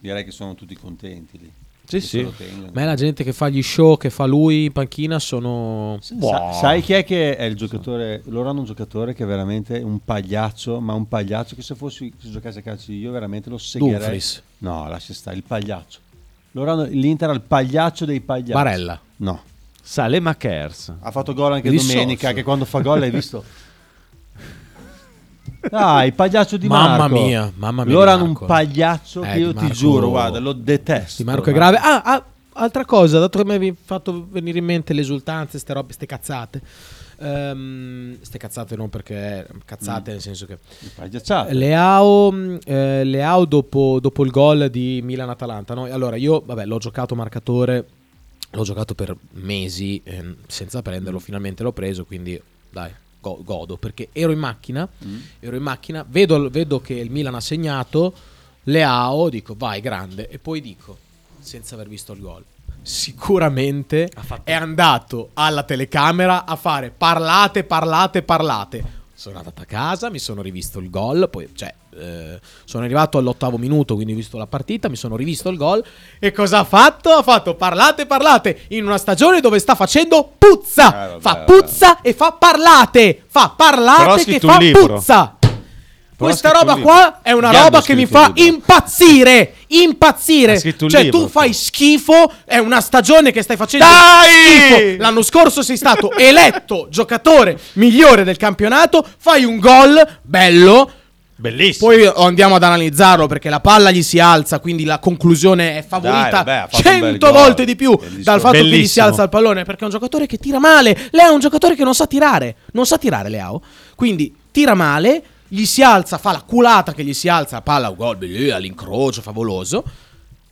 [SPEAKER 2] direi che sono tutti contenti lì.
[SPEAKER 3] Sì,
[SPEAKER 2] Che
[SPEAKER 3] sì.
[SPEAKER 2] se lo tengono.
[SPEAKER 1] Ma è la gente che fa gli show, che fa lui in panchina, sono...
[SPEAKER 2] Sa- sai chi è che è il giocatore? Loro hanno un giocatore che è veramente un pagliaccio, ma un pagliaccio che se fossi se giocassi a calcio io veramente lo segherei.
[SPEAKER 1] Dumfries.
[SPEAKER 2] No, lascia stare, il pagliaccio. Loro hanno, L'Inter ha il pagliaccio dei pagliacci.
[SPEAKER 1] Barella.
[SPEAKER 2] No.
[SPEAKER 3] Sale Makers
[SPEAKER 2] Ha fatto gol anche
[SPEAKER 1] Di
[SPEAKER 2] domenica,
[SPEAKER 1] Sorso.
[SPEAKER 2] che quando fa gol hai visto... Dai, il pagliaccio di
[SPEAKER 1] Mamma
[SPEAKER 2] Marco.
[SPEAKER 1] mia, mamma mia
[SPEAKER 2] Loro
[SPEAKER 1] di
[SPEAKER 2] hanno un
[SPEAKER 1] Marco.
[SPEAKER 2] pagliaccio
[SPEAKER 1] Eh,
[SPEAKER 2] che
[SPEAKER 1] Di
[SPEAKER 2] io ti
[SPEAKER 1] Marco-
[SPEAKER 2] giuro, guarda, lo detesto.
[SPEAKER 1] Di Marco è grave. Ah, ah, altra cosa, dato che mi avevi fatto venire in mente le esultanze, ste robe, ste cazzate. Ehm, ste cazzate non perché cazzate
[SPEAKER 2] Mm.
[SPEAKER 1] nel senso che Leao, mh, eh, Leao dopo, dopo il gol di Milan-Atalanta no? allora io vabbè, l'ho giocato marcatore l'ho giocato per mesi ehm, senza prenderlo finalmente l'ho preso quindi dai go- godo perché ero in macchina ero in macchina vedo, vedo che il Milan ha segnato Leao dico vai grande e poi dico senza aver visto il gol sicuramente è andato alla telecamera a fare parlate, parlate, parlate. Sono andato a casa, mi sono rivisto il gol, poi cioè, eh, sono arrivato all'ottavo minuto, quindi ho visto la partita, mi sono rivisto il gol e cosa ha fatto? Ha fatto parlate, parlate in una stagione dove sta facendo
[SPEAKER 3] Eh,
[SPEAKER 1] puzza, fa puzza e fa parlate, fa
[SPEAKER 3] Però ha
[SPEAKER 1] parlate che
[SPEAKER 3] scritto
[SPEAKER 1] fa
[SPEAKER 3] un libro.
[SPEAKER 1] puzza. Questa
[SPEAKER 3] ha scritto
[SPEAKER 1] roba
[SPEAKER 3] un libro.
[SPEAKER 1] qua è una
[SPEAKER 3] Gli hanno
[SPEAKER 1] roba che mi
[SPEAKER 3] scritto
[SPEAKER 1] fa
[SPEAKER 3] un
[SPEAKER 1] impazzire, impazzire.
[SPEAKER 3] Ha scritto un
[SPEAKER 1] Cioè
[SPEAKER 3] libro,
[SPEAKER 1] tu fai schifo, è una stagione che stai facendo
[SPEAKER 3] Dai!
[SPEAKER 1] schifo. L'anno scorso sei stato eletto giocatore migliore del campionato, fai un gol bello.
[SPEAKER 3] Bellissimo.
[SPEAKER 1] Poi andiamo ad analizzarlo perché la palla gli si alza, quindi la conclusione è favorita
[SPEAKER 3] Dai, vabbè, ha fatto un bel
[SPEAKER 1] 100
[SPEAKER 3] gol.
[SPEAKER 1] volte di più dal fatto che gli si
[SPEAKER 3] Bellissimo.
[SPEAKER 1] alza il pallone perché è un giocatore che tira male. Leo è un giocatore che non sa tirare, non sa tirare Leao. Quindi tira male, gli si alza, fa la culata che gli si alza, la palla, un gol, bellissimo, all'incrocio, favoloso.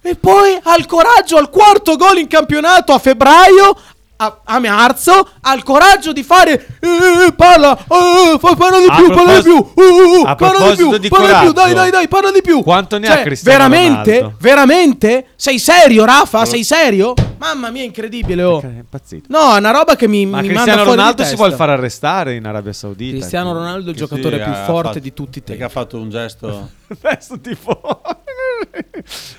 [SPEAKER 1] E poi ha il coraggio al quarto gol in campionato a febbraio. A, a marzo ha il coraggio di fare eh, eh, parla eh, fa- parla di
[SPEAKER 3] A
[SPEAKER 1] più parla di più
[SPEAKER 3] propos-
[SPEAKER 1] uh, uh, parla
[SPEAKER 3] a
[SPEAKER 1] di
[SPEAKER 3] proposito
[SPEAKER 1] più
[SPEAKER 3] di
[SPEAKER 1] parla di più dai
[SPEAKER 3] coraggio.
[SPEAKER 1] dai dai parla di più
[SPEAKER 3] Quanto ne ha
[SPEAKER 1] cioè,
[SPEAKER 3] Cristiano
[SPEAKER 1] veramente
[SPEAKER 3] Ronaldo?
[SPEAKER 1] veramente sei serio Rafa sei serio mamma mia è incredibile oh.
[SPEAKER 3] È impazzito.
[SPEAKER 1] No, è una roba che mi,
[SPEAKER 3] Ma
[SPEAKER 1] mi manda
[SPEAKER 3] Cristiano
[SPEAKER 1] fuori di
[SPEAKER 3] Ronaldo si
[SPEAKER 1] testa.
[SPEAKER 3] vuole far arrestare in Arabia Saudita.
[SPEAKER 1] Cristiano Ronaldo è il giocatore più forte di tutti i tempi.
[SPEAKER 2] Perché ha fatto un gesto.
[SPEAKER 3] Verso tifo.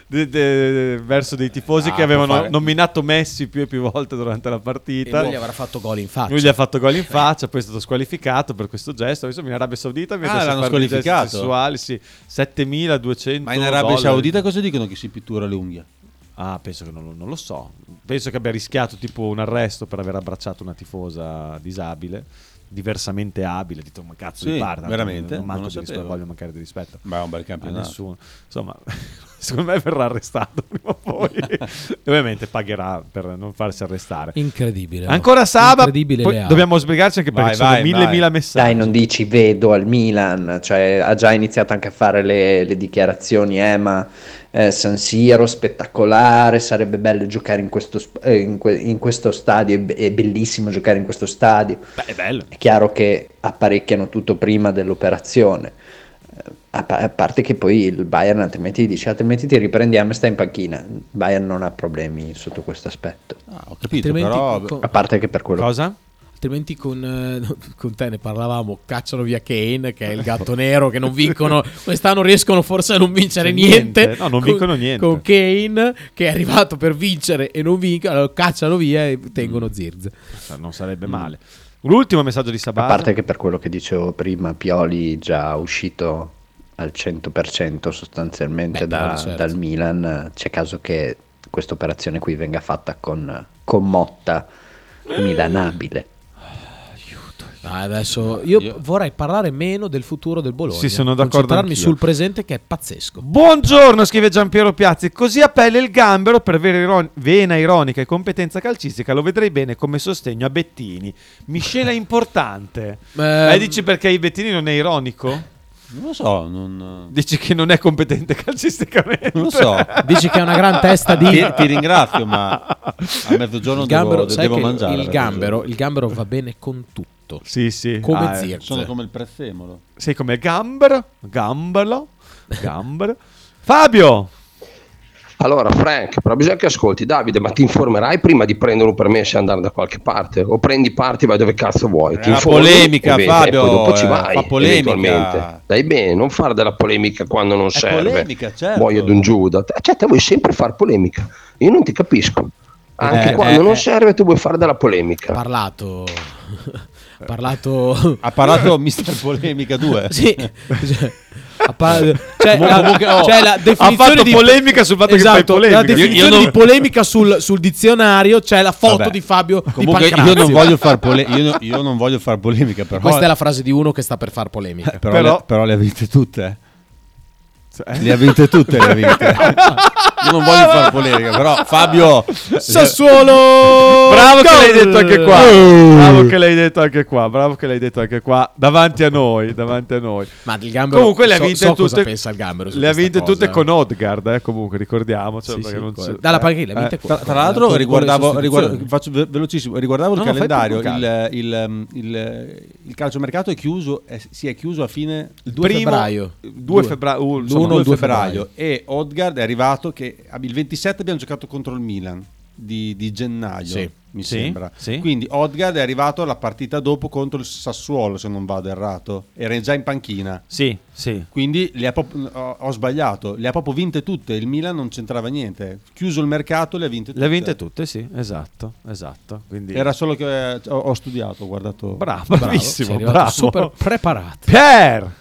[SPEAKER 3] De- de- verso dei tifosi
[SPEAKER 2] Ah,
[SPEAKER 3] che avevano
[SPEAKER 2] per fare-
[SPEAKER 3] nominato Messi più e più volte durante la partita.
[SPEAKER 1] E lui gli avrà fatto gol in faccia. Eh.
[SPEAKER 3] Lui gli ha fatto gol in faccia, poi è stato squalificato per questo gesto. Adesso in Arabia Saudita mi
[SPEAKER 2] Ah,
[SPEAKER 3] piace
[SPEAKER 2] l'hanno
[SPEAKER 3] fare dei gesti
[SPEAKER 2] squalificato.
[SPEAKER 3] sessuali, sì, 7200
[SPEAKER 2] Ma in Arabia
[SPEAKER 3] dollari.
[SPEAKER 2] Saudita cosa dicono che si pittura le unghie?
[SPEAKER 3] Ah, penso che non, lo- non lo so. Penso che abbia rischiato tipo un arresto per aver abbracciato una tifosa disabile, diversamente abile. Dito, ma cazzo
[SPEAKER 2] Sì,
[SPEAKER 3] di parla.
[SPEAKER 2] veramente?
[SPEAKER 3] Non,
[SPEAKER 2] Non
[SPEAKER 3] manco
[SPEAKER 2] lo
[SPEAKER 3] di rispetto,
[SPEAKER 2] sapevo.
[SPEAKER 3] voglio mancare di rispetto.
[SPEAKER 2] Ma è un bel
[SPEAKER 3] A
[SPEAKER 2] campionato.
[SPEAKER 3] nessuno. Insomma, secondo me verrà arrestato prima o poi. E ovviamente pagherà per non farsi arrestare.
[SPEAKER 1] Incredibile. oh.
[SPEAKER 3] Ancora Saba.
[SPEAKER 1] Incredibile
[SPEAKER 3] poi
[SPEAKER 1] Leao.
[SPEAKER 3] dobbiamo sbrigarci anche perché
[SPEAKER 17] Vai,
[SPEAKER 3] sono
[SPEAKER 17] vai,
[SPEAKER 3] mille,
[SPEAKER 17] vai.
[SPEAKER 3] mille messaggi.
[SPEAKER 17] Dai, non dici vedo al Milan, cioè ha già iniziato anche a fare le, le dichiarazioni, eh, ma eh, San Siro spettacolare, sarebbe bello giocare in questo, sp- eh, in que- in questo stadio, è, be- è bellissimo giocare in questo stadio.
[SPEAKER 3] è bello.
[SPEAKER 17] chiaro che apparecchiano tutto prima dell'operazione. Eh, A pa- a parte che poi il Bayern altrimenti dice "Ah, altrimenti ti riprendiamo e stai in panchina. Il Bayern non ha problemi sotto questo aspetto.
[SPEAKER 2] ho
[SPEAKER 1] capito, Altrimenti però- co-
[SPEAKER 17] A parte che per quello
[SPEAKER 3] Cosa?
[SPEAKER 1] Altrimenti con, eh, con te ne parlavamo, cacciano via Kane che è il gatto nero che non vincono, quest'anno riescono forse a non vincere
[SPEAKER 3] Niente.
[SPEAKER 1] niente.
[SPEAKER 3] No, non
[SPEAKER 1] Con-
[SPEAKER 3] vincono niente.
[SPEAKER 1] Con Kane che è arrivato per vincere e non vinca, allora cacciano via e tengono Zirz.
[SPEAKER 3] Mm. Non sarebbe male. L'ultimo messaggio di
[SPEAKER 17] A
[SPEAKER 3] Sabata.
[SPEAKER 17] parte che per quello che dicevo prima, Pioli già uscito al 100% sostanzialmente
[SPEAKER 1] Beh,
[SPEAKER 17] da-
[SPEAKER 1] quello certo.
[SPEAKER 17] dal Milan, c'è caso che questa operazione qui venga fatta con, con Motta milanabile.
[SPEAKER 1] Ah, adesso io, vorrei parlare meno del futuro del Bologna.
[SPEAKER 3] Sì, sono d'accordo
[SPEAKER 1] Concentrarmi
[SPEAKER 3] anch'io.
[SPEAKER 1] sul presente che è pazzesco.
[SPEAKER 3] Buongiorno, scrive Giampiero Piazzi. Così a pelle il gambero per vera iron- vena ironica e competenza calcistica. Lo vedrei bene come sostegno a Bettini. Miscela importante. Ma dici perché Bettini non è ironico? Non
[SPEAKER 2] ehm, lo so, non...
[SPEAKER 3] Dici che non è competente calcisticamente.
[SPEAKER 2] Non lo so.
[SPEAKER 1] Dici che è una gran testa di-
[SPEAKER 2] Ti, ti ringrazio, ma a mezzogiorno
[SPEAKER 1] il gambero,
[SPEAKER 2] devo,
[SPEAKER 1] sai
[SPEAKER 2] devo
[SPEAKER 1] che
[SPEAKER 2] mangiare. a
[SPEAKER 1] il
[SPEAKER 2] mezzogiorno.
[SPEAKER 1] gambero, il gambero va bene con tutto.
[SPEAKER 3] Sì, sì.
[SPEAKER 1] Come
[SPEAKER 3] Ah, eh,
[SPEAKER 1] Zirz.
[SPEAKER 2] Sono come il prezzemolo.
[SPEAKER 3] Sei come gambero, gambero, gambero. Fabio!
[SPEAKER 16] Allora, Frank, però bisogna che ascolti Davide, ma ti informerai prima di prendere un permesso e andare da qualche parte? O prendi parte e vai dove cazzo vuoi? Ti
[SPEAKER 2] Era
[SPEAKER 16] informi
[SPEAKER 2] polemica,
[SPEAKER 16] e vedi,
[SPEAKER 2] Fabio,
[SPEAKER 16] E poi dopo ci
[SPEAKER 2] eh,
[SPEAKER 16] vai.
[SPEAKER 2] fa polemica.
[SPEAKER 16] eventualmente. Dai bene, non fare della polemica quando non serve.
[SPEAKER 2] polemica, certo.
[SPEAKER 16] Voglio d'un Giuda. Te- Cioè, te vuoi sempre fare polemica. Io non ti capisco. Anche
[SPEAKER 1] Eh,
[SPEAKER 16] quando
[SPEAKER 1] eh,
[SPEAKER 16] non
[SPEAKER 1] eh.
[SPEAKER 16] serve, tu vuoi fare della polemica.
[SPEAKER 1] parlato. ha parlato.
[SPEAKER 2] Ha parlato Mister Polemica 2.
[SPEAKER 1] Sì. Cioè, ha par- cioè,
[SPEAKER 2] Comunque-
[SPEAKER 1] la,
[SPEAKER 2] comunque, oh,
[SPEAKER 1] cioè, la
[SPEAKER 2] ha
[SPEAKER 1] definizione
[SPEAKER 2] fatto
[SPEAKER 1] di...
[SPEAKER 2] polemica sul fatto che fai
[SPEAKER 1] Esatto,
[SPEAKER 2] polemica.
[SPEAKER 1] La definizione
[SPEAKER 2] Io- io non-
[SPEAKER 1] di polemica sul, sul dizionario c'è la foto
[SPEAKER 2] Vabbè.
[SPEAKER 1] di Fabio
[SPEAKER 2] Comunque,
[SPEAKER 1] di
[SPEAKER 2] io
[SPEAKER 1] Pancrazio.
[SPEAKER 2] non voglio far pole- io no- io non voglio far polemica, però.
[SPEAKER 1] Questa è la frase di uno che sta per far polemica. Cioè, eh.
[SPEAKER 2] però, le, però le avete tutte. Le avete tutte, le avete. Io non voglio fare polemica, però Fabio
[SPEAKER 1] Sassuolo!
[SPEAKER 3] Bravo che l'hai
[SPEAKER 1] Gol!
[SPEAKER 3] detto anche qua. Bravo che l'hai detto anche qua. Bravo che l'hai detto anche qua. Davanti a noi, davanti a noi.
[SPEAKER 1] Ma il Gambero-
[SPEAKER 3] Comunque le ha
[SPEAKER 1] so-
[SPEAKER 3] vinte
[SPEAKER 1] so
[SPEAKER 3] tutte.
[SPEAKER 1] cosa pensa il Gambero su
[SPEAKER 3] le ha
[SPEAKER 1] questa
[SPEAKER 3] vinte
[SPEAKER 1] cosa,
[SPEAKER 3] tutte
[SPEAKER 1] eh.
[SPEAKER 3] con Odgard, eh, comunque ricordiamo, cioè,
[SPEAKER 1] Sì,
[SPEAKER 3] perché
[SPEAKER 1] sì,
[SPEAKER 3] non
[SPEAKER 1] con-
[SPEAKER 3] so-
[SPEAKER 1] Dalla
[SPEAKER 3] eh,
[SPEAKER 1] panchina le ha vinte
[SPEAKER 3] eh,
[SPEAKER 1] con-
[SPEAKER 2] Tra, tra l'altro
[SPEAKER 1] Con le
[SPEAKER 2] riguardavo,
[SPEAKER 1] sostituzioni.
[SPEAKER 2] riguarda- faccio ve- velocissimo, riguardavo
[SPEAKER 1] No,
[SPEAKER 2] il
[SPEAKER 1] no, fai
[SPEAKER 2] calendario,
[SPEAKER 1] pure
[SPEAKER 2] il,
[SPEAKER 1] un
[SPEAKER 2] il, um, il, il calciomercato è chiuso, è- si è chiuso a fine il
[SPEAKER 1] 2 febbraio.
[SPEAKER 2] 2
[SPEAKER 1] Due.
[SPEAKER 2] febbraio,
[SPEAKER 1] L'uno, il
[SPEAKER 2] 2
[SPEAKER 1] due
[SPEAKER 2] uh, febbraio e Odgard è arrivato che ab- il 27 abbiamo giocato contro il Milan di, di gennaio,
[SPEAKER 3] Sì.
[SPEAKER 2] mi
[SPEAKER 3] Sì,
[SPEAKER 2] sembra.
[SPEAKER 3] sì.
[SPEAKER 2] Quindi Odgard è arrivato la partita dopo contro il Sassuolo, se non vado errato, era già in panchina.
[SPEAKER 3] Sì, sì.
[SPEAKER 2] Quindi le ha proprio- ho, ho sbagliato, le ha proprio vinte tutte, il Milan non c'entrava niente. Chiuso il mercato le ha vinte tutte.
[SPEAKER 3] Le ha vinte tutte, sì, esatto, esatto. Quindi...
[SPEAKER 2] Era solo che eh, ho, ho studiato, ho guardato.
[SPEAKER 3] Bravo, bravissimo,
[SPEAKER 1] sei arrivato
[SPEAKER 3] bravo.
[SPEAKER 1] super preparato.
[SPEAKER 3] Pier!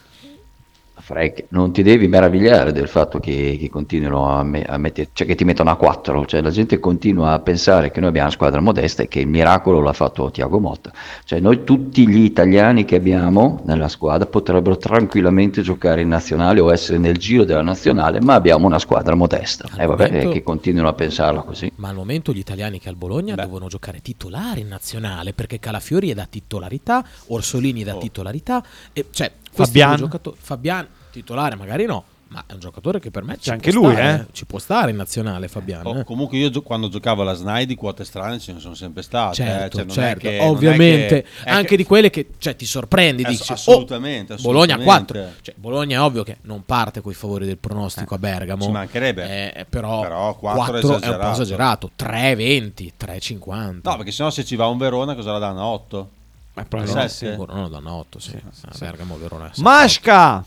[SPEAKER 15] Frank, non ti devi meravigliare del fatto che, che continuino a, me- a mettere, cioè che ti mettono a 4, cioè la gente continua a pensare che noi abbiamo una squadra modesta e che il miracolo l'ha fatto Tiago Motta, cioè noi tutti gli italiani che abbiamo nella squadra potrebbero tranquillamente giocare in nazionale o essere nel giro della nazionale, ma abbiamo una squadra modesta e vabbè
[SPEAKER 1] momento-
[SPEAKER 15] eh, che continuano a pensarla così.
[SPEAKER 1] Ma al momento gli italiani che al Bologna devono giocare titolari in nazionale perché Calafiori è da titolarità, Orsolini è
[SPEAKER 2] Oh.
[SPEAKER 1] da titolarità, e cioè questi due
[SPEAKER 3] Fabian?
[SPEAKER 1] giocatori- Fabian titolare magari no, ma è un giocatore che per me ci
[SPEAKER 2] anche
[SPEAKER 1] può
[SPEAKER 2] lui,
[SPEAKER 1] stare,
[SPEAKER 2] eh.
[SPEAKER 1] ci può stare in nazionale Fabian.
[SPEAKER 2] Oh,
[SPEAKER 1] eh.
[SPEAKER 2] comunque io gio- quando giocavo alla SNAI di quote strane ce ne sono sempre state.
[SPEAKER 1] Certo,
[SPEAKER 2] eh, cioè, non è
[SPEAKER 1] certo,
[SPEAKER 2] che- non è
[SPEAKER 1] ovviamente,
[SPEAKER 2] che- è
[SPEAKER 1] anche
[SPEAKER 2] che-
[SPEAKER 1] di quelle che cioè, ti sorprendi,
[SPEAKER 2] Ass-
[SPEAKER 1] dici,
[SPEAKER 2] assolutamente,
[SPEAKER 1] "Oh,
[SPEAKER 2] assolutamente. Eh,
[SPEAKER 1] Bologna 4, cioè, Bologna è ovvio che non parte con i favori del pronostico a Bergamo,
[SPEAKER 2] Ci mancherebbe.
[SPEAKER 1] però,
[SPEAKER 2] quattro
[SPEAKER 1] 4 Eh, è,
[SPEAKER 2] è
[SPEAKER 1] un po'
[SPEAKER 2] esagerato.
[SPEAKER 1] esagerato, 3,20, 3,50.
[SPEAKER 2] No, perché sennò se ci va un Verona cosa la danno? 8?
[SPEAKER 1] Ma
[SPEAKER 2] probabilmente
[SPEAKER 1] sì, Eh, Verona danno 8, sì. Ah, Bergamo, Verona. sì.
[SPEAKER 3] Masca!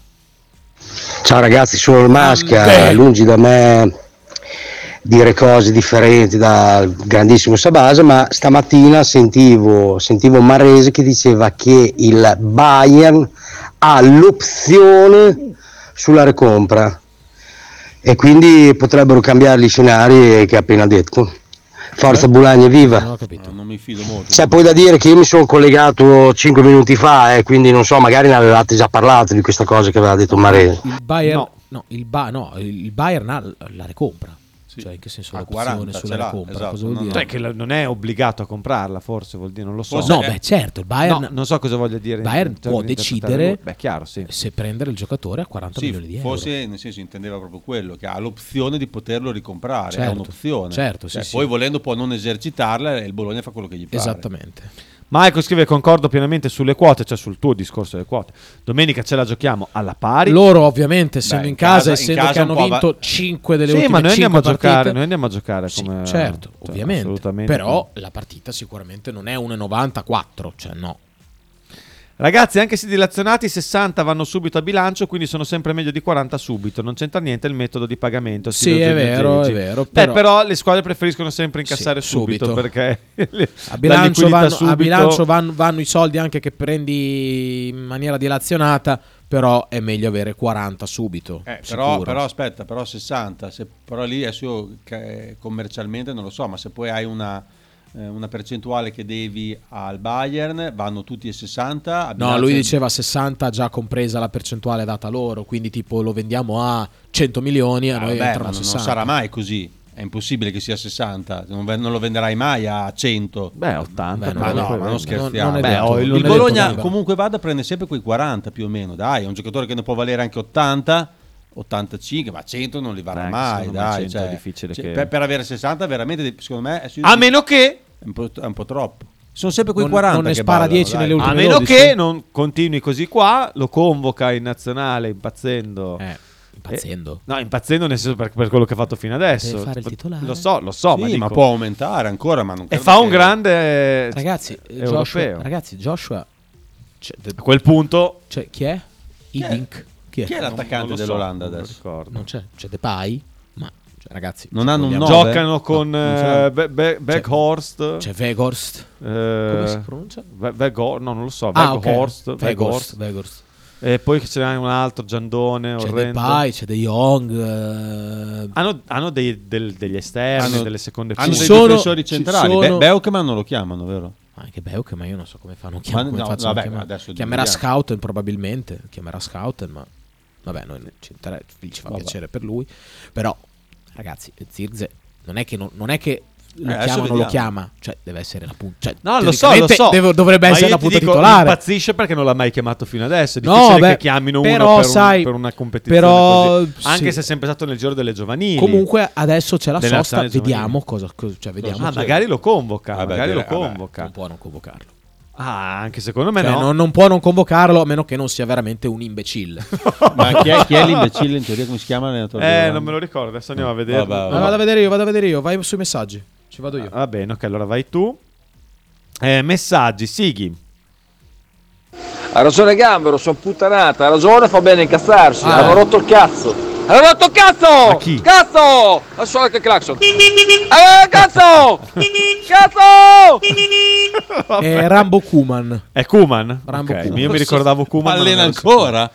[SPEAKER 7] Ciao ragazzi, sono il Masca, lungi da me dire cose differenti dal grandissimo Sabasa, ma stamattina sentivo, sentivo Marrese che diceva che il Bayern ha l'opzione sulla recompra e quindi potrebbero cambiare gli scenari che ha appena detto. Forza Bulagna, viva!
[SPEAKER 2] Non mi fido molto.
[SPEAKER 7] C'è poi da dire che io mi sono collegato 5 minuti fa, eh, quindi non so, magari ne avevate già parlato di questa cosa che aveva detto Marese.
[SPEAKER 1] Il Bayern, no. il Ba- no, il Bayern ha l- la recompra. Cioè, in che senso l'opzione
[SPEAKER 3] 40
[SPEAKER 1] sulla
[SPEAKER 3] ce l'ha,
[SPEAKER 1] recompra?
[SPEAKER 3] esatto,
[SPEAKER 1] cosa vuol
[SPEAKER 3] no,
[SPEAKER 1] dire?
[SPEAKER 3] no. Cioè che la- non è obbligato a comprarla, forse vuol dire, non lo so.
[SPEAKER 1] Forse No, è- beh, certo, il Bayern-
[SPEAKER 3] No, non so cosa voglia dire. in
[SPEAKER 1] Bayern
[SPEAKER 3] termini
[SPEAKER 1] può
[SPEAKER 3] di interpretare
[SPEAKER 1] decidere
[SPEAKER 3] lui. Beh, chiaro, sì.
[SPEAKER 1] se prendere il giocatore a 40
[SPEAKER 2] Sì,
[SPEAKER 1] milioni di euro.
[SPEAKER 2] forse nel senso intendeva proprio quello, che ha l'opzione di poterlo ricomprare,
[SPEAKER 1] Certo,
[SPEAKER 2] è un'opzione.
[SPEAKER 1] certo, sì,
[SPEAKER 2] Cioè,
[SPEAKER 1] sì.
[SPEAKER 2] Poi volendo può non esercitarla e il Bologna fa quello che gli pare.
[SPEAKER 1] Esattamente.
[SPEAKER 3] Michael scrive concordo pienamente sulle quote, cioè sul tuo discorso delle quote. Domenica ce la giochiamo alla pari.
[SPEAKER 1] Loro ovviamente essendo
[SPEAKER 3] Beh,
[SPEAKER 1] in casa,
[SPEAKER 3] in
[SPEAKER 1] essendo
[SPEAKER 3] casa
[SPEAKER 1] che
[SPEAKER 3] un
[SPEAKER 1] hanno
[SPEAKER 3] po' ava-
[SPEAKER 1] vinto 5 delle
[SPEAKER 3] Sì,
[SPEAKER 1] ultime
[SPEAKER 3] ma noi andiamo a
[SPEAKER 1] 5
[SPEAKER 3] giocare,
[SPEAKER 1] partite.
[SPEAKER 3] noi andiamo a giocare
[SPEAKER 1] Sì,
[SPEAKER 3] come-
[SPEAKER 1] certo,
[SPEAKER 3] cioè,
[SPEAKER 1] ovviamente.
[SPEAKER 3] assolutamente.
[SPEAKER 1] Però la partita sicuramente non è 1,94, cioè no.
[SPEAKER 3] Ragazzi, anche se dilazionati, 60 vanno subito a bilancio, quindi sono sempre meglio di 40 subito. Non c'entra niente il metodo di pagamento.
[SPEAKER 1] Sì,
[SPEAKER 3] scrive
[SPEAKER 1] è
[SPEAKER 3] Eugenio
[SPEAKER 1] vero,
[SPEAKER 3] Gigi.
[SPEAKER 1] è vero,
[SPEAKER 3] Beh,
[SPEAKER 1] però-
[SPEAKER 3] Eh, però... le squadre preferiscono sempre incassare
[SPEAKER 1] Sì,
[SPEAKER 3] subito,
[SPEAKER 1] subito.
[SPEAKER 3] perché le-
[SPEAKER 1] A
[SPEAKER 3] la
[SPEAKER 1] bilancio,
[SPEAKER 3] liquidità
[SPEAKER 1] vanno, a
[SPEAKER 3] subito-
[SPEAKER 1] bilancio van- vanno i soldi anche che prendi in maniera dilazionata, però è meglio avere 40 subito.
[SPEAKER 2] Eh, però,
[SPEAKER 1] sicuro.
[SPEAKER 2] però aspetta, però 60, se, però lì adesso io che- commercialmente non lo so, ma se poi hai una, eh, una percentuale che devi al Bayern, vanno tutti e 60. a
[SPEAKER 1] No,
[SPEAKER 2] bilancio-
[SPEAKER 1] lui diceva 60 già compresa la percentuale data loro, quindi tipo lo vendiamo a 100 milioni e
[SPEAKER 2] Ah,
[SPEAKER 1] a noi
[SPEAKER 2] vabbè, ma
[SPEAKER 1] entrano
[SPEAKER 2] non
[SPEAKER 1] 60.
[SPEAKER 2] sarà mai così. È impossibile che sia 60, non, ve- non lo venderai mai a 100.
[SPEAKER 3] Beh, 80.
[SPEAKER 2] ma
[SPEAKER 3] però poi
[SPEAKER 2] no, ma non
[SPEAKER 3] vende.
[SPEAKER 2] scherziamo.
[SPEAKER 3] Non- non è Beh, detto, oh, il- non
[SPEAKER 2] il
[SPEAKER 3] è detto
[SPEAKER 2] Bologna
[SPEAKER 3] nulla.
[SPEAKER 2] comunque vada prende sempre quei 40 più o meno, dai, è un giocatore che ne può valere anche 80. 85, ma 100 non li varrà
[SPEAKER 3] Dai,
[SPEAKER 2] mai,
[SPEAKER 3] Eh, secondo me
[SPEAKER 2] dai,
[SPEAKER 3] 100 è
[SPEAKER 2] cioè,
[SPEAKER 3] difficile
[SPEAKER 2] cioè,
[SPEAKER 3] che-
[SPEAKER 2] per, per avere 60 veramente secondo me è su-
[SPEAKER 3] A meno che...
[SPEAKER 2] è un po', è un po' troppo. Sono sempre quei
[SPEAKER 1] Non-
[SPEAKER 2] 40
[SPEAKER 1] non ne
[SPEAKER 2] che
[SPEAKER 1] spara
[SPEAKER 2] ballano,
[SPEAKER 1] 10
[SPEAKER 2] dai.
[SPEAKER 1] nelle ultime
[SPEAKER 3] A meno che non continui così qua, lo convoca in nazionale impazzendo.
[SPEAKER 1] Eh, impazzendo.
[SPEAKER 3] Eh, no, impazzendo nel senso per, per quello che ha fatto fino adesso.
[SPEAKER 1] Deve fare il titolare.
[SPEAKER 3] Lo so, lo so,
[SPEAKER 2] Sì,
[SPEAKER 3] ma,
[SPEAKER 2] ma,
[SPEAKER 3] dico-
[SPEAKER 2] può aumentare ancora, ma non
[SPEAKER 3] E
[SPEAKER 2] credo
[SPEAKER 3] fa un
[SPEAKER 2] che-
[SPEAKER 3] grande eh,
[SPEAKER 1] Ragazzi,
[SPEAKER 3] europeo.
[SPEAKER 1] Joshua, ragazzi, Joshua cioè, de-
[SPEAKER 3] A quel punto
[SPEAKER 1] cioè, chi è? Idink. Chi è,
[SPEAKER 2] chi è l'attaccante
[SPEAKER 1] Non- non lo so,
[SPEAKER 2] dell'Olanda
[SPEAKER 1] non lo
[SPEAKER 2] adesso?
[SPEAKER 1] ricordo. Non c'è, c'è Depay, ma cioè, ragazzi,
[SPEAKER 2] Non
[SPEAKER 1] se
[SPEAKER 2] hanno un
[SPEAKER 1] vogliamo-
[SPEAKER 2] nove?
[SPEAKER 3] Giocano con
[SPEAKER 1] No, non ce
[SPEAKER 3] eh,
[SPEAKER 1] l'hanno.
[SPEAKER 3] Be- Be- Weghorst.
[SPEAKER 1] C'è Weghorst. Come si pronuncia?
[SPEAKER 3] Weghorst, no, non lo so.
[SPEAKER 1] Ah, ok.
[SPEAKER 3] Weghorst.
[SPEAKER 1] Weghorst,
[SPEAKER 3] Weghorst.
[SPEAKER 1] Weghorst.
[SPEAKER 3] E poi ce n'è un altro, Giandone,
[SPEAKER 1] C'è
[SPEAKER 3] orrendo.
[SPEAKER 1] Depay, c'è De eh, Jong.
[SPEAKER 3] Hanno, hanno dei- del- degli esterni, delle seconde
[SPEAKER 2] hanno dei
[SPEAKER 3] punte.
[SPEAKER 2] difensori centrali. Be- Beukman non lo chiamano, vero?
[SPEAKER 1] Anche Beuk, ma io non so come fanno. Chiam-
[SPEAKER 2] Ma
[SPEAKER 1] come
[SPEAKER 2] no,
[SPEAKER 1] facciano a
[SPEAKER 2] vabbè,
[SPEAKER 1] chiamare.
[SPEAKER 2] adesso
[SPEAKER 1] chiamerà
[SPEAKER 2] dobbiamo-
[SPEAKER 1] Scouten probabilmente. Chiamerà Scouten, ma vabbè, noi ci, inter- ci fa
[SPEAKER 2] Vabbè.
[SPEAKER 1] piacere per lui. Però ragazzi, Zirze non è che, non, non è che lo
[SPEAKER 3] Eh, adesso
[SPEAKER 1] chiama o non lo
[SPEAKER 3] vediamo.
[SPEAKER 1] chiama, cioè deve essere la punta. Cioè,
[SPEAKER 3] No, lo so, lo
[SPEAKER 1] teoricamente
[SPEAKER 3] so.
[SPEAKER 1] deve- dovrebbe
[SPEAKER 3] Ma
[SPEAKER 1] essere
[SPEAKER 3] io
[SPEAKER 1] la
[SPEAKER 3] ti
[SPEAKER 1] punta
[SPEAKER 3] dico,
[SPEAKER 1] titolare.
[SPEAKER 3] Impazzisce perché non l'ha mai chiamato fino adesso. È
[SPEAKER 1] No,
[SPEAKER 3] difficile
[SPEAKER 1] beh,
[SPEAKER 3] che chiamino
[SPEAKER 1] però,
[SPEAKER 3] uno per, un-
[SPEAKER 1] sai,
[SPEAKER 3] per una competizione
[SPEAKER 1] però,
[SPEAKER 3] così.
[SPEAKER 1] sì.
[SPEAKER 3] Anche se è sempre stato nel giro delle giovanili.
[SPEAKER 1] Comunque adesso c'è la
[SPEAKER 3] Delle
[SPEAKER 1] sosta,
[SPEAKER 3] nazionali giovanili.
[SPEAKER 1] vediamo cosa, cosa- cioè, vediamo
[SPEAKER 3] Ah,
[SPEAKER 1] se-
[SPEAKER 3] magari lo convoca.
[SPEAKER 1] Vabbè,
[SPEAKER 3] magari lo
[SPEAKER 1] direi- vabbè,
[SPEAKER 3] convoca.
[SPEAKER 1] non può non convocarlo.
[SPEAKER 3] Ah, anche secondo me
[SPEAKER 1] Cioè,
[SPEAKER 3] no.
[SPEAKER 1] non, non può non convocarlo a meno che non sia veramente un imbecille.
[SPEAKER 2] Ma chi è, chi è l'imbecille in teoria? Come si chiama l'allenatore?
[SPEAKER 3] Eh,
[SPEAKER 2] dell'Olanda?
[SPEAKER 3] non me lo ricordo. Adesso andiamo a vedere.
[SPEAKER 2] Vabbè,
[SPEAKER 1] Ma vado a vedere io, vado a vedere io, vai sui messaggi.
[SPEAKER 2] Certo.
[SPEAKER 1] Ci vado io.
[SPEAKER 3] Ah, Va bene, ok, allora vai tu. Eh, messaggi, Sighi.
[SPEAKER 18] Ha ragione Gambero, sono puttanata, ha ragione, fa bene incazzarsi,
[SPEAKER 3] Ah.
[SPEAKER 14] eh.
[SPEAKER 18] hanno rotto il cazzo. Hanno rotto il cazzo!
[SPEAKER 3] Ma chi?
[SPEAKER 18] Cazzo! Ha suonato il clacson. Ah, cazzo! cazzo!
[SPEAKER 6] Eh,
[SPEAKER 1] È Eh, Rambo Kuman.
[SPEAKER 3] È Kuman?
[SPEAKER 1] Rambo
[SPEAKER 3] Ok,
[SPEAKER 1] Kuman.
[SPEAKER 3] Io mi ricordavo Kuman.
[SPEAKER 2] Allena
[SPEAKER 3] non ero
[SPEAKER 2] ancora?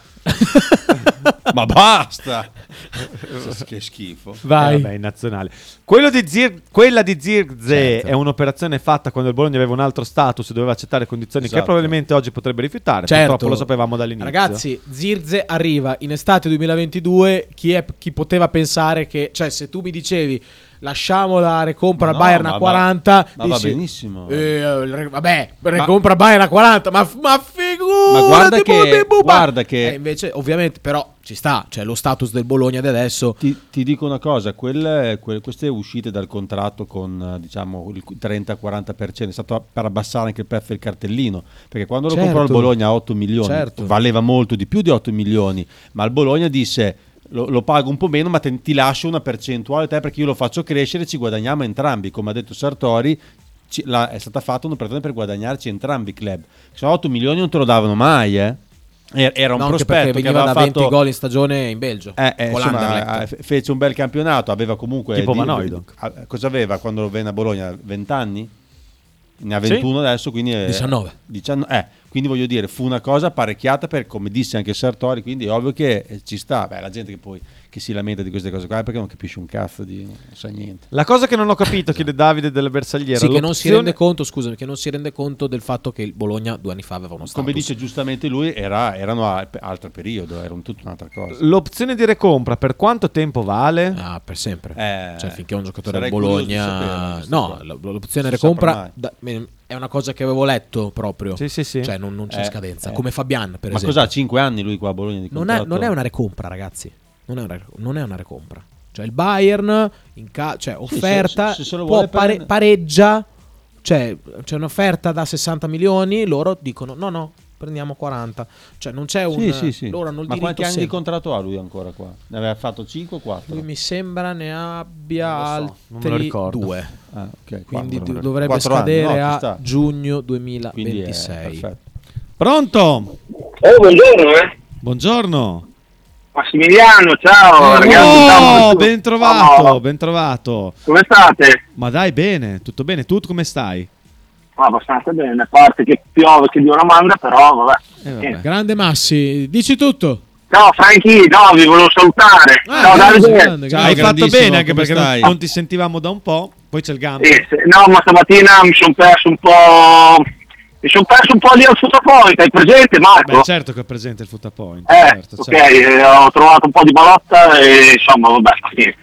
[SPEAKER 2] Ma basta! che schifo.
[SPEAKER 1] Vai.
[SPEAKER 3] Eh, vabbè, in nazionale. Quello di Zir- quella di Zirze
[SPEAKER 1] Certo.
[SPEAKER 3] è un'operazione fatta quando il Bologna aveva un altro status e doveva accettare condizioni che
[SPEAKER 1] Esatto.
[SPEAKER 3] probabilmente oggi potrebbe rifiutare.
[SPEAKER 1] Certo.
[SPEAKER 3] Purtroppo lo sapevamo dall'inizio.
[SPEAKER 1] Ragazzi, Zirze arriva in estate 2022. Chi, è- chi poteva pensare che, cioè, se tu mi dicevi lasciamo la recompra
[SPEAKER 2] Ma no,
[SPEAKER 1] Bayern
[SPEAKER 2] ma
[SPEAKER 1] a
[SPEAKER 2] va-
[SPEAKER 1] 40,
[SPEAKER 2] ma va
[SPEAKER 1] dici,
[SPEAKER 2] benissimo.
[SPEAKER 1] eh, il re- vabbè, recompra Bayern a uh, 40, ma, ma figurati,
[SPEAKER 2] Ma guarda che-
[SPEAKER 1] bu- bu- bu-
[SPEAKER 2] guarda che-
[SPEAKER 1] Eh, invece, ovviamente, però ci sta, cioè lo status del Bologna di adesso.
[SPEAKER 2] Ti, ti dico una cosa, quelle- quelle- queste uscite dal contratto con eh, diciamo il 30-40% è stato a- per abbassare anche il prezzo del cartellino, perché quando
[SPEAKER 1] Certo.
[SPEAKER 2] lo comprò il Bologna a 8 milioni
[SPEAKER 1] Certo.
[SPEAKER 2] valeva molto di più di 8 milioni, ma il Bologna disse lo, lo pago un po' meno ma te- ti lascio una percentuale a te perché io lo faccio crescere e ci guadagniamo entrambi, come ha detto Sartori. ci- la- è stata fatta un'operazione per guadagnarci entrambi i club. Se no 8 milioni non te lo davano mai, eh. Era era un
[SPEAKER 1] No, anche perché
[SPEAKER 2] prospetto che
[SPEAKER 1] veniva
[SPEAKER 2] aveva
[SPEAKER 1] da 20
[SPEAKER 2] fatto
[SPEAKER 1] gol in stagione in Belgio.
[SPEAKER 2] eh, eh,
[SPEAKER 1] con
[SPEAKER 2] insomma,
[SPEAKER 1] l'Anderlecht.
[SPEAKER 2] eh, fe- fece un bel campionato, aveva comunque...
[SPEAKER 3] Tipo
[SPEAKER 2] di-
[SPEAKER 3] Manoido.
[SPEAKER 2] a- cosa aveva quando venne a Bologna? 20 anni? Ne ha
[SPEAKER 3] Sì.
[SPEAKER 2] 21 adesso, quindi... è-
[SPEAKER 1] 19.
[SPEAKER 2] 19 eh, quindi voglio dire, fu una cosa apparecchiata per, come disse anche Sartori, quindi è ovvio che eh, ci sta. Beh, la gente che poi che si lamenta di queste cose qua è perché non capisce un cazzo, di, non sa niente.
[SPEAKER 3] La cosa che non ho capito, chiede Davide della Bersagliera.
[SPEAKER 1] Sì, che non si
[SPEAKER 3] l'opzione-
[SPEAKER 1] rende conto, scusami, che non si rende conto del fatto che il Bologna due anni fa aveva uno status.
[SPEAKER 2] Come dice giustamente lui, era, erano a- altro periodo, erano tutta un'altra cosa.
[SPEAKER 3] L'opzione di recompra per quanto tempo vale?
[SPEAKER 1] Ah, per sempre.
[SPEAKER 2] Eh,
[SPEAKER 1] cioè, finché un giocatore del
[SPEAKER 2] sarei curioso di saperlo,
[SPEAKER 1] Bologna.
[SPEAKER 2] questa
[SPEAKER 1] No,
[SPEAKER 2] cosa.
[SPEAKER 1] la- l'opzione
[SPEAKER 2] Non si saprà
[SPEAKER 1] recompra
[SPEAKER 2] mai.
[SPEAKER 1] da- me- è una cosa che avevo letto proprio.
[SPEAKER 3] Sì, sì, sì.
[SPEAKER 1] Cioè, non, non c'è
[SPEAKER 2] Eh,
[SPEAKER 1] scadenza.
[SPEAKER 2] eh.
[SPEAKER 1] Come Fabian, per
[SPEAKER 2] Ma
[SPEAKER 1] esempio.
[SPEAKER 2] cos'ha? 5 anni lui qua a Bologna di
[SPEAKER 1] non, è,
[SPEAKER 2] contratto?
[SPEAKER 1] non è una recompra, ragazzi. Non è una, non è una recompra. Cioè, il Bayern, in ca- cioè, offerta,
[SPEAKER 2] se- se- se lo
[SPEAKER 1] può
[SPEAKER 2] vuole
[SPEAKER 1] pare-
[SPEAKER 2] prendere.
[SPEAKER 1] pareggia. Cioè, c'è un'offerta da 60 milioni, loro dicono no, no, prendiamo 40. Cioè, non c'è un...
[SPEAKER 2] Sì, sì, sì.
[SPEAKER 1] Loro hanno il
[SPEAKER 2] Ma
[SPEAKER 1] diritto
[SPEAKER 2] quanti anni di
[SPEAKER 1] sempre.
[SPEAKER 2] contratto ha lui ancora qua? Ne aveva fatto 5 o 4?
[SPEAKER 1] Lui mi sembra ne abbia
[SPEAKER 2] Non lo so, non me lo
[SPEAKER 1] altri
[SPEAKER 2] ricordo.
[SPEAKER 1] due.
[SPEAKER 2] Ah, ok,
[SPEAKER 1] Quindi
[SPEAKER 2] quattro,
[SPEAKER 1] d-
[SPEAKER 2] allora.
[SPEAKER 1] dovrebbe
[SPEAKER 2] Quattro anni,
[SPEAKER 1] scadere
[SPEAKER 2] no, ci
[SPEAKER 1] a
[SPEAKER 2] sta.
[SPEAKER 1] giugno
[SPEAKER 2] Quindi è
[SPEAKER 1] 2026.
[SPEAKER 2] perfetto.
[SPEAKER 6] Pronto?
[SPEAKER 9] Oh, buongiorno, eh.
[SPEAKER 6] Buongiorno.
[SPEAKER 9] Massimiliano, ciao ragazzi.
[SPEAKER 6] oh,
[SPEAKER 9] ciao.
[SPEAKER 6] ben trovato,
[SPEAKER 9] Ciao.
[SPEAKER 6] ben trovato.
[SPEAKER 9] Come state?
[SPEAKER 6] Ma dai, bene, tutto bene. Tu come stai?
[SPEAKER 9] Ah, abbastanza bene, a parte che piove, che di una manda, però Eh, vabbè. Niente.
[SPEAKER 1] Grande Massi, dici tutto. Ah,
[SPEAKER 9] Ciao Franchi, no, vi volevo salutare. ciao Davide.
[SPEAKER 6] Hai fatto bene anche perché non, non ti sentivamo da un po'. Poi c'è il gambo.
[SPEAKER 9] Sì, sì. Eh, No, ma stamattina mi sono perso un po'... Mi sono perso un po' lì al fotofonica, hai presente Marco?
[SPEAKER 6] Beh, certo che è presente il Futapoint.
[SPEAKER 9] eh,
[SPEAKER 6] certo,
[SPEAKER 9] ok,
[SPEAKER 6] certo.
[SPEAKER 9] eh, ho trovato un po' di balotta e insomma, vabbè, sì.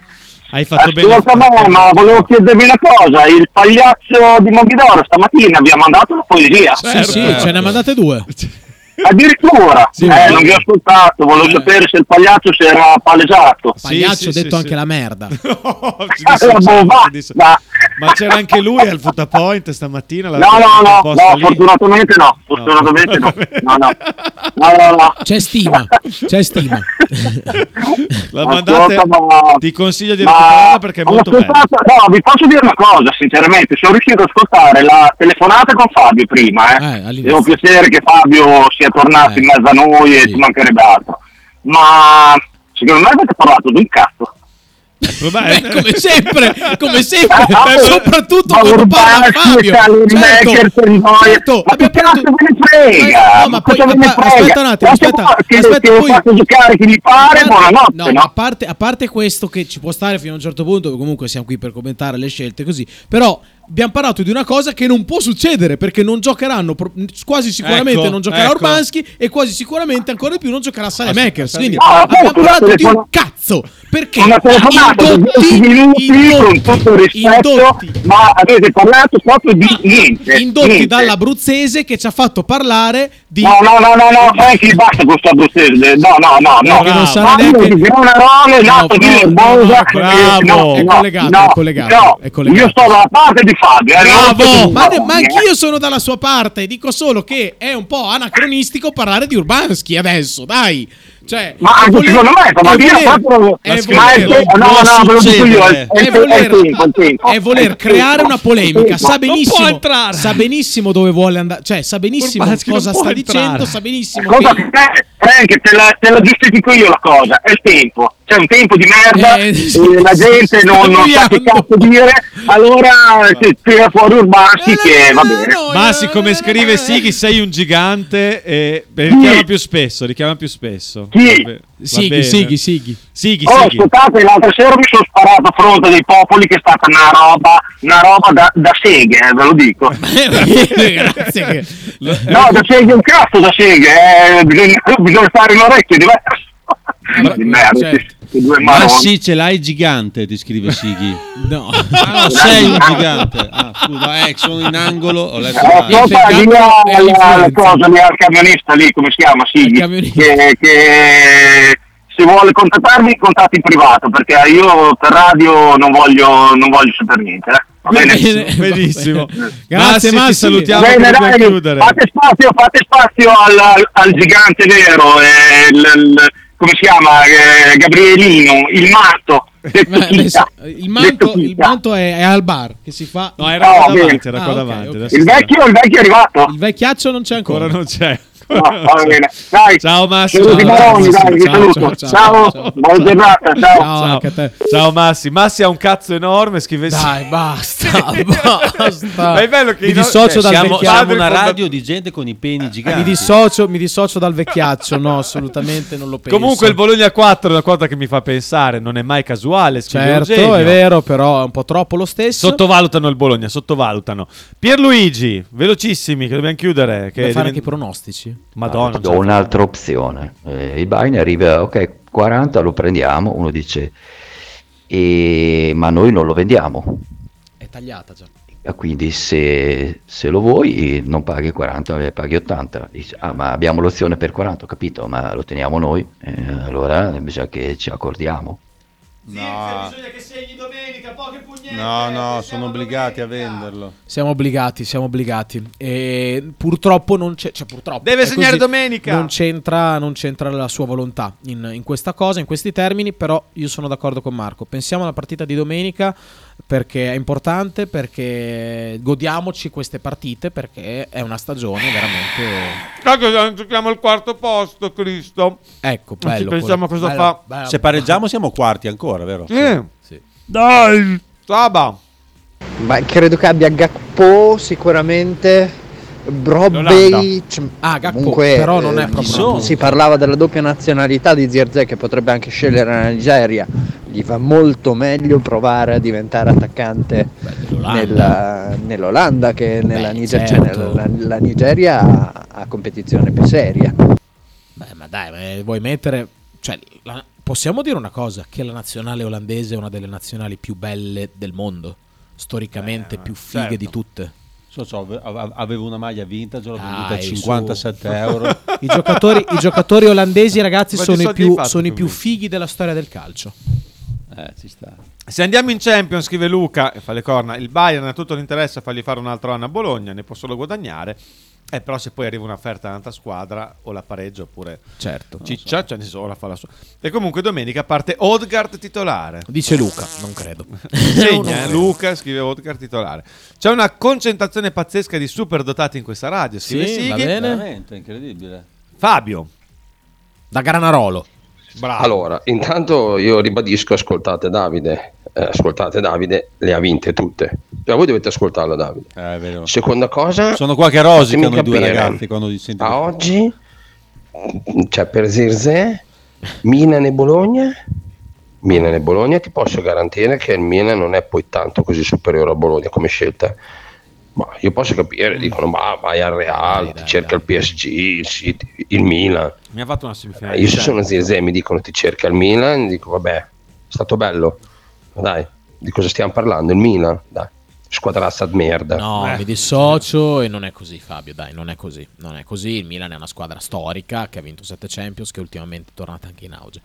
[SPEAKER 6] Hai fatto bene.
[SPEAKER 9] Eh, Ascolta me, ma volevo chiedervi una cosa, il pagliaccio di Moghidoro stamattina vi ha mandato una poesia.
[SPEAKER 1] Sì,
[SPEAKER 9] Certo.
[SPEAKER 1] sì, ce ne mandate due.
[SPEAKER 9] Addirittura,
[SPEAKER 1] Sì,
[SPEAKER 9] eh,
[SPEAKER 1] sì.
[SPEAKER 9] non vi ho ascoltato,
[SPEAKER 6] Eh.
[SPEAKER 9] volevo sapere se il pagliaccio si era palesato.
[SPEAKER 1] Pagliaccio ho detto anche la merda.
[SPEAKER 6] Sì, sì,
[SPEAKER 9] boh, va,
[SPEAKER 6] sì, sì, sì.
[SPEAKER 9] va.
[SPEAKER 6] Ma c'era anche lui al Futapoint stamattina.
[SPEAKER 9] No,
[SPEAKER 6] l'ha-
[SPEAKER 9] no,
[SPEAKER 6] l'ha
[SPEAKER 9] no,
[SPEAKER 6] posta
[SPEAKER 9] no,
[SPEAKER 6] lì.
[SPEAKER 9] fortunatamente no, fortunatamente no, no, no, no, no, no.
[SPEAKER 1] C'è stima, c'è stima.
[SPEAKER 6] La mandate,
[SPEAKER 9] Ascolta, ma-
[SPEAKER 6] ti consiglio di
[SPEAKER 9] ma-
[SPEAKER 6] recuperarla perché è
[SPEAKER 9] ho
[SPEAKER 6] molto bella.
[SPEAKER 9] ascoltato- No, vi posso dire una cosa, sinceramente, sono riuscito ad ascoltare la telefonata con Fabio prima, eh. Devo piacere che Fabio sia tornato
[SPEAKER 6] Eh,
[SPEAKER 9] in mezzo a noi e ci mancherebbe altro. Ma secondo me avete parlato di un cazzo.
[SPEAKER 1] Beh, come sempre, come sempre,
[SPEAKER 9] Ah,
[SPEAKER 1] soprattutto
[SPEAKER 9] ma
[SPEAKER 1] quando parla
[SPEAKER 9] Urbani,
[SPEAKER 1] Fabio.
[SPEAKER 9] Salemaker,
[SPEAKER 1] Certo,
[SPEAKER 9] Tennoia,
[SPEAKER 1] certo, abbiamo parlato...
[SPEAKER 9] Frega,
[SPEAKER 1] No, ma poi,
[SPEAKER 9] eh, cosa ve ne
[SPEAKER 1] appa-
[SPEAKER 9] frega?
[SPEAKER 1] aspetta un attimo,
[SPEAKER 9] Tanto
[SPEAKER 1] aspetta,
[SPEAKER 9] che-
[SPEAKER 1] aspetta,
[SPEAKER 9] che lo
[SPEAKER 1] poi-
[SPEAKER 9] fate giocare chi gli pare,
[SPEAKER 1] A parte-
[SPEAKER 9] buonanotte,
[SPEAKER 1] no,
[SPEAKER 9] no?
[SPEAKER 1] A, parte, a parte questo che ci può stare fino a un certo punto, comunque siamo qui per commentare le scelte così, però abbiamo parlato di una cosa che non può succedere perché non giocheranno, pro- quasi sicuramente
[SPEAKER 2] Ecco,
[SPEAKER 1] non giocherà
[SPEAKER 2] ecco.
[SPEAKER 1] Urbanski e quasi sicuramente ancora di più non giocherà Salemakers, quindi
[SPEAKER 2] Ah,
[SPEAKER 9] No,
[SPEAKER 1] abbiamo
[SPEAKER 9] Ah, appunto, la
[SPEAKER 1] parlato di un
[SPEAKER 9] telefona-
[SPEAKER 1] cazzo. cazzo! Perché?
[SPEAKER 9] Una telefonata da 10 minuti con tutto il rispetto, ma avete parlato proprio di niente.
[SPEAKER 1] Indotti
[SPEAKER 9] niente.
[SPEAKER 1] dall'abruzzese che ci ha fatto parlare di...
[SPEAKER 9] No, no, no, no, no, Franchi, basta con sto abruzzese. No, no, no, no.
[SPEAKER 1] Che non sa
[SPEAKER 9] Ma
[SPEAKER 1] neanche-
[SPEAKER 9] io di Granarone,
[SPEAKER 1] No,
[SPEAKER 9] nato di
[SPEAKER 1] bravo,
[SPEAKER 9] Nerbosa,
[SPEAKER 1] bravo,
[SPEAKER 9] eh, no,
[SPEAKER 1] è
[SPEAKER 9] no,
[SPEAKER 1] collegato,
[SPEAKER 9] no,
[SPEAKER 1] è collegato,
[SPEAKER 9] no.
[SPEAKER 1] è collegato.
[SPEAKER 9] Io sto dalla parte di Fabio. eh, non sto
[SPEAKER 1] Bravo!
[SPEAKER 9] di
[SPEAKER 1] Ma, ne-
[SPEAKER 9] Nerbosa,
[SPEAKER 1] ma
[SPEAKER 9] eh.
[SPEAKER 1] anch'io sono dalla sua parte, dico solo che è un po' anacronistico parlare di Urbanski adesso, dai! Cioè,
[SPEAKER 9] Ma anche secondo me, ma
[SPEAKER 1] è
[SPEAKER 9] io
[SPEAKER 1] voler-
[SPEAKER 9] proprio...
[SPEAKER 1] è
[SPEAKER 9] Ma è-
[SPEAKER 1] voler-
[SPEAKER 9] no, no, ve lo dico io, è-
[SPEAKER 1] È
[SPEAKER 9] è- è il tempo, il tempo.
[SPEAKER 1] voler, è voler
[SPEAKER 9] È il
[SPEAKER 1] creare
[SPEAKER 9] tempo.
[SPEAKER 1] una polemica. Sa
[SPEAKER 9] Eh, Non può
[SPEAKER 1] benissimo, sa benissimo dove vuole andare, cioè sa benissimo
[SPEAKER 9] Urbanski non
[SPEAKER 1] cosa
[SPEAKER 9] può
[SPEAKER 1] sta
[SPEAKER 9] entrare.
[SPEAKER 1] dicendo, sa benissimo
[SPEAKER 9] Cosa
[SPEAKER 1] che-
[SPEAKER 9] eh, Frank, te la, te la giustifico io la cosa, è il tempo. C'è un tempo di merda,
[SPEAKER 1] Eh,
[SPEAKER 9] eh, la gente
[SPEAKER 1] sto
[SPEAKER 9] non, non sa che cazzo dire, allora si tira fuori Urbacchi
[SPEAKER 1] Eh,
[SPEAKER 9] che eh, va bene.
[SPEAKER 3] Ma siccome scrive Sighi sei un gigante e beh, richiama più spesso, richiama più spesso.
[SPEAKER 9] Chi?
[SPEAKER 3] Va be- va
[SPEAKER 1] Sighi,
[SPEAKER 3] bene.
[SPEAKER 1] Sighi, Sighi.
[SPEAKER 3] Sighi,
[SPEAKER 9] Oh,
[SPEAKER 3] Sighi.
[SPEAKER 9] ascoltate, l'altra sera mi sono sparato a fronte dei popoli che è stata una roba, una roba da, da seghe, eh, ve lo dico.
[SPEAKER 1] Grazie che-
[SPEAKER 9] No, da seghe un cazzo da seghe, eh, bisogna, bisogna stare in orecchio diverso. Di merda,
[SPEAKER 2] certo.
[SPEAKER 9] questi due
[SPEAKER 2] Ma
[SPEAKER 9] maroni.
[SPEAKER 2] sì, ce l'hai gigante, ti scrive Sighi.
[SPEAKER 1] no.
[SPEAKER 2] Ah, no, sei un gigante. Ah, scusa, eh, sono in angolo, ho
[SPEAKER 9] Eh,
[SPEAKER 2] letto male.
[SPEAKER 9] Ascolta, lì la, la, la cosa lì al camionista lì, come si chiama? Sigli, che, che se vuole contattarmi, contatti in privato, perché io per radio non voglio, non voglio sapere niente. eh. Va bene?
[SPEAKER 3] Benissimo.
[SPEAKER 1] Grazie,
[SPEAKER 3] Massi, ti
[SPEAKER 1] Massi.
[SPEAKER 3] salutiamo
[SPEAKER 9] Bene,
[SPEAKER 3] che dobbiamo
[SPEAKER 9] dai,
[SPEAKER 3] chiudere.
[SPEAKER 9] Fate spazio, fate spazio al, al- al gigante vero, eh, il- il- come si chiama? Eh, Gabrielino, il matto. detto
[SPEAKER 1] Beh, adesso- eh,
[SPEAKER 9] Chicca.
[SPEAKER 1] il manto, il manto è, è al bar che si fa. Ah,
[SPEAKER 3] No,
[SPEAKER 9] era qua davanti,
[SPEAKER 3] era qua davanti, adesso
[SPEAKER 9] Il vecchio, il vecchio Eh, è arrivato.
[SPEAKER 1] Il vecchiaccio non c'è ancora.
[SPEAKER 3] non c'è.
[SPEAKER 9] No, va bene. Dai,
[SPEAKER 3] ciao Massimo.
[SPEAKER 9] saluti
[SPEAKER 3] Ciao,
[SPEAKER 9] Maroni,
[SPEAKER 3] Massimo.
[SPEAKER 9] dai, vi
[SPEAKER 3] Ciao,
[SPEAKER 9] saluto.
[SPEAKER 3] ciao,
[SPEAKER 9] Ciao, buona giornata, ciao.
[SPEAKER 3] Ciao. Ciao Massi, Massi ha un cazzo enorme, scrive Dai,
[SPEAKER 1] basta,
[SPEAKER 3] basta. Ma è bello che
[SPEAKER 1] Mi
[SPEAKER 3] i no-
[SPEAKER 1] dissocio dal
[SPEAKER 2] cioè, siamo,
[SPEAKER 1] vecchiaccio.
[SPEAKER 2] siamo una radio di gente con i peni giganti.
[SPEAKER 1] Mi dissocio, mi dissocio dal vecchiaccio, no, assolutamente non lo penso.
[SPEAKER 3] Comunque il Bologna 4 è una cosa che mi fa pensare, non è mai casuale, scrive
[SPEAKER 1] certo,
[SPEAKER 3] Eugenio.
[SPEAKER 1] è vero, però è un po' troppo lo stesso.
[SPEAKER 3] Sottovalutano il Bologna, sottovalutano. Pierluigi, velocissimi, che dobbiamo chiudere. Che
[SPEAKER 1] Vuoi fare
[SPEAKER 3] divent-
[SPEAKER 1] anche i Ah, pronostici.
[SPEAKER 3] Madonna.
[SPEAKER 15] Do un'altra opzione. Eh, il Bayern arriva, ok, 40 lo prendiamo, uno dice, e- ma noi non lo vendiamo.
[SPEAKER 1] È tagliata già.
[SPEAKER 15] Ah, Quindi se, se lo vuoi non paghi 40, eh, paghi 80. Dici, ah, ma abbiamo l'opzione per 40, ho capito, ma lo teniamo noi. Eh, allora bisogna che ci accordiamo.
[SPEAKER 2] No. No, no, sono obbligati a venderlo.
[SPEAKER 1] Siamo obbligati, siamo obbligati. E purtroppo non c'è. Cioè, purtroppo.
[SPEAKER 3] Deve
[SPEAKER 1] è
[SPEAKER 3] segnare domenica.
[SPEAKER 1] Non c'entra, non c'entra la sua volontà in, in questa cosa, in questi termini. Però io sono d'accordo con Marco. Pensiamo alla partita di domenica perché è importante, perché godiamoci queste partite, perché è una stagione veramente.
[SPEAKER 3] eh, giochiamo il quarto posto, Cristo.
[SPEAKER 1] Ecco,
[SPEAKER 3] Non ci
[SPEAKER 1] bello.
[SPEAKER 3] pensiamo
[SPEAKER 1] quello.
[SPEAKER 3] cosa
[SPEAKER 1] Bello,
[SPEAKER 3] fa.
[SPEAKER 1] bello.
[SPEAKER 2] Se pareggiamo siamo quarti ancora, vero?
[SPEAKER 3] Sì.
[SPEAKER 1] Sì.
[SPEAKER 3] Dai. Saba.
[SPEAKER 17] Beh, credo che abbia Gakpo sicuramente, Brobbeic.
[SPEAKER 1] Ah, Gakpo, però non è
[SPEAKER 17] eh,
[SPEAKER 1] proprio
[SPEAKER 17] si-
[SPEAKER 1] una punta.
[SPEAKER 17] Si parlava della doppia nazionalità di Zirze che potrebbe anche scegliere la Nigeria. Gli va molto meglio provare a diventare attaccante nella- nell'Olanda che nella Nigeria. Cioè,
[SPEAKER 1] certo.
[SPEAKER 17] nella- la Nigeria ha- ha competizione più seria.
[SPEAKER 1] Beh, ma dai, ma vuoi mettere. Cioè, la- possiamo dire una cosa: che la nazionale olandese è una delle nazionali più belle del mondo, storicamente più fighe
[SPEAKER 2] certo.
[SPEAKER 1] di tutte.
[SPEAKER 2] So, so, ave- ave- avevo una maglia vintage, l'ho venduta a
[SPEAKER 1] Dai, su.
[SPEAKER 2] 57 euro.
[SPEAKER 1] I giocatori, i giocatori olandesi, ragazzi,
[SPEAKER 3] Quanti
[SPEAKER 1] sono i,
[SPEAKER 3] soldi
[SPEAKER 1] più,
[SPEAKER 3] hai fatto
[SPEAKER 1] sono i
[SPEAKER 3] tu,
[SPEAKER 1] più
[SPEAKER 3] Vince?
[SPEAKER 1] fighi della storia del calcio.
[SPEAKER 2] Eh, ci sta.
[SPEAKER 3] Se andiamo in Champions, scrive Luca, e fa le corna, il Bayern ha tutto l'interesse a fargli fare un altro anno a Bologna, ne può solo guadagnare. Eh, però se poi arriva un'offerta da un'altra squadra o la pareggio oppure
[SPEAKER 1] Certo.
[SPEAKER 3] ciccia, cioè nel senso, o la fa la sua. E comunque domenica parte Odgard titolare.
[SPEAKER 1] Dice Luca, non credo. Non
[SPEAKER 3] Segna, eh,
[SPEAKER 1] credo.
[SPEAKER 3] Luca scrive Odgard titolare. C'è una concentrazione pazzesca di superdotati in questa radio, scrive
[SPEAKER 1] Sì,
[SPEAKER 3] Sighi.
[SPEAKER 1] va bene.
[SPEAKER 2] Veramente incredibile.
[SPEAKER 3] Fabio.
[SPEAKER 1] Da Granarolo.
[SPEAKER 16] Allora, intanto io ribadisco, ascoltate Davide, eh, ascoltate Davide, le ha vinte tutte. Cioè voi dovete ascoltarlo Davide.
[SPEAKER 2] Eh,
[SPEAKER 16] Seconda cosa...
[SPEAKER 2] Sono qua che rosicano
[SPEAKER 16] fatemi
[SPEAKER 2] i due
[SPEAKER 16] capire,
[SPEAKER 2] ragazzi quando li sento.
[SPEAKER 16] A oggi, cioè per Zirze, Milan e Bologna, Milan e Bologna ti posso garantire che il Milan non è poi tanto così superiore a Bologna come scelta. Ma io posso
[SPEAKER 1] Mm.
[SPEAKER 16] capire, dicono ma vai al Real, ti cerca il PSG, il, City, il Milan.
[SPEAKER 3] Mi ha fatto una
[SPEAKER 1] Cioè,
[SPEAKER 3] semifinale.
[SPEAKER 16] Eh, Io se sono Zirze mi dicono ti cerca il Milan, dico vabbè, è stato bello, ma dai, di cosa stiamo parlando? Il Milan, dai, squadrazza di merda.
[SPEAKER 1] No,
[SPEAKER 16] Eh.
[SPEAKER 1] mi dissocio e non è così Fabio, dai, non è così. Non è così, il Milan è una squadra storica che ha vinto 7 Champions che ultimamente è tornata anche in auge.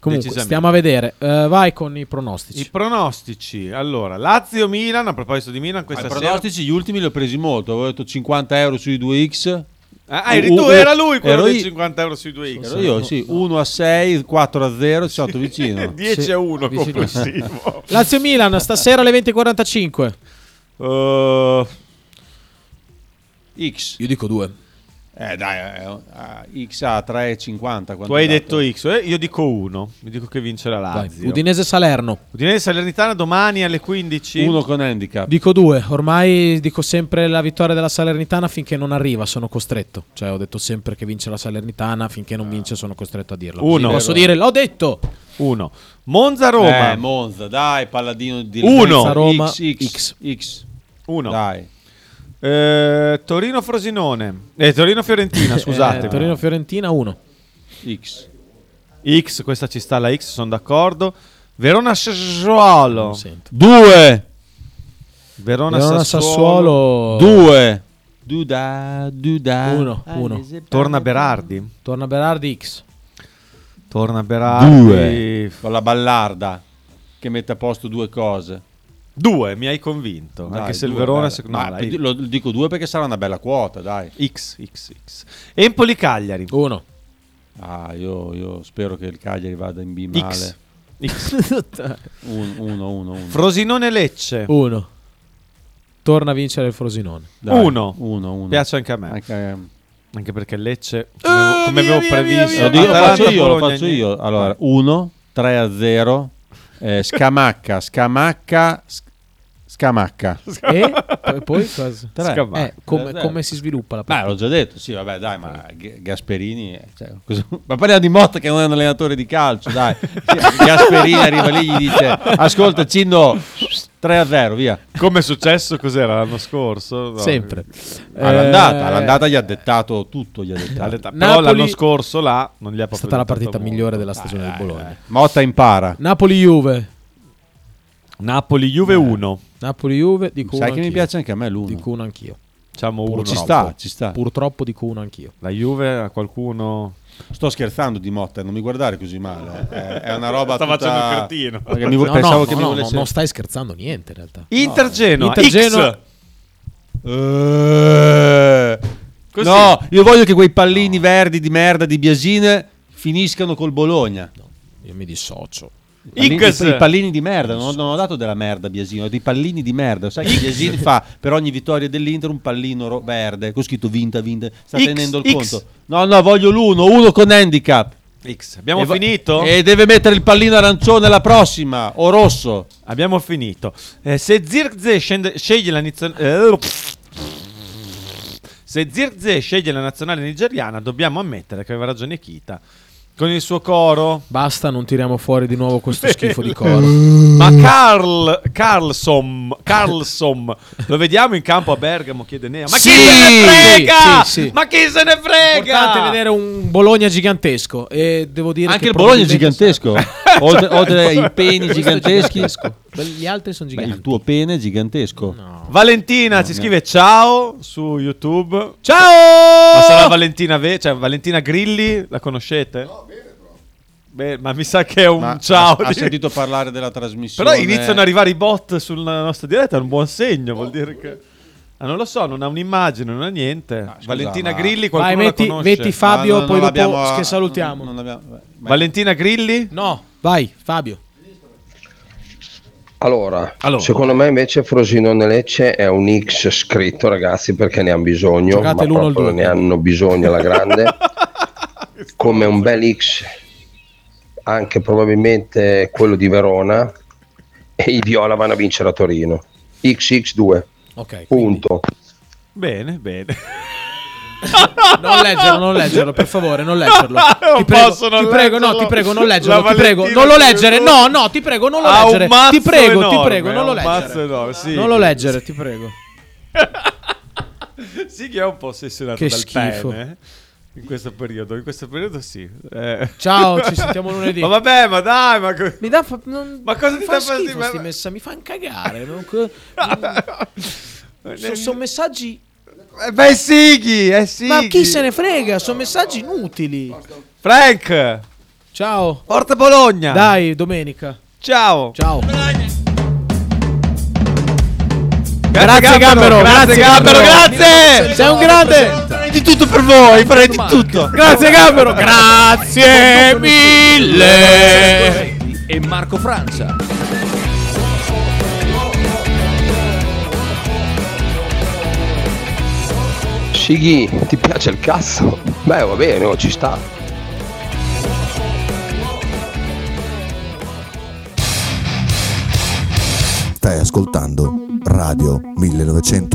[SPEAKER 1] Comunque,
[SPEAKER 3] Decisamente.
[SPEAKER 1] stiamo a vedere. Eh, vai con i pronostici.
[SPEAKER 3] I pronostici. Allora, Lazio-Milan, a proposito di Ah. Milan questa
[SPEAKER 2] I
[SPEAKER 3] sera...
[SPEAKER 2] pronostici, gli ultimi li ho presi molto. Avevo detto 50 euro sui 2x.
[SPEAKER 3] Ah, ah, eri tu,
[SPEAKER 2] U- eh,
[SPEAKER 3] era lui quello
[SPEAKER 2] ero
[SPEAKER 3] dei
[SPEAKER 2] io-
[SPEAKER 3] 50 euro sui 2X.
[SPEAKER 2] Ero io, sì, 1 a 6, 4 a 0, ci sono stato vicino.
[SPEAKER 3] 10 a 1 complessivo.
[SPEAKER 1] Lazio Milan stasera alle 20:45.
[SPEAKER 2] Uh, X.
[SPEAKER 1] Io dico 2.
[SPEAKER 2] Eh dai, eh, ah, X a 3,50.
[SPEAKER 3] Tu hai detto X, eh, io dico 1. Mi dico che vince la Lazio.
[SPEAKER 1] Udinese Salerno.
[SPEAKER 3] Udinese Salernitana domani alle 15.
[SPEAKER 2] Uno con handicap.
[SPEAKER 1] Dico 2, ormai dico sempre la vittoria della Salernitana finché non arriva, sono costretto. Cioè ho detto sempre che vince la Salernitana, finché non vince sono costretto a dirlo. Così
[SPEAKER 3] Ah. Uno.
[SPEAKER 1] Posso dire, l'ho detto.
[SPEAKER 3] 1. Monza Roma.
[SPEAKER 2] Eh, Monza, dai, Palladino di
[SPEAKER 3] Uno.
[SPEAKER 2] X,
[SPEAKER 3] Roma,
[SPEAKER 2] X, X,
[SPEAKER 3] 1.
[SPEAKER 2] Dai.
[SPEAKER 3] Eh, Torino Frosinone. Eh, Torino Fiorentina, scusate.
[SPEAKER 1] Eh, Torino Fiorentina 1.
[SPEAKER 2] X.
[SPEAKER 3] X, questa ci sta la X, sono d'accordo. Verona Sassuolo.
[SPEAKER 2] 2.
[SPEAKER 3] Verona,
[SPEAKER 1] Verona
[SPEAKER 3] Sassuolo.
[SPEAKER 1] Sassuolo
[SPEAKER 2] 2. Duda, duda.
[SPEAKER 1] 1, 1.
[SPEAKER 3] Torna Berardi.
[SPEAKER 1] Torna Berardi X.
[SPEAKER 3] Torna Berardi.
[SPEAKER 2] Due. Con la ballarda che mette a posto due cose.
[SPEAKER 3] Due, mi hai convinto.
[SPEAKER 2] Dai,
[SPEAKER 3] anche se il
[SPEAKER 2] due,
[SPEAKER 3] Verona
[SPEAKER 2] bella.
[SPEAKER 3] secondo
[SPEAKER 2] Ma
[SPEAKER 3] me.
[SPEAKER 2] lo dico due perché sarà una bella quota, dai.
[SPEAKER 3] X, X, X. Empoli Cagliari.
[SPEAKER 1] 1.
[SPEAKER 2] Ah, io, io spero che il Cagliari vada in B male.
[SPEAKER 1] X.
[SPEAKER 2] 1 1 1
[SPEAKER 3] Frosinone Lecce.
[SPEAKER 1] 1. Torna a vincere il Frosinone.
[SPEAKER 3] 1.
[SPEAKER 2] Uno, uno.
[SPEAKER 3] Piace anche a me. Eh,
[SPEAKER 2] Anche,
[SPEAKER 3] perché Lecce, come, come avevo previsto,
[SPEAKER 2] Lo dico- lo
[SPEAKER 3] Atalanta,
[SPEAKER 2] faccio io, lo
[SPEAKER 3] Bologna,
[SPEAKER 2] faccio
[SPEAKER 3] niente.
[SPEAKER 2] io. Allora, 1 3 a 0 eh, Scamacca, Scamacca, sc- Scamacca.
[SPEAKER 7] Eh?
[SPEAKER 1] E poi- poi cosa?
[SPEAKER 2] Tre.
[SPEAKER 1] Scamacca. Eh, come- come si sviluppa la
[SPEAKER 2] Beh, l'ho già detto, sì, vabbè, dai, ma G- Gasperini, eh, cioè, cosa- ma parliamo di Motta che non è un allenatore di calcio, dai. Gasperini arriva lì e gli dice "Ascolta Cinno, 3 a 0, via".
[SPEAKER 3] Come è successo cos'era l'anno scorso? No.
[SPEAKER 2] Sempre. All'andata, all'andata gli ha dettato tutto, gli ha dettato.
[SPEAKER 3] Ha dettato- però
[SPEAKER 1] Eh, Napoli-
[SPEAKER 3] l'anno scorso là non gli ha
[SPEAKER 1] È
[SPEAKER 3] proprio
[SPEAKER 1] stata la
[SPEAKER 3] dettato
[SPEAKER 1] partita
[SPEAKER 3] molto.
[SPEAKER 1] migliore della stagione del Bologna.
[SPEAKER 2] Motta impara.
[SPEAKER 1] Napoli Juve.
[SPEAKER 3] Napoli
[SPEAKER 1] Eh.
[SPEAKER 3] Juve 1.
[SPEAKER 1] Napoli Juve, dico
[SPEAKER 2] Sai
[SPEAKER 1] uno
[SPEAKER 2] che mi
[SPEAKER 1] anch'io.
[SPEAKER 2] piace anche a me l'uno.
[SPEAKER 1] Dico uno anch'io.
[SPEAKER 3] Diciamo uno.
[SPEAKER 2] Ci sta, ci sta.
[SPEAKER 1] Purtroppo dico uno anch'io.
[SPEAKER 3] La Juve a qualcuno
[SPEAKER 2] Sto scherzando di Motta, non mi guardare così male. eh. È, è una roba
[SPEAKER 3] Sta
[SPEAKER 2] tutta-
[SPEAKER 3] facendo il cretino.
[SPEAKER 2] Perché mi vo-
[SPEAKER 1] No,
[SPEAKER 2] pensavo
[SPEAKER 1] no,
[SPEAKER 2] che
[SPEAKER 1] no,
[SPEAKER 2] mi
[SPEAKER 1] no,
[SPEAKER 2] volesse
[SPEAKER 1] no, non stai scherzando niente in realtà.
[SPEAKER 3] Inter Genoa.
[SPEAKER 1] Inter Genoa-
[SPEAKER 3] X.
[SPEAKER 2] Eh,
[SPEAKER 3] Così.
[SPEAKER 2] No, io voglio che quei pallini verdi di merda di Biasine finiscano col Bologna.
[SPEAKER 1] Io mi dissocio.
[SPEAKER 2] Pallini-
[SPEAKER 3] X.
[SPEAKER 2] I pallini di merda, non, non ho dato della merda a Biasino, ho dei pallini di merda. Sai che Biasini fa per ogni vittoria dell'Inter un pallino ro- verde, con scritto vinta, vinta, sta
[SPEAKER 3] X,
[SPEAKER 2] tenendo il
[SPEAKER 3] X.
[SPEAKER 2] conto. No, no, voglio l'uno, uno con handicap.
[SPEAKER 3] X. Abbiamo
[SPEAKER 2] E va-
[SPEAKER 3] finito?
[SPEAKER 2] E deve mettere il pallino arancione alla prossima, o rosso.
[SPEAKER 3] Abbiamo finito. Eh, se Zirkze scende- sceglie la nazionale. se Zirkze sceglie la nazionale nigeriana, dobbiamo ammettere che aveva ragione Kita. Con il suo coro.
[SPEAKER 1] Basta, non tiriamo fuori di nuovo questo schifo di coro.
[SPEAKER 3] Ma Carl Carlsom, Carlsom lo vediamo in campo a Bergamo? Chiede Nea. Ma
[SPEAKER 1] Sì!
[SPEAKER 3] chi se ne frega?
[SPEAKER 1] Sì, sì, sì.
[SPEAKER 3] Ma chi se ne frega?
[SPEAKER 1] Importante vedere un Bologna gigantesco e devo dire
[SPEAKER 2] Anche
[SPEAKER 1] che
[SPEAKER 2] il Bologna è
[SPEAKER 1] probabilmente-
[SPEAKER 2] gigantesco, oltre, oltre ai peni
[SPEAKER 1] Questo Cioè, è
[SPEAKER 2] giganteschi.
[SPEAKER 1] gigantesco. Gli altri sono
[SPEAKER 2] Beh, il
[SPEAKER 1] giganti.
[SPEAKER 2] tuo pene è gigantesco.
[SPEAKER 3] Valentina ci
[SPEAKER 2] no.
[SPEAKER 3] scrive ciao su YouTube.
[SPEAKER 1] Ciao!
[SPEAKER 3] Ma sarà Valentina, ve- cioè, Valentina Grilli? La conoscete? Beh, ma mi sa che è un
[SPEAKER 2] Ma
[SPEAKER 3] ciao.
[SPEAKER 2] Ha, ha
[SPEAKER 3] di-
[SPEAKER 2] sentito parlare della trasmissione.
[SPEAKER 3] Però iniziano ad arrivare i bot sulla nostra diretta, è un buon segno, vuol dire che... Ah, non lo so, non ha un'immagine, non ha niente. Valentina
[SPEAKER 2] Ah, ma-
[SPEAKER 1] Vai,
[SPEAKER 3] Grilli, qualcuno
[SPEAKER 1] metti,
[SPEAKER 3] la conosce? Ah,
[SPEAKER 1] metti Fabio,
[SPEAKER 2] Ma no,
[SPEAKER 1] poi
[SPEAKER 2] non
[SPEAKER 1] dopo
[SPEAKER 2] l'abbiamo-
[SPEAKER 1] che salutiamo.
[SPEAKER 3] Valentina Grilli?
[SPEAKER 1] No, vai Fabio.
[SPEAKER 16] Allora,
[SPEAKER 3] Allora.
[SPEAKER 16] secondo me invece Frosinone Lecce è un X scritto, ragazzi, perché ne hanno bisogno,
[SPEAKER 1] Giocate
[SPEAKER 16] ma
[SPEAKER 1] l'uno al
[SPEAKER 16] proprio
[SPEAKER 1] due.
[SPEAKER 16] ne hanno bisogno alla grande. Come un bel X anche probabilmente quello di Verona e i Viola vanno a vincere a Torino. XX2.
[SPEAKER 1] Ok,
[SPEAKER 16] Punto.
[SPEAKER 3] Bene, bene.
[SPEAKER 1] Non leggerlo, non leggerlo, per favore, non leggerlo.
[SPEAKER 3] Non
[SPEAKER 1] ti prego,
[SPEAKER 3] posso non
[SPEAKER 1] ti prego, no,
[SPEAKER 3] leggerlo.
[SPEAKER 1] ti prego, non
[SPEAKER 3] La
[SPEAKER 1] leggerlo, ti prego,
[SPEAKER 3] Valentina
[SPEAKER 1] non lo
[SPEAKER 3] che
[SPEAKER 1] leggere.
[SPEAKER 3] vuole-
[SPEAKER 1] No, no, ti prego, non lo
[SPEAKER 3] Ha un
[SPEAKER 1] leggere.
[SPEAKER 3] mazzo
[SPEAKER 1] Ti prego, ti
[SPEAKER 3] enorme,
[SPEAKER 1] prego, non
[SPEAKER 3] ha
[SPEAKER 1] lo
[SPEAKER 3] un mazzo
[SPEAKER 1] leggere.
[SPEAKER 3] enorme, sì.
[SPEAKER 1] Non lo leggere, ti prego.
[SPEAKER 3] sì che è un po' ossessionato
[SPEAKER 1] Che
[SPEAKER 3] dal
[SPEAKER 1] schifo.
[SPEAKER 3] pene. eh. In questo periodo, in questo periodo sì. Eh.
[SPEAKER 1] Ciao, ci sentiamo lunedì.
[SPEAKER 3] Ma vabbè, ma dai, ma... co-
[SPEAKER 1] Mi dà fa- non-
[SPEAKER 3] Ma cosa
[SPEAKER 1] mi
[SPEAKER 3] ti
[SPEAKER 1] fa
[SPEAKER 3] dà fastidio?
[SPEAKER 1] schifo
[SPEAKER 3] Ma-
[SPEAKER 1] sti messa? Mi fanno cagare. non co- non- so- sono messaggi.
[SPEAKER 3] Eh, Beh, Sighi, eh Sighi.
[SPEAKER 1] Ma chi se ne frega? Sono messaggi inutili.
[SPEAKER 3] Frank!
[SPEAKER 1] Ciao.
[SPEAKER 3] Porta Bologna!
[SPEAKER 1] Dai, domenica.
[SPEAKER 3] Ciao!
[SPEAKER 1] Ciao.
[SPEAKER 3] Grazie Gambero, grazie Gambero, grazie!
[SPEAKER 1] Sei un grande!
[SPEAKER 3] Farei di tutto per voi, farei di tutto!
[SPEAKER 1] Grazie Gambero, grazie mille!
[SPEAKER 14] E Marco Francia.
[SPEAKER 16] Shighi, ti piace il cazzo? Beh, va bene, oh, ci sta.
[SPEAKER 10] Stai ascoltando Radio 1900.